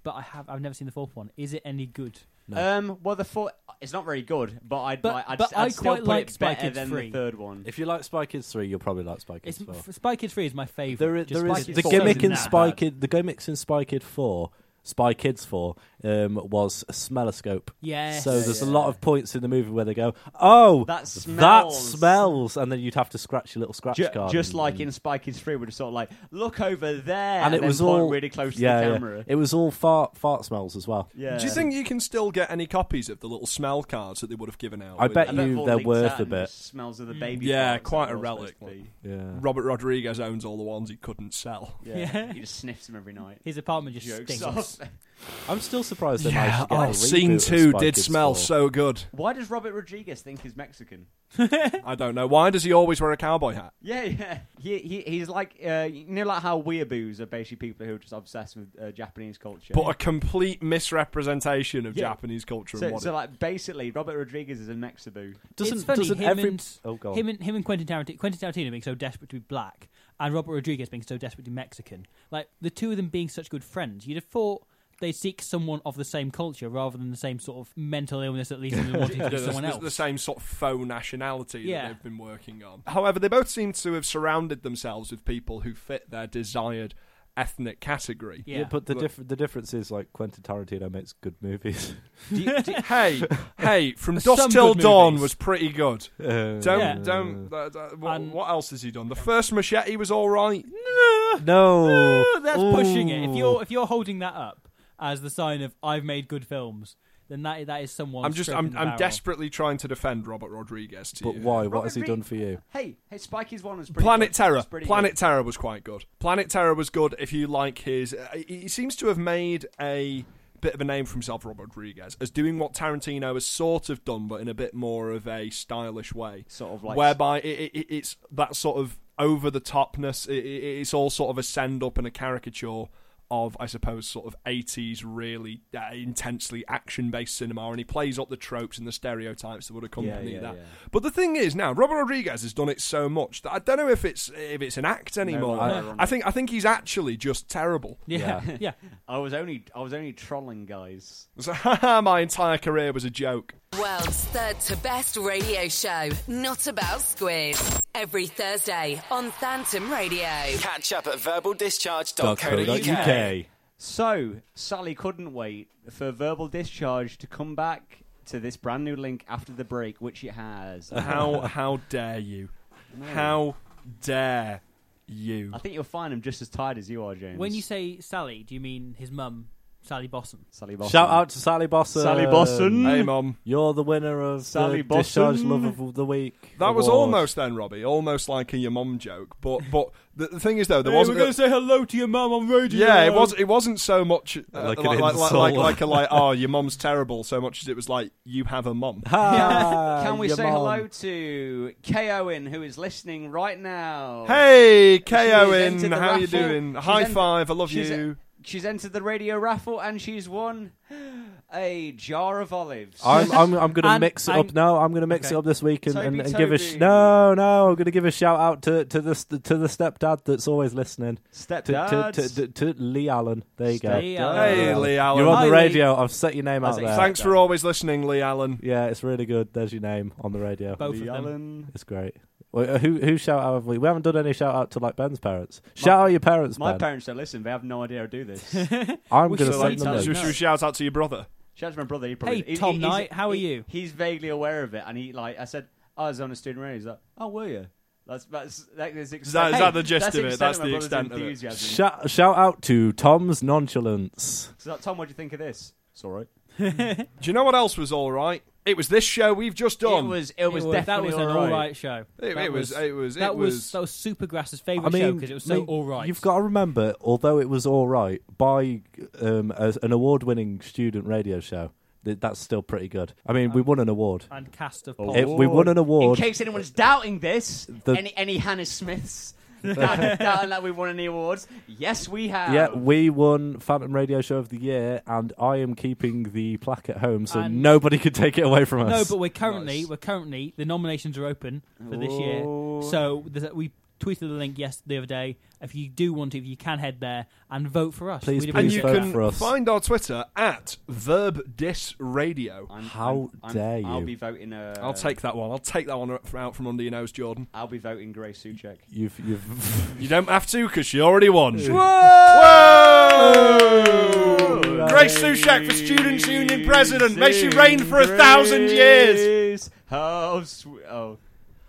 Speaker 6: but I have. I've never seen the fourth one. Is it any good?
Speaker 3: Um, well, the four, it's not very good, but I'd,
Speaker 6: But-
Speaker 3: like, I'd,
Speaker 6: but
Speaker 3: I'd
Speaker 6: I
Speaker 3: still
Speaker 6: quite
Speaker 3: put
Speaker 6: like
Speaker 3: it
Speaker 6: Spy
Speaker 3: better
Speaker 6: Kids
Speaker 3: than
Speaker 6: 3.
Speaker 3: the third one.
Speaker 5: If you like Spy Kids 3, you'll probably like Spy Kids
Speaker 6: It's
Speaker 5: 4.
Speaker 6: Spy Kids Three is my favorite.
Speaker 5: There is, there is
Speaker 3: Kids
Speaker 5: the
Speaker 3: 4
Speaker 5: gimmick
Speaker 3: isn't
Speaker 5: in
Speaker 3: that
Speaker 5: Spy
Speaker 3: bad.
Speaker 5: Kid. The gimmicks in Spy Kid Four, Spy Kids Four, um, was smelloscope.
Speaker 6: Yes.
Speaker 5: So there's a
Speaker 3: Yeah.
Speaker 5: lot of points in the movie where they go, "Oh,
Speaker 3: That
Speaker 5: that
Speaker 3: smells."
Speaker 5: smells," and then you'd have to scratch your little scratch
Speaker 3: Ju-
Speaker 5: card.
Speaker 3: just
Speaker 5: and-
Speaker 3: like
Speaker 5: and-
Speaker 3: in Spy Kids 3, we're just sort of like, look over there,
Speaker 5: Mm. and it
Speaker 3: then
Speaker 5: was
Speaker 3: point
Speaker 5: all
Speaker 3: really close
Speaker 5: yeah,
Speaker 3: to
Speaker 5: yeah.
Speaker 3: the camera.
Speaker 5: It was all fart fart smells as well.
Speaker 3: Yeah.
Speaker 4: Do you think you can still get any copies of the little smell cards that they would have given out?
Speaker 5: I
Speaker 4: with
Speaker 5: bet
Speaker 3: I
Speaker 4: it?
Speaker 5: you-
Speaker 3: bet they've all
Speaker 5: they're
Speaker 3: leaked
Speaker 5: worth
Speaker 3: out
Speaker 5: a
Speaker 3: and the
Speaker 5: bit.
Speaker 3: Smells of the baby.
Speaker 4: Yeah,
Speaker 3: farts
Speaker 4: quite
Speaker 3: that
Speaker 4: a
Speaker 3: were all
Speaker 4: relic
Speaker 3: supposed to be.
Speaker 5: Yeah.
Speaker 4: Robert Rodriguez owns all the ones he couldn't sell.
Speaker 3: Yeah, he just sniffs them every night.
Speaker 6: His apartment just
Speaker 3: Jokes
Speaker 6: stinks.
Speaker 3: off.
Speaker 5: I'm still surprised they managed
Speaker 4: Yeah,
Speaker 5: to get
Speaker 4: oh,
Speaker 5: a reboot
Speaker 4: scene
Speaker 5: of
Speaker 4: two
Speaker 5: Spy
Speaker 4: did
Speaker 5: Kids
Speaker 4: smell
Speaker 5: 4.
Speaker 4: so good.
Speaker 3: Why does Robert Rodriguez think he's Mexican?
Speaker 4: I don't know why does he always wear a cowboy hat.
Speaker 3: Yeah, yeah. He, he he's like uh, you know like how weeaboos are basically people who are just obsessed with uh, Japanese culture.
Speaker 4: But a complete misrepresentation of
Speaker 3: Yeah.
Speaker 4: Japanese culture and
Speaker 3: so,
Speaker 4: what
Speaker 3: so
Speaker 4: it
Speaker 3: like basically Robert Rodriguez is a Mexaboo.
Speaker 5: Doesn't
Speaker 6: it's funny,
Speaker 5: doesn't
Speaker 6: him
Speaker 5: every
Speaker 6: and,
Speaker 5: oh god
Speaker 6: him and him and Quentin Tarantino, Quentin Tarantino being so desperate to be black, and Robert Rodriguez being so desperate to be Mexican. Like the two of them being such good friends, you'd have thought they'd seek someone of the same culture rather than the same sort of mental illness that leads them to wanting to be
Speaker 4: Yeah,
Speaker 6: someone
Speaker 4: that's- that's
Speaker 6: else.
Speaker 4: the same sort of faux nationality
Speaker 6: Yeah.
Speaker 4: that they've been working on. However, they both seem to have surrounded themselves with people who fit their desired ethnic category.
Speaker 6: yeah.
Speaker 5: but the diff- the difference is like Quentin Tarantino makes good movies.
Speaker 4: hey, hey, from Dust
Speaker 6: Some
Speaker 4: Till
Speaker 6: good
Speaker 4: Dawn
Speaker 6: movies.
Speaker 4: was pretty good.
Speaker 5: Uh,
Speaker 4: Don't,
Speaker 6: Yeah. Um,
Speaker 4: don't. Uh, uh, what,
Speaker 6: And-
Speaker 4: what else has he done? The first machete was all right.
Speaker 5: No,
Speaker 6: Ooh, that's pushing it. If
Speaker 5: Ooh.
Speaker 6: you're if you're holding that up as the sign of I've made good films, then that that is someone.
Speaker 4: I'm just,
Speaker 6: scraping
Speaker 4: I'm,
Speaker 6: the
Speaker 4: I'm
Speaker 6: barrel.
Speaker 4: desperately trying to defend Robert Rodriguez to
Speaker 5: But
Speaker 4: you.
Speaker 5: why? What
Speaker 3: Robert
Speaker 5: has he
Speaker 3: Re-
Speaker 5: done for you?
Speaker 3: Hey, hey, Spikey's one was pretty
Speaker 4: Planet
Speaker 3: good.
Speaker 4: Terror.
Speaker 3: It's pretty
Speaker 4: Planet
Speaker 3: good.
Speaker 4: Terror was quite good. Planet Terror was good if you like his. Uh, he he seems to have made a bit of a name for himself, Robert Rodriguez, as doing what Tarantino has sort of done, but in a bit more of a stylish way.
Speaker 3: Sort of like-
Speaker 4: Whereby it, it, it's that sort of over the topness. It, it, it's all sort of a send up and a caricature. Of I suppose sort of eighties really uh, intensely action based cinema, and he plays up the tropes and the stereotypes that would accompany
Speaker 3: yeah,
Speaker 4: that.
Speaker 3: yeah.
Speaker 4: But the thing is now, Robert Rodriguez has done it so much that I don't know if it's if it's an act anymore.
Speaker 3: I-
Speaker 4: I think I think he's actually just terrible.
Speaker 6: Yeah, yeah.
Speaker 3: I was only I was only trolling guys.
Speaker 4: So, haha, my entire career was a joke.
Speaker 1: World's third to best radio show, not about squid. Every Thursday on Phantom Radio.
Speaker 8: Catch up at
Speaker 4: Oh,
Speaker 8: verbaldischarge.co.uk.
Speaker 5: UK.
Speaker 3: So Sally couldn't wait for verbal discharge to come back to this brand new link after the break, which it has.
Speaker 4: How how dare you? How dare you?
Speaker 3: I think you'll find him just as tired as you are, James.
Speaker 6: When you say Sally, do you mean his mum? Sally Boston.
Speaker 3: Sally Boston.
Speaker 5: Shout out to Sally Bosson.
Speaker 3: Sally Bosson.
Speaker 4: Hey, mum.
Speaker 5: You're the winner of
Speaker 3: Sally
Speaker 5: the Discharge
Speaker 3: Bosson.
Speaker 5: Love of the Week.
Speaker 4: That was
Speaker 5: award.
Speaker 4: almost then, Robbie. Almost like a your mum joke, but but the, the thing is though, there
Speaker 5: Hey,
Speaker 4: wasn't.
Speaker 5: we're
Speaker 4: a-
Speaker 5: gonna say hello to your mum on radio.
Speaker 4: yeah, it was. It wasn't so much uh,
Speaker 9: Like
Speaker 4: like,
Speaker 9: an
Speaker 4: like, like, like,
Speaker 9: insult.
Speaker 4: like a like. Oh, your mum's terrible. So much as it was like you have a mum.
Speaker 5: Hi,
Speaker 3: Can we
Speaker 5: Ah, Uh, your
Speaker 3: say
Speaker 5: mum.
Speaker 3: hello to Kay Owen, who is listening right now? She
Speaker 4: Hey, K
Speaker 3: has
Speaker 4: Owen,
Speaker 3: entered the
Speaker 4: how you
Speaker 3: raffle.
Speaker 4: doing?
Speaker 3: She's
Speaker 4: High
Speaker 3: en-
Speaker 4: five, I love
Speaker 3: she's-
Speaker 4: you.
Speaker 3: She's entered the radio raffle and she's won a jar of olives.
Speaker 5: I'm, I'm, I'm going to
Speaker 6: And
Speaker 5: mix it
Speaker 6: I'm-
Speaker 5: up now. I'm going to mix
Speaker 3: Okay.
Speaker 5: it up this week and, and,
Speaker 3: Toby,
Speaker 5: and give a sh-
Speaker 3: Toby.
Speaker 5: no, no. I'm going to give a shout out to to the s- to the stepdad that's always listening
Speaker 3: Stepdad.
Speaker 5: to to, to, to, to Lee Allen. There you go.
Speaker 6: Stay
Speaker 3: Dad.
Speaker 6: out.
Speaker 4: Hey, Lee Allen.
Speaker 5: You're on
Speaker 6: Hi,
Speaker 5: the
Speaker 6: Lee.
Speaker 5: radio. I've set your name
Speaker 3: That's
Speaker 5: out there.
Speaker 4: Thanks for always listening, Lee Allen.
Speaker 5: Yeah, it's really good. There's your name on the radio.
Speaker 6: Both of them.
Speaker 3: Allen.
Speaker 5: It's great. Well, uh, who who shout out have we? We haven't done any shout out to like Ben's parents. Shout out your parents,
Speaker 3: My
Speaker 5: Ben.
Speaker 3: parents don't listen. They have no idea I do this.
Speaker 5: I'm
Speaker 6: We
Speaker 5: going to
Speaker 6: should
Speaker 5: send
Speaker 6: like
Speaker 5: them.
Speaker 6: tell
Speaker 5: this.
Speaker 4: Should should we shout out to your brother?
Speaker 3: Shout out to my brother. He probably,
Speaker 6: Hey,
Speaker 3: he-
Speaker 6: Tom
Speaker 3: he's-
Speaker 6: Knight, how are
Speaker 3: he-
Speaker 6: you?
Speaker 3: He's vaguely aware of it, and he like I said, I was on a student radio. He's like, "Oh, were you?" That's that's that is,
Speaker 4: Is that- is that the gist
Speaker 3: that's
Speaker 4: of it?
Speaker 3: extent
Speaker 4: That's
Speaker 3: my
Speaker 4: the
Speaker 3: brother's
Speaker 4: extent of it.
Speaker 3: enthusiasm.
Speaker 5: Shout, shout out to Tom's nonchalance.
Speaker 3: So, like, Tom, what do you think of this? It's all right.
Speaker 4: Do you know what else was all right? It was this show we've just done.
Speaker 3: It was it was
Speaker 6: It was- that
Speaker 3: definitely
Speaker 6: was an
Speaker 3: all right.
Speaker 6: show.
Speaker 4: It,
Speaker 6: That
Speaker 4: it was. It was. It
Speaker 6: that was,
Speaker 4: was.
Speaker 6: that was Supergrass's favourite
Speaker 5: I mean,
Speaker 6: show because it was so
Speaker 5: I mean,
Speaker 6: all right.
Speaker 5: You've got to remember, although it was all right by um, as an award-winning student radio show, th- that's still pretty good. I mean, we
Speaker 6: Uh,
Speaker 5: won an award.
Speaker 6: and cast of
Speaker 5: It-
Speaker 6: Paul.
Speaker 5: we won an
Speaker 3: In
Speaker 5: award.
Speaker 3: case anyone's doubting this,
Speaker 5: The-
Speaker 3: any any Hannah Smiths doubting doubting that we won any awards? Yes, we have.
Speaker 5: Yeah, we won Phantom Radio Show of the Year, and I am keeping the plaque at home, so
Speaker 6: And-
Speaker 5: nobody could take it away from us.
Speaker 6: No, but we're currently
Speaker 4: Nice.
Speaker 6: we're currently the nominations are open for this year.
Speaker 4: Oh.
Speaker 6: So there's a, we tweeted the link yes the other day. If you do want to, if you can head there and vote for us.
Speaker 5: Please,
Speaker 6: We'd
Speaker 4: and
Speaker 5: please
Speaker 4: you
Speaker 6: appreciate
Speaker 5: vote
Speaker 6: that.
Speaker 4: can
Speaker 5: for us.
Speaker 4: find our Twitter at verbdisradio.
Speaker 3: I'm-
Speaker 5: How
Speaker 3: I'm- I'm-
Speaker 5: dare
Speaker 3: I'll
Speaker 5: you.
Speaker 3: be voting. Uh,
Speaker 4: I'll take that one. I'll take that one out from under your nose, Jordan.
Speaker 3: I'll be voting Grace Suchek.
Speaker 5: You've, you've
Speaker 4: You don't have to because she already won. Whoa! Grace Sushak for Students Union President. May she reign for a thousand years.
Speaker 3: Grace, How sweet. Oh.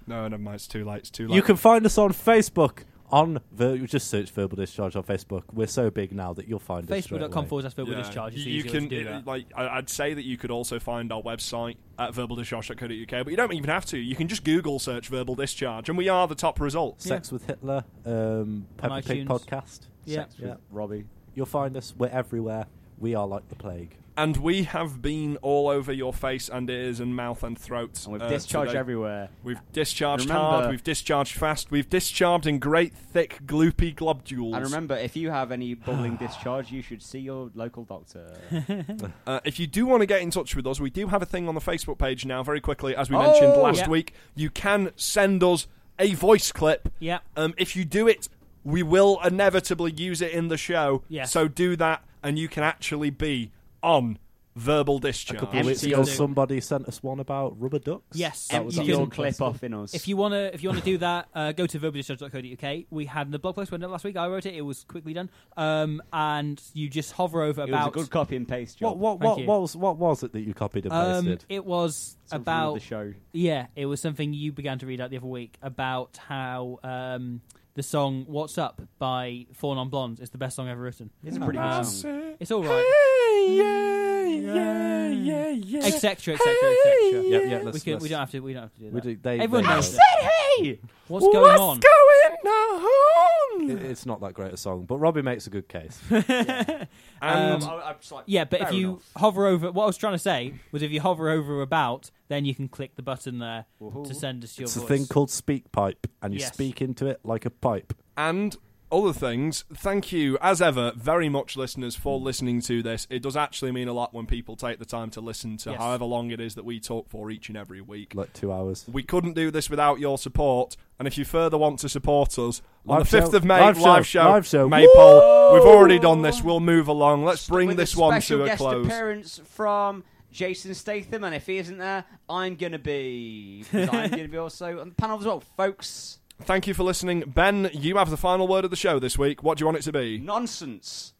Speaker 4: No, never mind. It's too late. It's too late.
Speaker 5: You can find us on Facebook. On ver- you just search verbal discharge on Facebook. We're so big now that you'll find us. straight
Speaker 6: Facebook.com
Speaker 5: away.
Speaker 6: forward slash verbal
Speaker 4: Yeah.
Speaker 6: discharge. It's
Speaker 4: You
Speaker 6: easier
Speaker 4: can
Speaker 6: to do that.
Speaker 4: like I- I'd say that you could also find our website at verbaldischarge.co.uk, but you don't even have to. You can just Google search verbal discharge, and we are the top results.
Speaker 5: Sex with Hitler, um, Peppa Pig
Speaker 6: iTunes.
Speaker 5: podcast.
Speaker 6: yeah.
Speaker 5: Yeah.
Speaker 3: Robbie.
Speaker 5: You'll find us. We're everywhere. We are like the plague.
Speaker 4: And we have been all over your face and ears and mouth and throat.
Speaker 3: And we've
Speaker 4: uh,
Speaker 3: discharged
Speaker 4: today.
Speaker 3: everywhere.
Speaker 4: We've discharged
Speaker 3: Remember-
Speaker 4: hard, we've discharged fast, we've discharged in great, thick, gloopy globules.
Speaker 3: And remember, if you have any bubbling discharge, you should see your local doctor.
Speaker 4: Uh, if you do want to get in touch with us, we do have a thing on the Facebook page now, very quickly, as we
Speaker 3: Oh!
Speaker 4: mentioned last
Speaker 6: Yeah.
Speaker 4: week. You can send us a voice clip.
Speaker 6: Yeah.
Speaker 4: Um, if you do it, we will inevitably use it in the show.
Speaker 6: Yes.
Speaker 4: So do that, and you can actually be on verbal discharge.
Speaker 5: A couple of weeks
Speaker 3: Empty
Speaker 5: ago,
Speaker 3: your-
Speaker 5: Oh, somebody sent us one about rubber ducks.
Speaker 6: Yes.
Speaker 5: That
Speaker 6: Empty
Speaker 5: was
Speaker 3: Keep
Speaker 6: you
Speaker 5: absolutely
Speaker 3: your
Speaker 6: can-
Speaker 3: clip
Speaker 5: interesting.
Speaker 3: off in us.
Speaker 6: If you wanna, if you wanna do that, uh, go to verbaldischarge.co.uk. We had the blog post went up last week. I wrote it. It was quickly done. Um, and you just hover over
Speaker 3: it was a
Speaker 6: about. um,
Speaker 3: good copy and paste job.
Speaker 5: What what
Speaker 6: Thank
Speaker 5: what,
Speaker 6: you.
Speaker 5: what was what was it that you copied and
Speaker 6: um,
Speaker 5: pasted?
Speaker 6: it was
Speaker 3: Something with
Speaker 6: about
Speaker 3: the show?
Speaker 6: Yeah, it was something you began to read out the other week about how um, the song "What's Up" by Four Non Blondes is the best song ever written.
Speaker 3: It's a pretty
Speaker 6: Um,
Speaker 3: good song.
Speaker 6: It's all right, etc., etc., etc.
Speaker 5: yeah, yeah.
Speaker 6: We
Speaker 5: Let's,
Speaker 6: can,
Speaker 5: let's-
Speaker 6: we don't have to. We don't have to do that.
Speaker 5: we do- they-
Speaker 6: Everyone
Speaker 5: they
Speaker 6: knows
Speaker 5: know.
Speaker 6: it. What's going on?
Speaker 5: It- It's not that great a song, but Robbie makes a good case.
Speaker 4: And
Speaker 3: I- I- I'm just like,
Speaker 6: yeah, but if
Speaker 3: fair
Speaker 6: you
Speaker 3: enough.
Speaker 6: hover over, what I was trying to say was, if you hover over about, then you can click the button there to send us your
Speaker 5: it's a
Speaker 6: voice.
Speaker 5: thing called speak pipe, and you
Speaker 6: Yes.
Speaker 5: speak into it like a pipe.
Speaker 4: and other things. Thank you, as ever, very much, listeners, for listening to this. It does actually mean a lot when people take the time to listen to
Speaker 6: Yes.
Speaker 4: however long it is that we talk for each and every week.
Speaker 5: Like two hours.
Speaker 4: We couldn't do this without your support. And if you further want to support us, on
Speaker 5: Live
Speaker 4: the
Speaker 5: show.
Speaker 4: 5th of May,
Speaker 5: Live
Speaker 4: live,
Speaker 5: show.
Speaker 4: show,
Speaker 5: Live show.
Speaker 4: May poll. We've already done this. We'll move along. Let's bring
Speaker 3: With
Speaker 4: this
Speaker 3: a
Speaker 4: one
Speaker 3: special
Speaker 4: to a
Speaker 3: guest
Speaker 4: close.
Speaker 3: appearance from Jason Statham, and if he isn't there, I'm gonna be. 'cause I'm gonna be also on the panel as well, folks.
Speaker 4: Thank you for listening. Ben, you have the final word of the show this week. What do you want it to be?
Speaker 3: Nonsense.